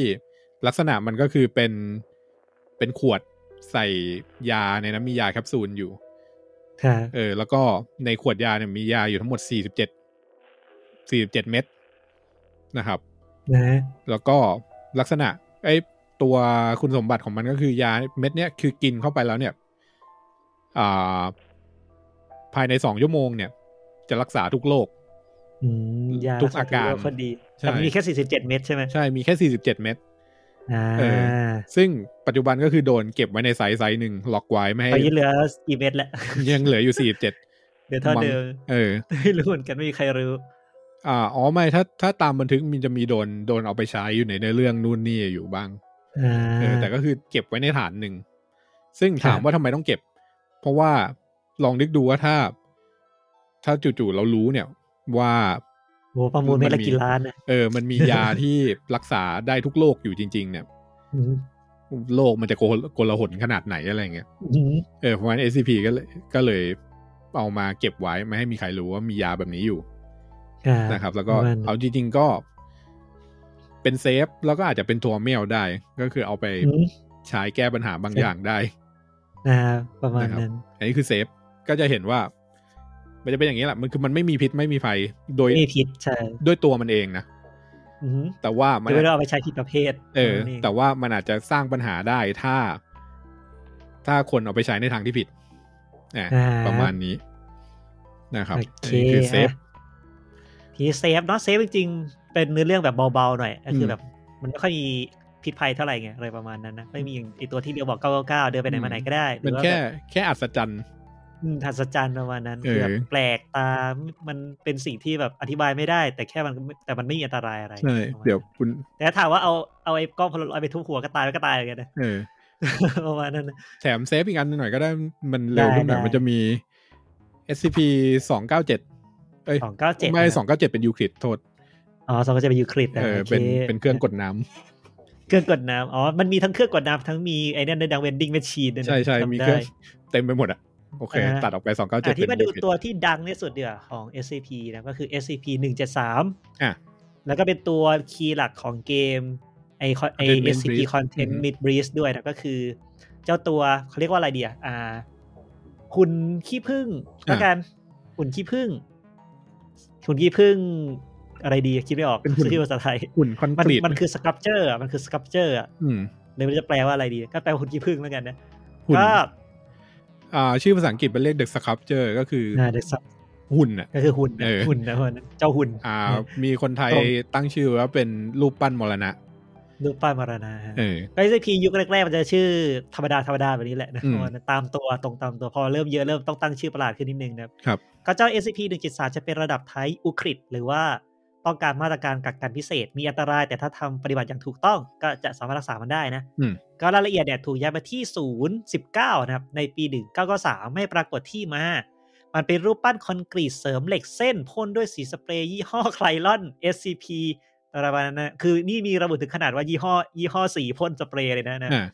[SPEAKER 2] ลักษณะมันก็คือเป็นเป็นขวดใส่ยาในนั้นมียาแคปซูลอยู่
[SPEAKER 3] ครับ
[SPEAKER 2] เออแล้วก็ในขวดยาเนี่ยมียาอยู่ทั้งหมด 47 47 เม็ดนะครับ
[SPEAKER 3] นะ
[SPEAKER 2] แล้วก็ลักษณะไอ้ตัวคุณสมบัติของมันก็คือยาเม็ดเนี้ยคือกินเข้าไปแล้วเนี่ยอ่าภายในสองชั่วโมงเนี่ย จะรักษาทุกโรค
[SPEAKER 3] อืมยา
[SPEAKER 2] ทุกอาการ
[SPEAKER 3] พอดี
[SPEAKER 2] ใช่
[SPEAKER 3] แต่มันมีแค่สี่สิบเจ็ดเม็ดใช่ไหม
[SPEAKER 2] ใช่มีแค่ 47 เม็ด
[SPEAKER 3] อ่า
[SPEAKER 2] เอ ซึ่งปัจจุบันก็คือโดนเก็บไว้ในไซส์ไซส์หนึ่งล็อกไว้ไม่ให้
[SPEAKER 3] ตอนนี้เหลือกี่เม็ดแล้ว
[SPEAKER 2] ยังเหลืออยู่ 47
[SPEAKER 3] เดี๋ยวเท่าเดิม
[SPEAKER 2] เออ
[SPEAKER 3] ไม่รู้เหมือนกันไม่มีใครรู้
[SPEAKER 2] อ่าอ๋อไม่ถ้าถ้าตามบันทึกมันจะมีโดนโดนเอาไปใช้อยู่ในในเรื่องนู่นนี่อยู่บ้าง
[SPEAKER 3] อ่า
[SPEAKER 2] เออแต่ก็คือเก็บไว้ในฐานหนึ่ง ซึ่งถาม
[SPEAKER 3] ครับ
[SPEAKER 2] ว่าทำไมต้องเก็บ เพราะว่าลองนึกดูว่าถ้า ถ้าจู่ๆเรารู้เนี่ยว่า
[SPEAKER 3] โหประมูลเม็ด
[SPEAKER 2] มั
[SPEAKER 3] ละ
[SPEAKER 2] นมี
[SPEAKER 3] กี่ล้านนะ
[SPEAKER 2] เออมันมียา ที่รักษาได้ทุกโรคอยู่จริง ๆ เนี่ย
[SPEAKER 3] อืม
[SPEAKER 2] โรคมันจะโกลโกลาหลขนาดไหนอะไรเงี้ย
[SPEAKER 3] อืม
[SPEAKER 2] เออเพราะฉะนั้น SCP ก็เลยก็เลยเอามาเก็บไว้ไม่ให้มีใครรู้ว่ามียาแบบนี้อยู่
[SPEAKER 3] อ่า
[SPEAKER 2] นะครับแล้วก็
[SPEAKER 3] ประมาณนั้น
[SPEAKER 2] เอาจริงๆก็เป็นเซฟ แล้วก็อาจจะเป็นตัวเมลได้ ก็คือเอาไป
[SPEAKER 3] อืม
[SPEAKER 2] ใช้แก้ปัญหาบางอย่างได้
[SPEAKER 3] อ่าประมาณ
[SPEAKER 2] นะครับ
[SPEAKER 3] นั้น
[SPEAKER 2] อันนี้คือเซฟก็จะเห็นว่า มันจะเป็นอย่างนี้แหละมันคือมันไม่มีพิษไม่มีภัยโดย
[SPEAKER 3] ไม่มีพิษใช่
[SPEAKER 2] ด้วยตัวมันเองนะ
[SPEAKER 3] อืม
[SPEAKER 2] แต่ว่ามัน
[SPEAKER 3] จะไม่ได้เอาไปใช้ผิดประเภท
[SPEAKER 2] เออ
[SPEAKER 3] ท่านั้นง
[SPEAKER 2] แต่ว่ามันอาจจะสร้างปัญหาได้ถ้า ถ้าคนเอาไปใช้ในทางที่ผิดอ่ะ
[SPEAKER 3] อ่
[SPEAKER 2] ประมาณนี้นะครับ
[SPEAKER 3] โอ
[SPEAKER 2] อั
[SPEAKER 3] เค
[SPEAKER 2] นนี้คือเซฟ
[SPEAKER 3] ะทีเซฟเนาะเซฟจริงๆ เป็นเนื้อเรื่องแบบเบาๆหน่อยก็คืออ
[SPEAKER 2] ม
[SPEAKER 3] แบบ มันไม่ค่อยมีพิษภัยเท่าไหร่ไงอะไรประมาณนั้นนะไม่มีอย่างไอตัวที่เดียวบอก 999 เดินไปไหน
[SPEAKER 2] อืม
[SPEAKER 3] มาไหนก็ได้หรื
[SPEAKER 2] มัน
[SPEAKER 3] ว่า
[SPEAKER 2] แค่
[SPEAKER 3] บบ
[SPEAKER 2] แค่อัศจรรย์
[SPEAKER 3] อืมทัศจรรย์ประมาณนั้น
[SPEAKER 2] เออ
[SPEAKER 3] คือแบบแปลกตา มันเป็นสิ่งที่แบบอธิบายไม่ได้ แต่แค่มันแต่มันไม่มีอันตรายอะไร
[SPEAKER 2] ใช่
[SPEAKER 3] ประมาณนั้น
[SPEAKER 2] เดี๋ยวคุณ
[SPEAKER 3] แต่ถ้าถามว่าเอาเอาไอ้กล้องพลอยไปทุบหัวก็ตายก็ตายเหมือนกันนะ
[SPEAKER 2] เออ
[SPEAKER 3] ประมาณนั้นนะ
[SPEAKER 2] แถมเซฟอีกอันหนึ่งหน่อยก็ได้มันเร็วขึ้นหน่อย
[SPEAKER 3] ได้
[SPEAKER 2] มันจะมี SCP สองเก้าเจ็ดเอ้ย
[SPEAKER 3] สองเก้าเจ็ด
[SPEAKER 2] ไม่สองเก้าเจ็ดเป็นยูคลิดโทษ
[SPEAKER 3] อ๋อสองเก้าเจ็ดเป็นยูคริดะ
[SPEAKER 2] เออ
[SPEAKER 3] โค
[SPEAKER 2] เป็นเป็นเครื่องกดน้ำ
[SPEAKER 3] เครื่องกดน้ำ อ๋อ มันมีทั้งเครื่องกดน้ำทั้งมีไอ้นั่นด้วยดังเวนดิ้งแมชชีนด้วยนะ
[SPEAKER 2] ใช่ใช่
[SPEAKER 3] จำ
[SPEAKER 2] มี
[SPEAKER 3] ได้
[SPEAKER 2] เครื่องเต็มไปหมดอ่ะ โอเค
[SPEAKER 3] อ่า
[SPEAKER 2] ตัดออกไปสองเก้าเจ็ด
[SPEAKER 3] อ่ะ
[SPEAKER 2] เป็น
[SPEAKER 3] ที่มาดู
[SPEAKER 2] ยูคลิด
[SPEAKER 3] ตัวที่ดังที่สุดเดี๋ยวาของ SCP นะ ก็คือ SCP 1 7 3
[SPEAKER 2] อ่ะ
[SPEAKER 3] แล้วก็เป็นตัวคีย์หลักของเกมไอ con- ไอ
[SPEAKER 2] Content Mid
[SPEAKER 3] SCP
[SPEAKER 2] Breeze
[SPEAKER 3] Content
[SPEAKER 2] อืม
[SPEAKER 3] Mid Breeze ด้วยนะ ก็คือ เจ้าตัวเขาเรียกว่าอะไรเดียอ่า คุณขี้ผึ้งแล้วกันหุ่นขี้ผึ้งหุ่นขี้ผึ้งอะไรดีคิดไม่ออก
[SPEAKER 2] เป็นหุ่น
[SPEAKER 3] ชื่อภาษาไทย
[SPEAKER 2] หุ่นคอน
[SPEAKER 3] มัน
[SPEAKER 2] กรีต
[SPEAKER 3] มันคือสครับเจอร์มันคือสครับเจอร์
[SPEAKER 2] อืม
[SPEAKER 3] เลยไม่รู้จะแปลว่าอะไรดี ก็แปลว่าหุ่นขี้ผึ้งแล้วกันนะ
[SPEAKER 2] หุ่น
[SPEAKER 3] ก็
[SPEAKER 2] อ่าชื่อภาษาอังกฤษเป็นเรียกเด็กสครับเจอร์ก็คือ
[SPEAKER 3] อ่าเด็กสับ
[SPEAKER 2] หุ่นอ่ะ
[SPEAKER 3] ก็คือหุ่นนะ
[SPEAKER 2] เออ
[SPEAKER 3] หุ่นนะคนเจ้าหุ่น
[SPEAKER 2] อ่า มีคนไทย
[SPEAKER 3] ตรง
[SPEAKER 2] ตั้งชื่อว่าเป็นรูปปั้นมรณะ
[SPEAKER 3] รูปป้ายมรณะฮะ
[SPEAKER 2] เออ
[SPEAKER 3] ไอซีพียุคแรกๆมันจะชื่อธรรมดาธรรมดาแบบนี้แหละนะ
[SPEAKER 2] อืม
[SPEAKER 3] คนตามตัวตรงตามตัวพอเริ่มเยอะเริ่มต้องตั้งชื่อประหลาดขึ้นนิดนึงนะครับ ก็เจ้า SCP 1 3จะเป็นระดับไทป์อุคริตหรือว่าต้องการมาตรการกักกันพิเศษ มีอันตราย แต่ถ้าทำปฏิบัติอย่างถูกต้องก็จะสามารถรักษามันได้นะ
[SPEAKER 2] อืม
[SPEAKER 3] ก็รายละเอียดเนี่ยถูกย้ายมาที่ 019 นะครับ ในปี 1993 ไม่ปรากฏที่มา มันเป็นรูปปั้นคอนกรีตเสริมเหล็กเส้นพ่นด้วยสีสเปรย์ยี่ห้อไคลลอน SCP อะไรประมาณนั้นนะคือนี่มีระบุถึงขนาดว่ายี่ห้อ ยี่ห้อสีพ่นสเปรย์เลยนะนะ
[SPEAKER 2] อ่า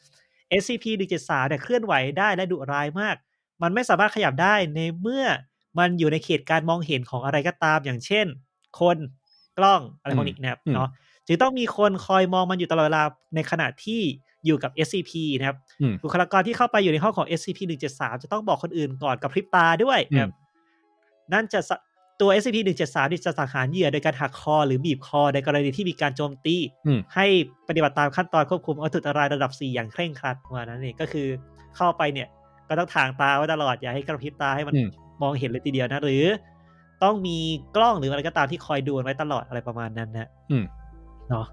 [SPEAKER 3] SCP 173เนี่ยเคลื่อนไหวได้และดุร้ายมาก มันไม่สามารถขยับได้ในเมื่อมันอยู่ในเขตการมองเห็นของอะไรก็ตามอย่างเช่น คนกล้องอะไรพวกนี้นะครับ
[SPEAKER 2] อืม
[SPEAKER 3] เนาะจึงต้องมีคนคอยมองมันอยู่ตลอดเวลาในขณะที่อยู่กับ SCP นะครับ
[SPEAKER 2] อืม
[SPEAKER 3] บุคลากรที่เข้าไปอยู่ในห้องของ SCP 173จะต้องบอกคนอื่นก่อนกับพริบตาด้วยนะครับนั่นจะสะตัว SCP 173ที่จะสังหารเหยื่อโดยการหักคอหรือบีบคอในกรณีที่มีการโจมตี
[SPEAKER 2] อืม
[SPEAKER 3] ให้ปฏิบัติตามขั้นตอนควบคุมวัตถุอันตรายระดับ 4 อย่างเคร่งครัดว่านั้นเองก็คือเข้าไปเนี่ย ก็ต้องทางตาไว้ตลอด อย่าให้กระพริบตาให้มัน
[SPEAKER 2] อืม
[SPEAKER 3] มองเห็นเลยทีเดียวนะ หรือ ต้องมีกล้องหรืออะไรก็ตามที่คอยดูไว้ตลอดอะไรประมาณนั้นนะ
[SPEAKER 2] อืม
[SPEAKER 3] เนาะ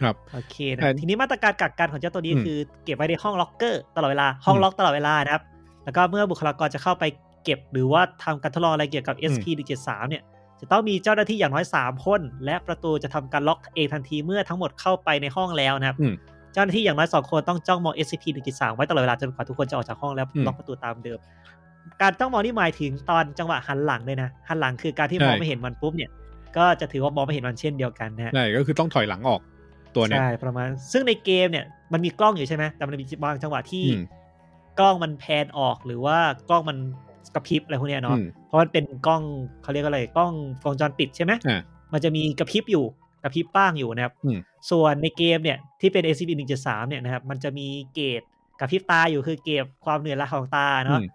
[SPEAKER 2] ครับ
[SPEAKER 3] โอเคนะ
[SPEAKER 2] แต่
[SPEAKER 3] ทีนี้มาตรการกักกันของเจ้าตัวนี้
[SPEAKER 2] อืม
[SPEAKER 3] คือเก็บไว้ในห้องล็อกเกอร์ตลอดเวลาห้อง
[SPEAKER 2] อืม
[SPEAKER 3] ล็อกตลอดเวลานะครับ แล้วก็เมื่อบุคลากรจะเข้าไปเก็บหรือว่าทำการทดลองอะไรเกี่ยวกับ
[SPEAKER 2] อืม
[SPEAKER 3] SP 1 7 3เนี่ย จะต้องมีเจ้าหน้าที่อย่างน้อย 3 คน และประตูจะทำการล็อกเองทันทีเมื่อทั้งหมดเข้าไปในห้องแล้วนะครับ
[SPEAKER 2] อืม
[SPEAKER 3] เจ้าหน้าที่อย่างน้อย 2 คนต้องจ้องมอง SCP 1 3ไว้ตลอดเวลาจนกว่าทุกคนจะออกจากห้องแล้ว
[SPEAKER 2] อืม
[SPEAKER 3] ล็อกประตูตามเดิม การจ้องมองนี่หมายถึงตอนจังหวะหันหลังเลยนะ หันหลังคือการที่
[SPEAKER 2] ใช่
[SPEAKER 3] มองไม่เห็นมันปุ๊บเนี่ย ก็จะถือว่ามองไม่เห็นมันเช่นเดียวกันนะฮะ
[SPEAKER 2] ใช่ก็คือต้องถอยหลังออกตัวเนี้ย
[SPEAKER 3] ใช่ประมาณ ซึ่งในเกมเนี่ยมันมีกล้องอยู่ใช่ไหมแต่มันมีบางจังหวะที่
[SPEAKER 2] อืม
[SPEAKER 3] กล้องมันแพนออกหรือว่ากล้องมันกระพริบอะไรพวกเนี้ยเนาะ
[SPEAKER 2] อืม
[SPEAKER 3] เพราะมันเป็นกล้องเขาเรียกอะไรกล้องกล้องจรปิดใช่ไหม
[SPEAKER 2] อ่า
[SPEAKER 3] มันจะมีกระพริบอยู่กระพริบบ้างอยู่นะครับ
[SPEAKER 2] อืม
[SPEAKER 3] ส่วนในเกมเนี่ยที่เป็น SCP 1 7 3เนี่ยนะครับมันจะมีเกรดกระพริบตาอยู่คือเกรดความเหนื่อยล้าของตา
[SPEAKER 2] อื
[SPEAKER 3] เนาะ
[SPEAKER 2] ม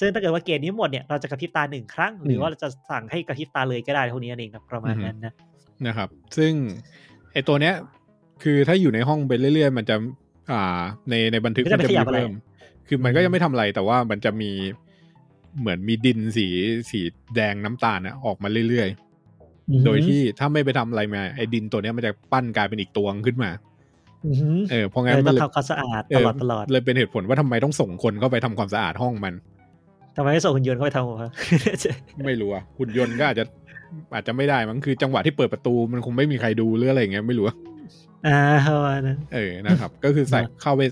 [SPEAKER 3] ซึ่งถ้าเกิดว่าเกมนี้หมดเนี่ยเราจะกระพริบตาหนึ่งครั้ง หรือว่าเราจะสั่งให้กระพริบตาเลยก็ได้เท่านี้นั่นเองครับประมาณนั้นนะ
[SPEAKER 2] นะครับ ซึ่งไอตัวเนี้ย คือถ้าอยู่ในห้องไปเรื่อยๆ มันจะ อ่า ในในบันทึก
[SPEAKER 3] ก็จะไม่ขยับอะไร
[SPEAKER 2] เพิ่ม คือมันก็ยังไม่ทำอะไรแต่ว่ามันจะมีเหมือนมีดินสีสีแดงน้ำตาลนะออกมาเรื่อยๆ โดยที่ถ้าไม่ไปทำอะไรมาไอ้ดินตัวเนี้ยมันจะปั้นกลายเป็นอีกตวงขึ้นมา
[SPEAKER 3] อือหือ
[SPEAKER 2] เออเพราะ
[SPEAKER 3] เอ
[SPEAKER 2] งั้น
[SPEAKER 3] อ
[SPEAKER 2] มั
[SPEAKER 3] ต้อนง
[SPEAKER 2] เลย
[SPEAKER 3] ทำความสะอาด
[SPEAKER 2] เอ
[SPEAKER 3] ต
[SPEAKER 2] อ
[SPEAKER 3] ลอดตลอด
[SPEAKER 2] เลยเป็นเหตุผลว่าทำไมต้องส่งคนเข้าไปทำความสะอาดห้องมัน
[SPEAKER 3] ทำไมไม่ส่งหุ่นยนต์เข้าไปทำผม ครับ
[SPEAKER 2] ไม่รู้อะหุ่นยนต์ก็อาจจะอาจจะไม่ได้มั้งคือจังหวะที่เปิดประตูมันคงไม่มีใครดูหรืออะไรอย่างเงี้ยไม่รู้อะ
[SPEAKER 3] อ่าประมาณนั้น
[SPEAKER 2] เออ นะครับ ก็คือใส่
[SPEAKER 3] นะ
[SPEAKER 2] เข้าไป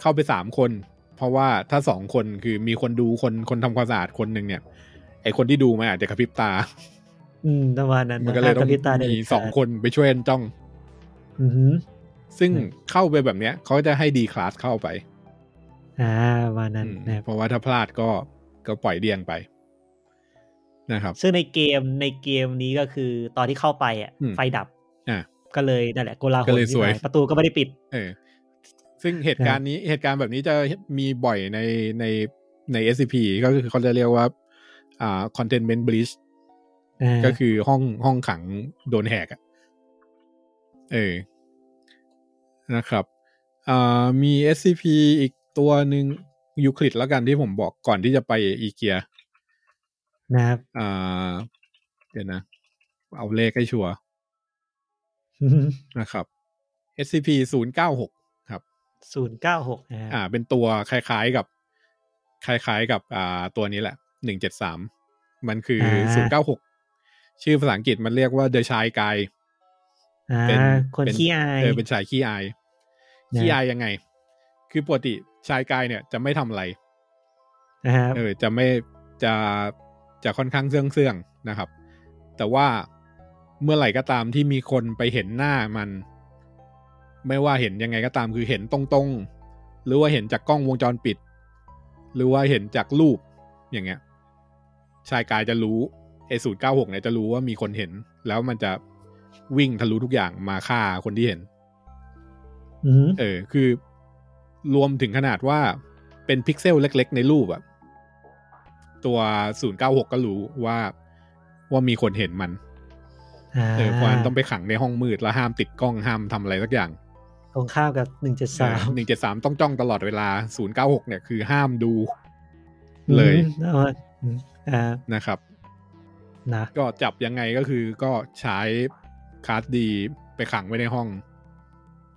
[SPEAKER 2] เข้าไปสามคน เพราะว่าถ้าสองคนคือมีคนดูคนคนทำความสะอาดคนหนึ่งเนี่ย ไอคนที่ดูมันอาจจะกระพริบตา
[SPEAKER 3] อืมประมาณนั้น
[SPEAKER 2] มันก็เลยต้
[SPEAKER 3] ห้าก
[SPEAKER 2] อง
[SPEAKER 3] ระพริบตาเด็ด
[SPEAKER 2] มี
[SPEAKER 3] ขาด
[SPEAKER 2] สองคนไปช่วยกันจ้อง
[SPEAKER 3] อือหือ
[SPEAKER 2] ซึ่ง
[SPEAKER 3] อืม
[SPEAKER 2] เข้าไปแบบเนี้ยเขาจะให้ดีคลาสเข้าไป
[SPEAKER 3] อ่าประมาณนั้น
[SPEAKER 2] อืม
[SPEAKER 3] นะครับ
[SPEAKER 2] เพราะว่าถ้าพลาดก็ก็ปล่อยเดียงไป นะครับ
[SPEAKER 3] ซึ่งในเกมในเกมนี้ก็คือตอนที่เข้าไปอ่ะ
[SPEAKER 2] อืม
[SPEAKER 3] ไฟดับ
[SPEAKER 2] อ่ะ
[SPEAKER 3] ก็เลยนั่นแหละโกลาห
[SPEAKER 2] ก็
[SPEAKER 3] ล
[SPEAKER 2] เลย
[SPEAKER 3] ที่
[SPEAKER 2] สวย
[SPEAKER 3] หาประตูก็ไม่ได้ปิด
[SPEAKER 2] เออ ซึ่งเหตุการณ์นี้เหตุการณ์แบบนี้จะมีบ่อยในในใน SCP ก็คือเขาจะเรียกว่า อ่า containment breach
[SPEAKER 3] อ่า
[SPEAKER 2] ก็คือห้องห้องขังโดนแหกอะเออ นะครับอ่ามี SCP อีกตัวหนึ่งยูคลิดแล้วกันที่ผมบอกก่อนที่จะไปอีเกีย
[SPEAKER 3] นะครับ
[SPEAKER 2] อ่าเดี๋ยวนะ เอาเลขให้ชัวร์นะครับ SCP ศูนย์เก้าหก
[SPEAKER 3] ศูนย์เก้าหก
[SPEAKER 2] อ่า เป็นตัวคล้ายๆกับ คล้ายๆกับ อ่า ตัวนี้แหละหนึ่งเจ็ดสามมันคือศูนย์เก้าหกชื่อภาษาอังกฤษมันเรียกว่า The Shy Guy เป็น
[SPEAKER 3] คนขี้อาย
[SPEAKER 2] เออเป็นชายขี้อาย
[SPEAKER 3] นะ
[SPEAKER 2] ขี้อายยังไง คือปกติชายกายเนี่ยจะไม่ทำอะไร
[SPEAKER 3] นะครับ
[SPEAKER 2] เออ จะไม่จะจะค่อนข้างเสื่องเสื่องๆนะครับ แต่ว่าเมื่อไหร่ก็ตามที่มีคนไปเห็นหน้ามัน ไม่ว่าเห็นยังไงก็ตามคือเห็นตรงๆ หรือว่าเห็นจากกล้องวงจรปิด หรือว่าเห็นจากรูปอย่างเงี้ย ชายกายจะรู้ไอ้ศูนย์เก้าหกเนี่ยจะรู้ว่ามีคนเห็น แล้วมันจะวิ่งทะลุทุกอย่างมาฆ่าคนที่เห็น
[SPEAKER 3] อือหือ
[SPEAKER 2] เออคือรวมถึงขนาดว่าเป็นพิกเซลเล็ก ๆ ในรูปอะตัว 096 ก็รู้ว่าว่ามีคนเห็นมัน
[SPEAKER 3] อ่า
[SPEAKER 2] เออเพราะฉะนั้นต้องไปขังในห้องมืด แล้วห้ามติดกล้องห้ามทำอะไรสักอย่าง
[SPEAKER 3] ตรงข้ามกับหนึ่งเจ็ดสาม
[SPEAKER 2] หนึ่งเจ็ดสามต้องจ้องตลอดเวลา 096 เนี่ยคือห้ามดูเลย
[SPEAKER 3] อ่า
[SPEAKER 2] นะครับ
[SPEAKER 3] นะ
[SPEAKER 2] ก็จับยังไงก็คือก็ใช้คาร์ดดีไปขังไว้ในห้อง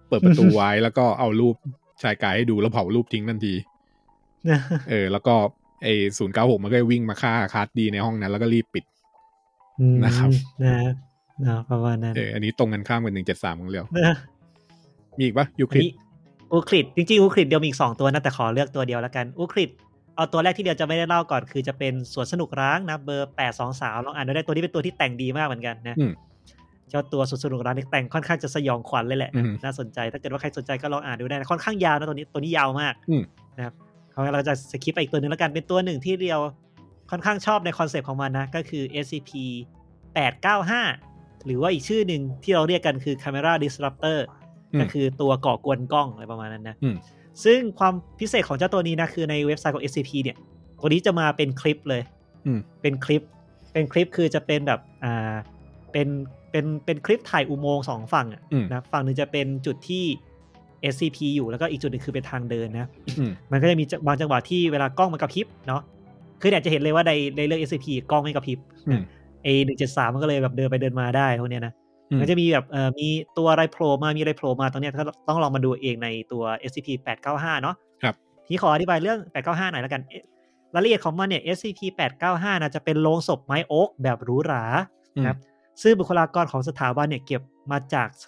[SPEAKER 2] เปิดประตูไว้แล้วก็เอารูปชายกายให้ดูแล้วเผารูปทิ้งทันที เออแล้วก็ไอศูนย์เก้าหกมันก็วิ่งมาฆ่าคาร์ดดีในห้องนั้น แล้วก็รีบปิด นะครับ
[SPEAKER 3] นะนะประมาณนั้น
[SPEAKER 2] เอออันนี้ตรงกันข้ามกันหนึ่งเจ็ดสามของเรียว
[SPEAKER 3] นะ
[SPEAKER 2] มีอีกปะยูค
[SPEAKER 3] อัน
[SPEAKER 2] ลิด
[SPEAKER 3] นี้อูคลิดจริงๆอูคลิดเดียวมีอีกสองตัวนะแต่ขอเลือกตัวเดียวแล้วกันอูคลิดเอาตัวแรกที่เดียวจะไม่ได้เล่าก่อน คือจะเป็นสวนสนุกร้างนะเบอร์แปดสองสาวลองอ่านดูได้ตัวนี้เป็นตัวที่แต่งดีมากเหมือนกันนะ
[SPEAKER 2] อืม
[SPEAKER 3] เจ้าตัวสุดสนุกร้านนี้แต่งค่อนข้างจะสยองขวัญเลยแหละ
[SPEAKER 2] อืม
[SPEAKER 3] น่าสนใจถ้าเกิดว่าใครสนใจก็ลองอ่านดูได้นะค่อนข้างยาวนะตัวนี้ตัวนี้ยาวมาก
[SPEAKER 2] อืม
[SPEAKER 3] นะครับเอางั้นเราจะสคิปไปอีกตัวหนึ่งแล้วกันเป็นตัวหนึ่งที่เรียวค่อนข้างชอบในคอนเซปต์ของมันนะ ก็คือ SCP 895 หรือว่าอีกชื่อหนึ่งที่เราเรียกกันคือ Camera Disruptor
[SPEAKER 2] อื
[SPEAKER 3] ก็
[SPEAKER 2] ม
[SPEAKER 3] คือตัวก่อกวนกล้องอะไรประมาณนั้นนะ
[SPEAKER 2] อืม
[SPEAKER 3] ซึ่งความพิเศษของเจ้าตัวนี้นะคือในเว็บไซต์ของ SCP เนี่ย ตัวนี้จะมาเป็นคลิปเลย
[SPEAKER 2] อืม
[SPEAKER 3] เป็นคลิป เป็นคลิปคือจะเป็นแบบ อ่า เป็น เป็น เป็นคลิปถ่ายอุโมงค์สองฝั่งอะ
[SPEAKER 2] อืม
[SPEAKER 3] นะ ฝั่งหนึ่งจะเป็นจุดที่ SCP อยู่ แล้วก็อีกจุดหนึ่งคือเป็นทางเดินนะ
[SPEAKER 2] อืม
[SPEAKER 3] มันก็จะมีจะบางจังหวะที่เวลากล้องมันกระพริบเนาะ คือเนี่ยจะเห็นเลยว่าในในเรื่อง SCP กล้องไม่กระพริบ
[SPEAKER 2] อืม
[SPEAKER 3] เอหนึ่งเจ็ดสามมันก็เลยแบบเดินไปเดินมาได้พวกเนี้ยนะ
[SPEAKER 2] อืม
[SPEAKER 3] มันจะมีแบบเอ่อมีตัวอะไรโผล่มา มีอะไรโผล่มาตรงเนี้ยก็ต้องลองมาดูเองในตัว SCP 895 เนาะ
[SPEAKER 2] ครับ
[SPEAKER 3] ที่ขออธิบายเรื่อง 895 หน่อยแล้วกันเอ๊ะรายละเอียดของมันเนี่ย SCP 895นะจะเป็นโรงศพไม้โอ๊กแบบหรูหรา
[SPEAKER 2] อืม
[SPEAKER 3] ครับ ซึ่งบุคลากรของสถาบันเนี่ยเก็บมาจากส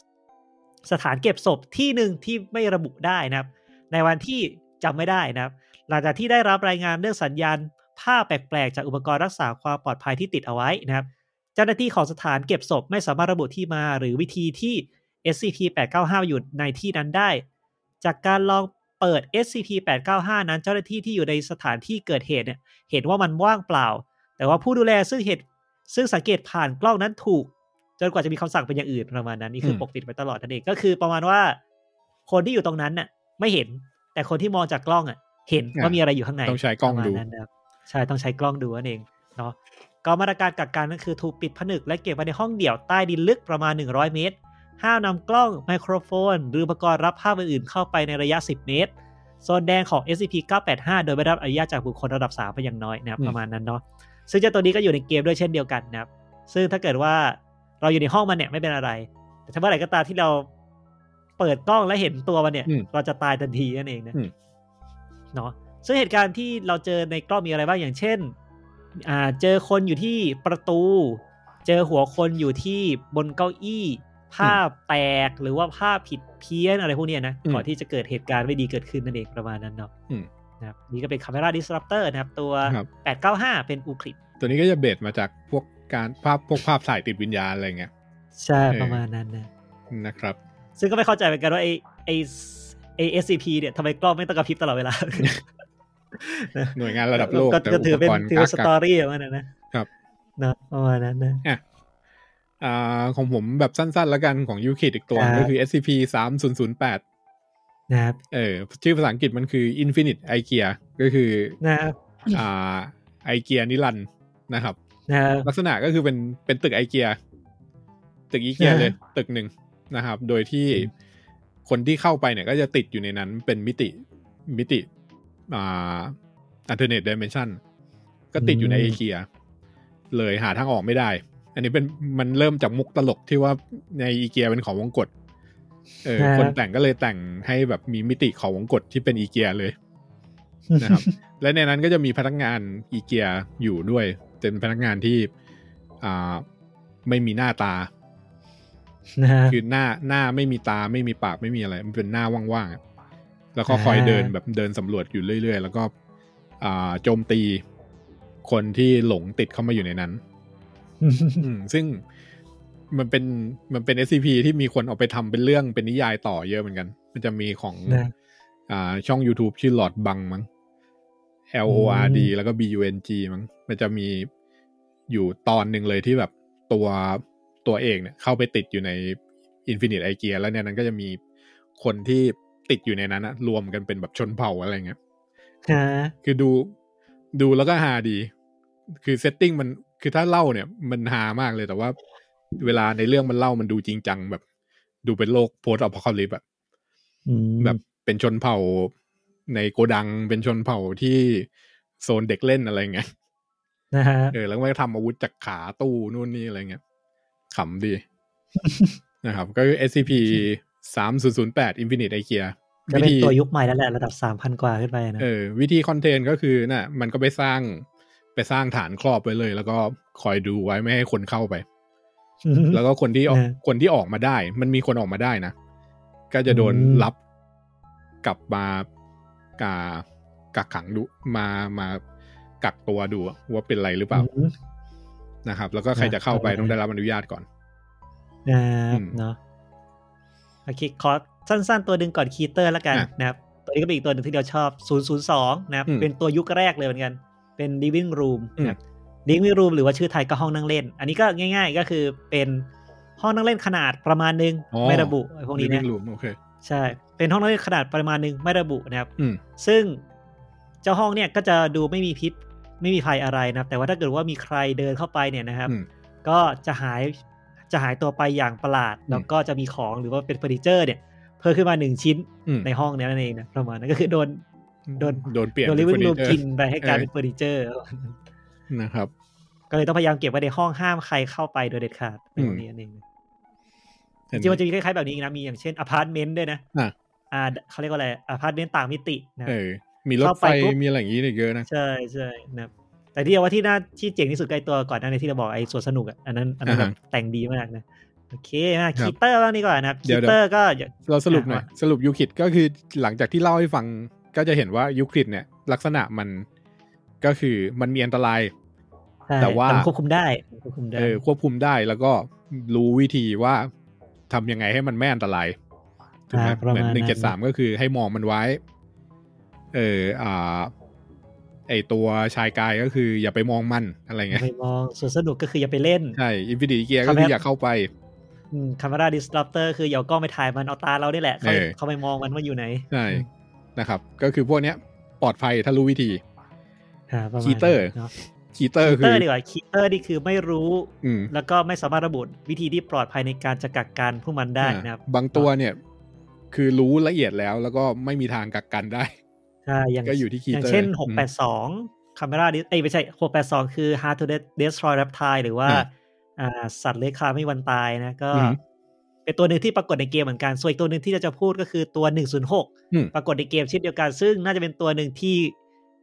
[SPEAKER 3] สถานเก็บศพที่หนึ่งที่ไม่ระบุได้นะครับ ในวันที่จำไม่ได้นะครับ หลังจากที่ได้รับรายงานเรื่องสัญญาณภาพแปลกๆ จากอุปกรณ์รักษาความปลอดภัยที่ติดเอาไว้นะครับ เจ้าหน้าที่ของสถานเก็บศพไม่สามารถระบุที่มาหรือวิธีที่ SCP-895 อยู่ในที่นั้นได้ จากการลองเปิด SCP-895 นั้นเจ้าหน้าที่ที่อยู่ในสถานที่เกิดเหตุเนี่ยเห็นว่ามันว่างเปล่า แต่ว่าผู้ดูแลซึ่งเหตุซึ่งสังเกตผ่านกล้องนั้นถูก จนกว่าจะมีคำสั่งเป็นอย่างอื่นประมาณนั้นนี่คือปกปิดไปตลอดนั่นเองก็คือประมาณว่า คนที่อยู่ตรงนั้นน่ะไม่เห็น แต่คนที่มองจากกล้องอ่ะ เห็นว่ามีอะไรอยู่ข้างใน
[SPEAKER 2] ต้องใช้กล้อง
[SPEAKER 3] ประมาณ
[SPEAKER 2] ดู
[SPEAKER 3] นั้นนะครับ ใช่ต้องใช้กล้องดูนั่นเองเนาะก็มาตรการกักกันก็คือถูกปิดผนึกและเก็บไว้ในห้องเดี่ยวใต้ดินลึกประมาณ 100 เมตร ห้ามนำกล้องไมโครโฟน หรืออุปกรณ์รับภาพอื่นๆเข้าไปในระยะ 10 เมตร โซนแดงของ SCP-985 โดยไม่ได้รับอนุญาตจากบุคคลระดับ 3 ไปอย่างน้อยนะครับ
[SPEAKER 2] อืม
[SPEAKER 3] ประมาณนั้นเนาะซึ่งเจ้าตัวนี้ก็อยู่ในเกมด้วยเช่นเดียวกันนะครับ ซึ่งถ้าเกิดว่าเราอยู่ในห้องมันเนี่ยไม่เป็นอะไร แต่ถ้าเมื่อไหร่ก็ตามที่เราเปิดกล้องและเห็นตัวมันเนี่ย
[SPEAKER 2] อืม
[SPEAKER 3] เราจะตายทันทีนั่นเองนะ
[SPEAKER 2] อืม
[SPEAKER 3] เนาะซึ่งเหตุการณ์ที่เราเจอในกล้องมีอะไรบ้างอย่างเช่น อ่าเจอคนอยู่ที่ประตู เจอหัวคนอยู่ที่บนเก้าอี้ ภาพแตกหรือว่าภาพผิดเพี้ยนอะไรพวกเนี้ยนะ
[SPEAKER 2] อืม
[SPEAKER 3] ก่อนที่จะเกิดเหตุการณ์ไม่ดีเกิดขึ้นนั่นเองประมาณนั้นเนาะ
[SPEAKER 2] อืม
[SPEAKER 3] นะครับนี่ก็เป็น Camera Disruptor นะครับตัว
[SPEAKER 2] ครับ
[SPEAKER 3] 895 เป็นอูคลิป
[SPEAKER 2] ตัวนี้ก็จะเบสมาจากพวกการภาพพวกภาพถ่ายติดวิญญาณอะไรเงี้ย
[SPEAKER 3] ใช่
[SPEAKER 2] เออ
[SPEAKER 3] ประมาณนั้นนะ
[SPEAKER 2] นะครับ
[SPEAKER 3] ซึ่งก็ไม่เข้าใจเหมือนกันว่าไอไอไอเอสซีพีเนี่ยทำไมกล้องไม่ต้องกระพริบตลอดเว ลา
[SPEAKER 2] หน่วยงานระดับโลก
[SPEAKER 3] ก็ถือเป็น
[SPEAKER 2] แต่ปกรณ์
[SPEAKER 3] ถือเป็นส
[SPEAKER 2] กาก
[SPEAKER 3] ตอรี่ประมาณนั้นนะครับ เนาะประมาณนั้นนะ
[SPEAKER 2] อ่าของผมแบบสั้นๆแล้วกันของยูคิดอีกตัว
[SPEAKER 3] ครับ
[SPEAKER 2] ก็คือ SCP 3 0 0 8
[SPEAKER 3] นะครับ
[SPEAKER 2] เออชื่อภาษาอังกฤษมันคือ Infinite IKEA ก็คือ
[SPEAKER 3] นะครับ
[SPEAKER 2] อ่าไอเกียนิรันดร์นะครับ
[SPEAKER 3] นะครับ
[SPEAKER 2] ลักษณะก็คือเป็นเป็นตึกไอเกียตึกอีเกีย
[SPEAKER 3] อ่า
[SPEAKER 2] เลย ตึกหนึ่งนะครับ โดยที่คนที่เข้าไปเนี่ยก็จะติดอยู่ในนั้นเป็นมิติมิติอ่าอันเทอร์เน็ตดิเมนชันก็ติดอยู่ในไอเกียเลยหาทางออกไม่ได้ อันนี้เป็นมันเริ่มจากมุกตลกที่ว่าในอีเกียเป็นของวงกตเออคนแต่งก็เลยแต่งให้แบบมีมิติของวงกตที่เป็นอีเกียเลย นะครับ และในนั้นก็จะมีพนักงานอีเกียอยู่ด้วย เป็นพนักงานที่อ่าไม่มีหน้าตา
[SPEAKER 3] นะครับ
[SPEAKER 2] คือหน้าหน้าไม่มีตาไม่มีปากไม่มีอะไร มันเป็นหน้าว่างๆอะแล้วก็คอย
[SPEAKER 3] อ่า
[SPEAKER 2] เดินแบบเดินสำรวจอยู่เรื่อย ๆ แล้วก็อ่าโจมตีคนที่หลงติดเข้ามาอยู่ในนั้น อืมซึ่งมันเป็นมันเป็น SCP ที่มีคนเอาไปทำเป็นเรื่องเป็นนิยายต่อเยอะเหมือนกัน มันจะมีของ
[SPEAKER 3] นะ
[SPEAKER 2] อ่าช่อง YouTube ชื่อหลอดบังมั้ง L O R D แล้วก็ B U N G มั้งมันจะมีอยู่ตอนหนึ่งเลยที่แบบตัวตัวเอกเนี่ย เข้าไปติดอยู่ใน Infinite i อเกียแล้วเนี่ยนั้นก็จะมีคนที่ติดอยู่ในนั้นนะรวมกันเป็นแบบชนเผ่าอะไรเงี้ย
[SPEAKER 3] นะ
[SPEAKER 2] คือดูดูแล้วก็ฮาดี คือเซตติ้งมันคือถ้าเล่าเนี่ยมันฮามากเลยแต่ว่า เวลาในเรื่องมันเล่ามันดูจริงจังแบบ ดูเป็นโลกโพสต์อพอลิปอะ
[SPEAKER 3] อืม
[SPEAKER 2] แบบเป็นชนเผ่าในโกดังเป็นชนเผ่าที่โซนเด็กเล่นอะไรเงี้ย
[SPEAKER 3] นะฮะ
[SPEAKER 2] เออแล้วมันก็ทำอาวุธจากขาตู้นู่นนี่อะไรเงี้ยขำดี นะครับ ก็คือ SCP 3008 Infinite IKEA
[SPEAKER 3] ก็เป็น
[SPEAKER 2] ธี
[SPEAKER 3] ตัวยุคใหม่แล้วแหละระดับสามพันกว่าขึ้นไปนะ
[SPEAKER 2] เออวิธีคอนเทนต์ก็คือน่ะ มันก็ไปสร้างไปสร้างฐานครอบไว้เลย แล้วก็คอยดูไว้ไม่ให้คนเข้าไป
[SPEAKER 3] แล้
[SPEAKER 2] แล้ว วก็คนที่ออก
[SPEAKER 3] นะ
[SPEAKER 2] คนที่ออกมาได้ มันมีคนออกมาได้นะ ก็จะโดน
[SPEAKER 3] อืม
[SPEAKER 2] รับกลับมากากักขังดูมามากักตัวดูว่าเป็นไรหรือเปล่านะครับ แล้วก็ใครจะเข้าไปต้องได้รับอนุญาตก่อน
[SPEAKER 3] นะครั
[SPEAKER 2] อื
[SPEAKER 3] บ
[SPEAKER 2] ม
[SPEAKER 3] เนาะโอเคขอสั้นๆ ตัวดึงก่อนคีเตอร์แล้วกัน
[SPEAKER 2] อ่ะ
[SPEAKER 3] นะครับ ตัวนี้ก็เป็นอีกตัวหนึ่งที่เราชอบ 002 นะครับ
[SPEAKER 2] อืม
[SPEAKER 3] เป็นตัวยุคแรกเลยเหมือนกัน เป็น living room
[SPEAKER 2] อืม
[SPEAKER 3] นะครับ living room หรือว่าชื่อไทยก็ห้องนั่งเล่น อันนี้ก็ง่ายๆ ก็คือเป็นห้องนั่งเล่นขนาดประมาณหนึง ไม่ระบุไอ้พวกนี้
[SPEAKER 2] วิ่
[SPEAKER 3] นะ
[SPEAKER 2] งหลุมโอเค
[SPEAKER 3] ใช่ เป็นห้องนั่งเล่นขนาดประมาณหนึงไม่ระบุนะครับ
[SPEAKER 2] อืม
[SPEAKER 3] ซึ่งเจ้าห้องเนี่ยก็จะดูไม่มีพิษไม่มีภัยอะไรนะครับ แต่ว่าถ้าเกิดว่ามีใครเดินเข้าไปเนี่ยนะครับ
[SPEAKER 2] อืม
[SPEAKER 3] ก็จะหายจะหายตัวไปอย่างประหลาด แล้วก็จะมีของหรือว่าเป็นเฟอร์นิเจอร์เนี่ยเพิ่มขึ้นมาหนึ่งชิ้น
[SPEAKER 2] อืม
[SPEAKER 3] ในห้องเนี้นั่นเองนะประมาณนั้นก็คือโดน โดน
[SPEAKER 2] โดนเปลี่ยน
[SPEAKER 3] โดนลิเวอร์รูม
[SPEAKER 2] เฟอเจอ
[SPEAKER 3] กินไปให้กลายเป็นเฟอร์นิเจอร์
[SPEAKER 2] นะครับ
[SPEAKER 3] ก็เลยต้องพยายามเก็บไว้ในห้องห้ามใครเข้าไปโดยเด็ดขาดในห้องนี้นั่นเองจริงๆมันจะมีคล้ายๆแบบนี้อีกนะมีอย่างเช่นอพาร์ตเมนต์ด้วยนะ
[SPEAKER 2] อ่ะ
[SPEAKER 3] อ่าเขาเรียกว่าอะไรอพาร์ตเมนต์ต่างมิตินะ
[SPEAKER 2] เออ มีรถ
[SPEAKER 3] เข้า
[SPEAKER 2] ไฟ
[SPEAKER 3] ไปปุ๊บ
[SPEAKER 2] มีอะไรอย่างนี้เนี่ยเยอะนะ
[SPEAKER 3] ใช่ใช่นะครับแต่ที่เอาว่าที่น่าที่เจ๋งที่สุดใกล้ตัวก่อนหนั้านนที่เราบอกไอ้สวนสนุกอ่ะอันนั้นอันนั้นแบ
[SPEAKER 2] อ่า
[SPEAKER 3] บ
[SPEAKER 2] ฮะ
[SPEAKER 3] แต่งดีมากนะโอเคมา
[SPEAKER 2] ครับ
[SPEAKER 3] คีเตอร์บ้างดีกว่านะครับ
[SPEAKER 2] เดี๋ย
[SPEAKER 3] คี
[SPEAKER 2] วๆ
[SPEAKER 3] เตอร์ก็อย่า
[SPEAKER 2] เราสรุปหน่อย
[SPEAKER 3] อ่ะ
[SPEAKER 2] สรุปยูคลิดก็คือหลังจากที่เล่าให้ฟังก็จะเห็นว่ายูคลิดเนี่ย ลักษณะมันก็คือมันมีอันตราย
[SPEAKER 3] ใช่
[SPEAKER 2] แต่ว่า
[SPEAKER 3] มันควบคุมได้มันควบคุมได้
[SPEAKER 2] เออควบคุมได้แล้วก็รู้วิธีว่าทำยังไงให้มันไม่อันตรายถูกไหม
[SPEAKER 3] อ่าประ
[SPEAKER 2] เหมือน
[SPEAKER 3] ณ
[SPEAKER 2] หนึ่งเจ็ดสามก็คือให้มองมันไว้ เอออ่า ไอตัวชายกายก็คืออย่าไปมองมันอะไร
[SPEAKER 3] อย่า
[SPEAKER 2] เงี้ย
[SPEAKER 3] ไปมองสวนสนุกก็คืออย่าไปเล่น
[SPEAKER 2] ใช่อินฟินิตี้เกียร์ก็คืออย่าเข้าไป
[SPEAKER 3] คาเมราดิสลอปเตอร์คืออย่าเอากล้องไปถ่ายมันเอาตาเราได้แหละ เขา
[SPEAKER 2] เออ
[SPEAKER 3] เขาไปมองมันว่าอยู่ไหน
[SPEAKER 2] ใช่นะครับ ก็คือพวกเนี้ยปลอดภัยถ้ารู้วิธี
[SPEAKER 3] อ่าประมาณ
[SPEAKER 2] คีเตอร์
[SPEAKER 3] นั้นเนาะ
[SPEAKER 2] คีเตอร์
[SPEAKER 3] คี
[SPEAKER 2] คื
[SPEAKER 3] เตอ
[SPEAKER 2] อ
[SPEAKER 3] ร์ดีกว่าคีเตอร์นี่คือไม่รู้
[SPEAKER 2] อืม
[SPEAKER 3] แล้วก็ไม่สามารถระบุวิธีที่ปลอดภัยในการจะกักกันผู้มันได้นะครับ
[SPEAKER 2] บางตัวเนี่ย คือรู้ละเอียดแล้วแล้วก็ไม่มีทางกักกันได้
[SPEAKER 3] ใช่อย่าง
[SPEAKER 2] ก็อยู่ที่คี
[SPEAKER 3] อย่าง
[SPEAKER 2] เตอร์
[SPEAKER 3] เช่น
[SPEAKER 2] อืม
[SPEAKER 3] 682 c a m e r a เอ้ยไม่ใช่ 682 คือ hard to de- destroy reptile หรือว่า
[SPEAKER 2] อ่า
[SPEAKER 3] อ่าสัตว์เลื้อยคลานไม่มีวันตายนะ ก็
[SPEAKER 2] อือฮึ
[SPEAKER 3] เป็นตัวหนึ่งที่ปรากฏในเกมเหมือนกัน ส่วนอีกตัวหนึ่งที่เราจะพูดก็คือตัว
[SPEAKER 2] อืม
[SPEAKER 3] 106 ปรากฏในเกมเช่นเดียวกัน ซึ่งน่าจะเป็นตัวหนึ่งที่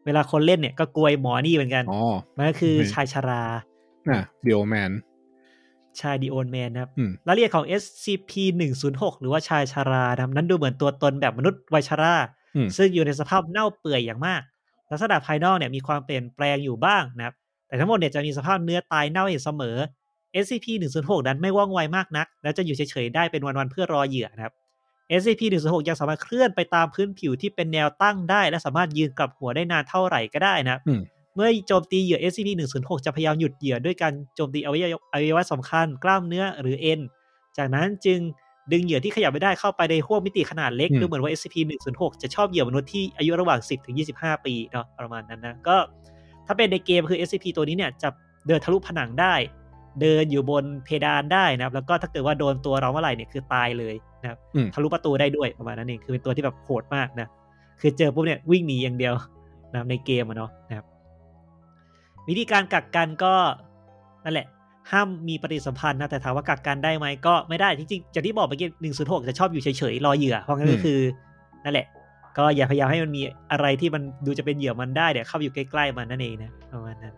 [SPEAKER 3] เวลาคนเล่นเนี่ยก็กลวยหมอนี่เหมือนกัน
[SPEAKER 2] อ๋อ
[SPEAKER 3] มันก็คือ
[SPEAKER 2] ไม่
[SPEAKER 3] ชายชรา
[SPEAKER 2] น่ะเดียวแมน
[SPEAKER 3] ชายดีโอนแมนนะครับ
[SPEAKER 2] อืม
[SPEAKER 3] รายละเอียดของ SCP 1 0 6หรือว่าชายชารานะครับนั้นดูเหมือนตัวตนแบบมนุษย์วัยชรา
[SPEAKER 2] อืม
[SPEAKER 3] ซึ่งอยู่ในสภาพเน่าเปื่อยอย่างมาก ลักษณะภายนอกเนี่ยมีความเปลี่ยนแปลงอยู่บ้างนะครับ แต่ทั้งหมดเนี่ยจะมีสภาพเนื้อตายเน่าให้เห็นเสมอ SCP 1 0 6นั้นไม่ว่องไวมากนัก และจะอยู่เฉยๆได้เป็นวันๆเพื่อรอเหยื่อนะครับ SCP 1 0 6ยังสามารถเคลื่อนไปตามพื้นผิวที่เป็นแนวตั้งได้ และสามารถยืนกลับหัวได้นานเท่าไหร่ก็ได้นะครับ
[SPEAKER 2] อืม
[SPEAKER 3] เมื่อโจมตีเหยื่อ SCP 1 0 6จะพยายามหยุดเหยื่อด้วยการโจมตีอวัยวะอวัยวะสำคัญ กล้ามเนื้อหรือเอ็น จากนั้นจึงดึงเหยื่อที่ขยับไม่ได้เข้าไปในห้วงมิติขนาดเล็ก
[SPEAKER 2] อืม
[SPEAKER 3] ดูเหมือนว่า SCP 1 0 6จะชอบเหยื่อมนุษย์ที่อายุระหว่าง 10 ถึง 25 ปีเนาะประมาณนั้นนะ ก็ถ้าเป็นในเกมคือ SCP ตัวนี้เนี่ยจะเดินทะลุผนังได้ เดินอยู่บนเพดานได้นะครับ แล้วก็ถ้าเกิดว่าโดนตัวเราเมื่อไหร่เนี่ยคือตายเลยนะครับ
[SPEAKER 2] อืม
[SPEAKER 3] ทะลุประตูได้ด้วยประมาณนั้นเองคือเป็นตัวที่แบบโหดมากนะคือเจอปุ๊บเนี่ยวิ่งหนีอย่างเดียว นะครับในเกมอะเนาะนะครับ วิธีการกักกันก็นั่นแหละ ห้ามมีปฏิสัมพันธ์นะแต่ถามว่ากักกันได้ไหมก็ไม่ได้จริงๆจากที่บอกไปกี้หนึ่งศูนย์หกจะชอบอยู่เฉยๆรอเหยื่อเพราะงั้นก็
[SPEAKER 2] อืม
[SPEAKER 3] คือนั่นแหละ ก็อย่าพยายามให้มันมีอะไรที่มันดูจะเป็นเหยื่อมันได้เดี๋ยวเข้าไปอยู่ใกล้ๆมันนั่นเองนะประมาณนั้น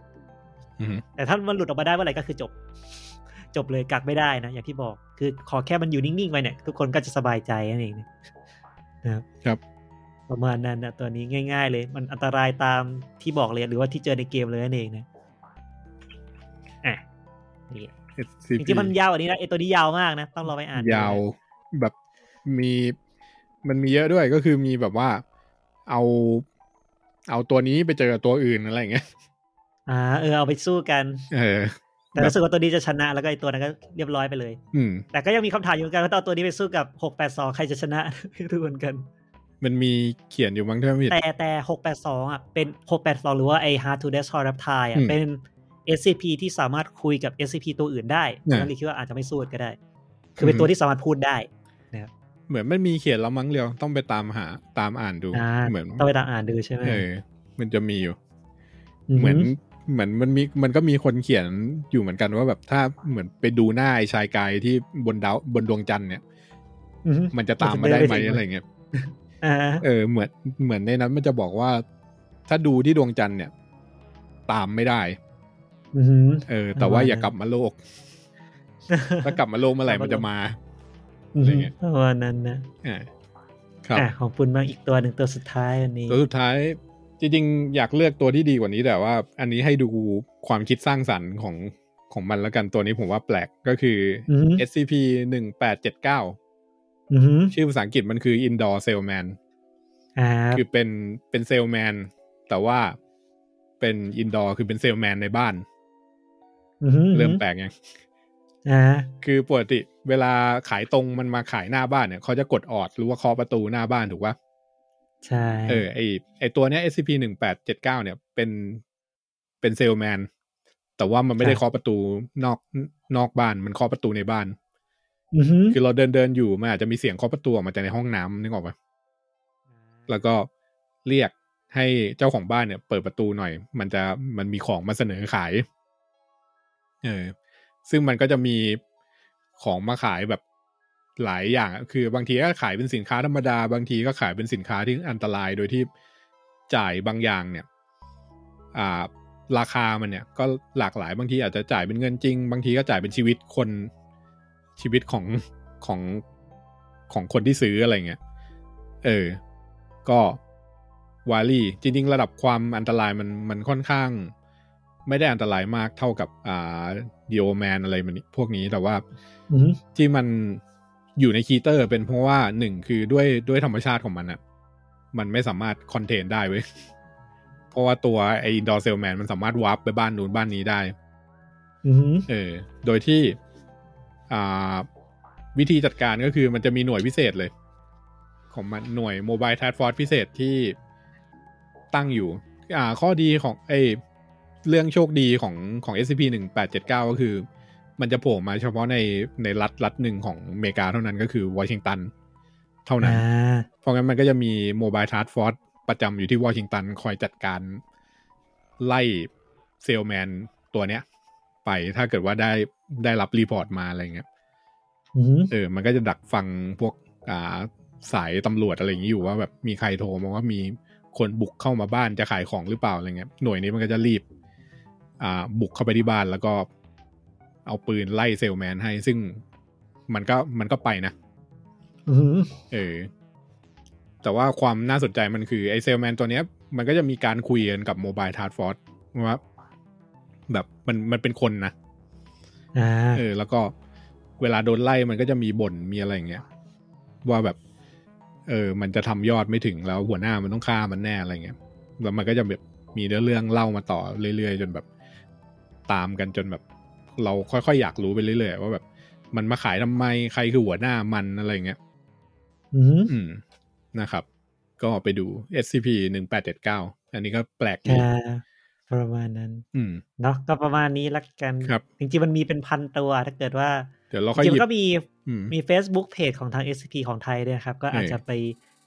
[SPEAKER 2] อืม
[SPEAKER 3] แต่ถ้ามันหลุดออกมาได้เมื่อไหร่ก็คือจบ จบเลยกักไม่ได้นะ อย่างที่บอก คือขอแค่มันอยู่นิ่งๆไปเนี่ย ทุกคนก็จะสบายใจนั่นเองนะครับ
[SPEAKER 2] ครับ
[SPEAKER 3] ประมาณนั้นนะตัวนี้ง่าย ๆ เลย มันอันตรายตามที่บอกเลยหรือว่าที่เจอในเกมเลยนั่นเองนะอ่ะนี่
[SPEAKER 2] SCP
[SPEAKER 3] จริงๆมันยาวอันนี้นะไอตัวนี้ยาวมากนะ ต้องรอไปอ่าน
[SPEAKER 2] ยาวแบบมีมันมีเยอะด้วยก็คือมีแบบว่าเอาเอาตัวนี้ไปเจอกับตัวอื่นอะไรอย่างเงี้ย
[SPEAKER 3] อ่าเออเอาไปสู้กัน
[SPEAKER 2] เออ
[SPEAKER 3] แต่
[SPEAKER 2] แบบ
[SPEAKER 3] รู้สึกว่าตัวนี้จะชนะแล้วก็ไอตัวนั้นก็เรียบร้อยไปเลย
[SPEAKER 2] อืม
[SPEAKER 3] แต่ก็ยังมีคำถามอยู่เหมือนกันว่าถ้าเอาตัวนี้ไปสู้กับหกแปดสองใครจะชนะ ไม่รู้เหมือนกัน
[SPEAKER 2] มันมีเขียนอยู่บ้างถ้าไม่ผิด
[SPEAKER 3] แต่แต่ 682 อ่ะ เป็น 682 หรือว่าไอ้ Hard to Destroy Reptile อ่ะ
[SPEAKER 2] อืม
[SPEAKER 3] เป็น SCP ที่สามารถคุยกับ SCP ตัวอื่นได้
[SPEAKER 2] อ่า
[SPEAKER 3] นั่นเลยคิดว่าอาจจะไม่สู้ก็ได้ คือเป็นตัว
[SPEAKER 2] อืม
[SPEAKER 3] ที่สามารถพูดได้
[SPEAKER 2] เหมือนมันมีเขียนแล้วมั้งเดียวต้องไปตามหาตามอ่านดู
[SPEAKER 3] อ่า
[SPEAKER 2] เหมือน
[SPEAKER 3] ต้องไปตามอ่านดูใช่ไหม
[SPEAKER 2] เออ มันจะมีอยู่ เหมือนเหมือนมันมีมันก็มีคนเขียนอยู่เหมือนกันว่าแบบถ้าเหมือนไปดูหน้าไอ้ชายกายที่บนดาวบนดวงจันทร์เนี่ย
[SPEAKER 3] อือหือ
[SPEAKER 2] มันจะตามมาได้ไหมอะไรเงี้ย
[SPEAKER 3] อ่า
[SPEAKER 2] เออเหมือนเหมือนในนั้นมันจะบอกว่า ถ้าดูที่ดวงจันทร์เนี่ย ตามไม่ได้
[SPEAKER 3] อือหือ
[SPEAKER 2] เออ แต่ว่า
[SPEAKER 3] อ่า
[SPEAKER 2] อย่ากลับมาโลก ถ้ากลับมาโลกเมื่อไหร่มันจะมา
[SPEAKER 3] อือ
[SPEAKER 2] อะไร
[SPEAKER 3] หือ
[SPEAKER 2] เงี้ย
[SPEAKER 3] ประมาณนั้นนะ
[SPEAKER 2] อ่าครับ
[SPEAKER 3] อ่ะของปุณบางอีกตัวหนึ่งตัวสุดท้ายวันนี้
[SPEAKER 2] ตัวสุดท้ายจริงๆ อยากเลือกตัวที่ดีกว่านี้แต่ว่า อันนี้ให้ดูความคิดสร้างสรรค์ของของมันแล้วกันตัวนี้ผมว่าแปลกก็คืออ
[SPEAKER 3] อือหือ
[SPEAKER 2] SCP 1 8 7 9
[SPEAKER 3] อือหือ
[SPEAKER 2] ชื่อภาษาอังกฤษมันคือ Indoor Cellman
[SPEAKER 3] อ่า
[SPEAKER 2] คือเป็นเป็นเซลแมนแต่ว่าเป็น Indoor คือเป็นเซลแมนในบ้าน
[SPEAKER 3] อือหือ
[SPEAKER 2] เริ่มแปลกยัง
[SPEAKER 3] อ่า
[SPEAKER 2] คือปกติเวลาขายตรงมันมาขายหน้าบ้านเนี่ยเขาจะกดออดหรือว่าเคาะประตูหน้าบ้านถูกปะ
[SPEAKER 3] ใช่
[SPEAKER 2] เออไอไอตัวเนี้ย SCP หนึ่งแปดเจ็ดเก้าเนี่ยเป็นเป็นเซลแมนแต่ว่ามันไม่ได้เคาะประตูนอกนอกบ้านมันเคาะประตูในบ้าน
[SPEAKER 3] อือหือ
[SPEAKER 2] คือเราเดินเดินอยู่มันอาจจะมีเสียงเคาะประตูออกมาจากในห้องน้ำนึกออกปะแล้วก็เรียกให้เจ้าของบ้านเนี่ย เปิดประตูหน่อย มันจะมันมีของมาเสนอขาย เออ ซึ่งมันก็จะมีของมาขายแบบหลายอย่างอะคือบางทีก็ขายเป็นสินค้าธรรมดา บางทีก็ขายเป็นสินค้าที่อันตราย โดยที่จ่ายบางอย่างเนี่ย อ่า ราคามันเนี่ย ก็หลากหลาย บางทีอาจจะจ่ายเป็นเงินจริง บางทีก็จ่ายเป็นชีวิตคน ชีวิตของของของคนที่ซื้ออะไรเงี้ย เออ ก็วาลี่จริงๆ ระดับความอันตรายมันมันค่อนข้าง ไม่ได้อันตรายมากเท่ากับอ่าดิโอแมนอะไรมันพวกนี้แต่ว่า
[SPEAKER 3] อือหือ
[SPEAKER 2] ที่มันอยู่ในคีเตอร์เป็นเพราะว่าหนึ่งคือด้วยด้วยธรรมชาติของมันอะมันไม่สามารถคอนเทนได้เว้ย เพราะว่าตัวไออินดอร์เซลแมนมันสามารถวาร์ปไปบ้านนู้นบ้านนี้ได้
[SPEAKER 3] อือหือ
[SPEAKER 2] เออ โดยที่อ่าวิธีจัดการก็คือมันจะมีหน่วยพิเศษเลย ของมันหน่วยโมบาย a ท k f ฟอร์ e พิเศษที่ตั้งอยู่ อ่าข้อดีของไอเรื่องโชคดีของของ SCP 1 8 7 9 ก็คือ มันจะโผล่มาเฉพาะในในรัฐรัฐหนึ่งของอเมริกาเท่านั้นก็คือวอชิงตัน เท่านั้น
[SPEAKER 3] อ่า
[SPEAKER 2] เพราะงั้นมันก็จะมีโมบายทาร์ f ฟอร์ e ประจำอยู่ที่วอชิงตัน คอยจัดการไล่เซลแมนตัวเนี้ย ไปถ้าเกิดว่าได้ได้รับรีพอร์ตมาอะไรเงี้ย
[SPEAKER 3] อืม
[SPEAKER 2] เออ มันก็จะดักฟังพวกอ่าสายตำรวจอะไรอย่างนี้อยู่ว่าแบบมีใครโทรมาว่ามีคนบุกเข้ามาบ้านจะขายของหรือเปล่าอะไรเงี้ย หน่วยนี้มันก็จะรีบ อ่า บุกเข้าไปที่บ้านแล้วก็ เอาปืนไล่เซลแมนให้ ซึ่งมันก็มันก็ไปนะ
[SPEAKER 3] อืม
[SPEAKER 2] เออ แต่ว่าความน่าสนใจมันคือไอเซลแมนตัวเนี้ย มันก็จะมีการคุยกันกับโมบายทาร์ฟอร์สว่าแบบมันมันเป็นคนนะ
[SPEAKER 3] อ่า
[SPEAKER 2] เออแล้วก็เวลาโดนไล่มันก็จะมีบ่นมีอะไรอย่างเงี้ยว่าแบบ เออ มันจะทำยอดไม่ถึงแล้วหัวหน้ามันต้องฆ่ามันแน่อะไรเงี้ยแล้วมันก็จะแบบมีเนื้อเรื่องเล่ามาต่อเรื่อยๆ จนแบบตามกันจนแบบ เราค่อยๆอยากรู้ไปเรื่อยๆว่าแบบ มันมาขายทำไมใครคือหัวหน้ามันอะไรเงี้ย
[SPEAKER 3] อืม
[SPEAKER 2] อืมนะครับ ก็ไปดู SCP 1 8 7 9อันนี้ก็แปลกดี
[SPEAKER 3] อ่าประมาณนั้น
[SPEAKER 2] อืม
[SPEAKER 3] เนาะก็ประมาณนี้ละกัน
[SPEAKER 2] ครับ
[SPEAKER 3] จริงๆมันมีเป็นพันตัวถ้าเกิดว่า
[SPEAKER 2] เดี๋ยวเรา
[SPEAKER 3] จ
[SPEAKER 2] ค่อย
[SPEAKER 3] ริง
[SPEAKER 2] ห
[SPEAKER 3] ๆ
[SPEAKER 2] ยิบ
[SPEAKER 3] มันก็มี
[SPEAKER 2] อืม
[SPEAKER 3] มี Facebook Page ของทาง SCP ของไทยด้วยนะครับ ก็อาจ
[SPEAKER 2] เออ
[SPEAKER 3] จะไป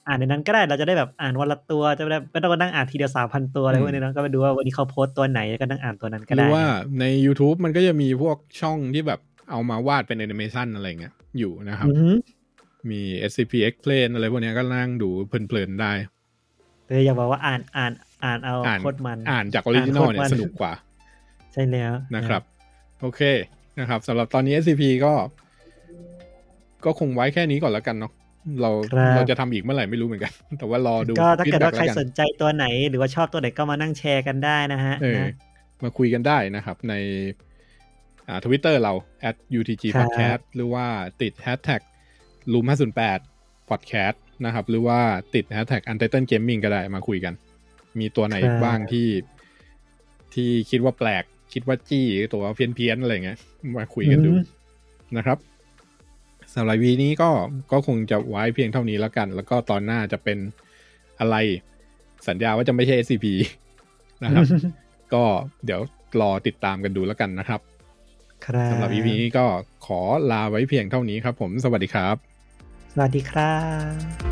[SPEAKER 3] อ่านในนั้นก็ได้เราจะได้แบบอ่านวันละตัวจะไม่ได้ไม่ต้องมานั่งอ่านทีเดียวสามพันตัวอะไร
[SPEAKER 2] อืม
[SPEAKER 3] พวกนี้เนอะก็ไปดูว่าวันนี้เขาโพสต์ตัวไหนแล้วก็นั่งอ่านตัวนั้นก็
[SPEAKER 2] หรื
[SPEAKER 3] ได้
[SPEAKER 2] อว่า
[SPEAKER 3] นะ
[SPEAKER 2] ใน YouTube มันก็จะมีพวกช่องที่แบบเอามาวาดเป็นแอนิเมชันอะไรเงี้ยอยู่นะครับ
[SPEAKER 3] อือหือ
[SPEAKER 2] มี SCP Explain อะไรพวกเนี้ยก็นั่งดูเพลินๆได้
[SPEAKER 3] แต่อยากบอกว่าอ่านอ่านอ่านเอา
[SPEAKER 2] อ่าน
[SPEAKER 3] โคตรมัน
[SPEAKER 2] อ่านจากออริจินอลเนี่ย
[SPEAKER 3] อ่านโคตรมัน
[SPEAKER 2] สนุกกว่า
[SPEAKER 3] ใช่แล้ว
[SPEAKER 2] นะครับ โอเคนะครับสำหรับตอนนี้ SCP ก็ ก็คงไว้แค่นี้ก่อนแล้วกันเนาะเราเราจะทำอีกเมื่อไหร่ไม่รู้เหมือนกัน แต่ว่ารอดู
[SPEAKER 3] ก็ถ้าเกิดว่าใคร
[SPEAKER 2] ฟีดแบ็
[SPEAKER 3] ส
[SPEAKER 2] แล้ว
[SPEAKER 3] นใจตัวไหน หรือว่าชอบตัวไหนก็มานั่งแชร์กันได้นะฮะ
[SPEAKER 2] เออ
[SPEAKER 3] นะ
[SPEAKER 2] มาคุยกันได้นะครับ ในอ่าทวิตเตอร์เรา @utg
[SPEAKER 3] ครับ
[SPEAKER 2] podcast หรือว่าติด hashtag room 508 podcast นะครับ หรือว่าติด hashtag untitled gaming ก็ได้มาคุยกัน มีตัวไหน
[SPEAKER 3] ครับ
[SPEAKER 2] บ้างที่ ที่คิดว่าแปลก คิดว่าจี้ตัวเพี้ยนเพี้ยนๆอะไรเงี้ยมาคุยกันดูนะครับสำหรับวีนี้ก็ก็คงจะไว้เพียงเท่านี้แล้วกัน แล้วก็ตอนหน้าจะเป็นอะไรสัญญาว่าจะไม่ใช่ SCP นะครับ ก็เดี๋ยวรอติดตามกันดูแล้วกันนะครับ
[SPEAKER 3] ครับ
[SPEAKER 2] สำหรับ EP นี้ก็ขอลาไว้เพียงเท่านี้ครับผมสวัสดีครับ
[SPEAKER 3] สวัสดีครับ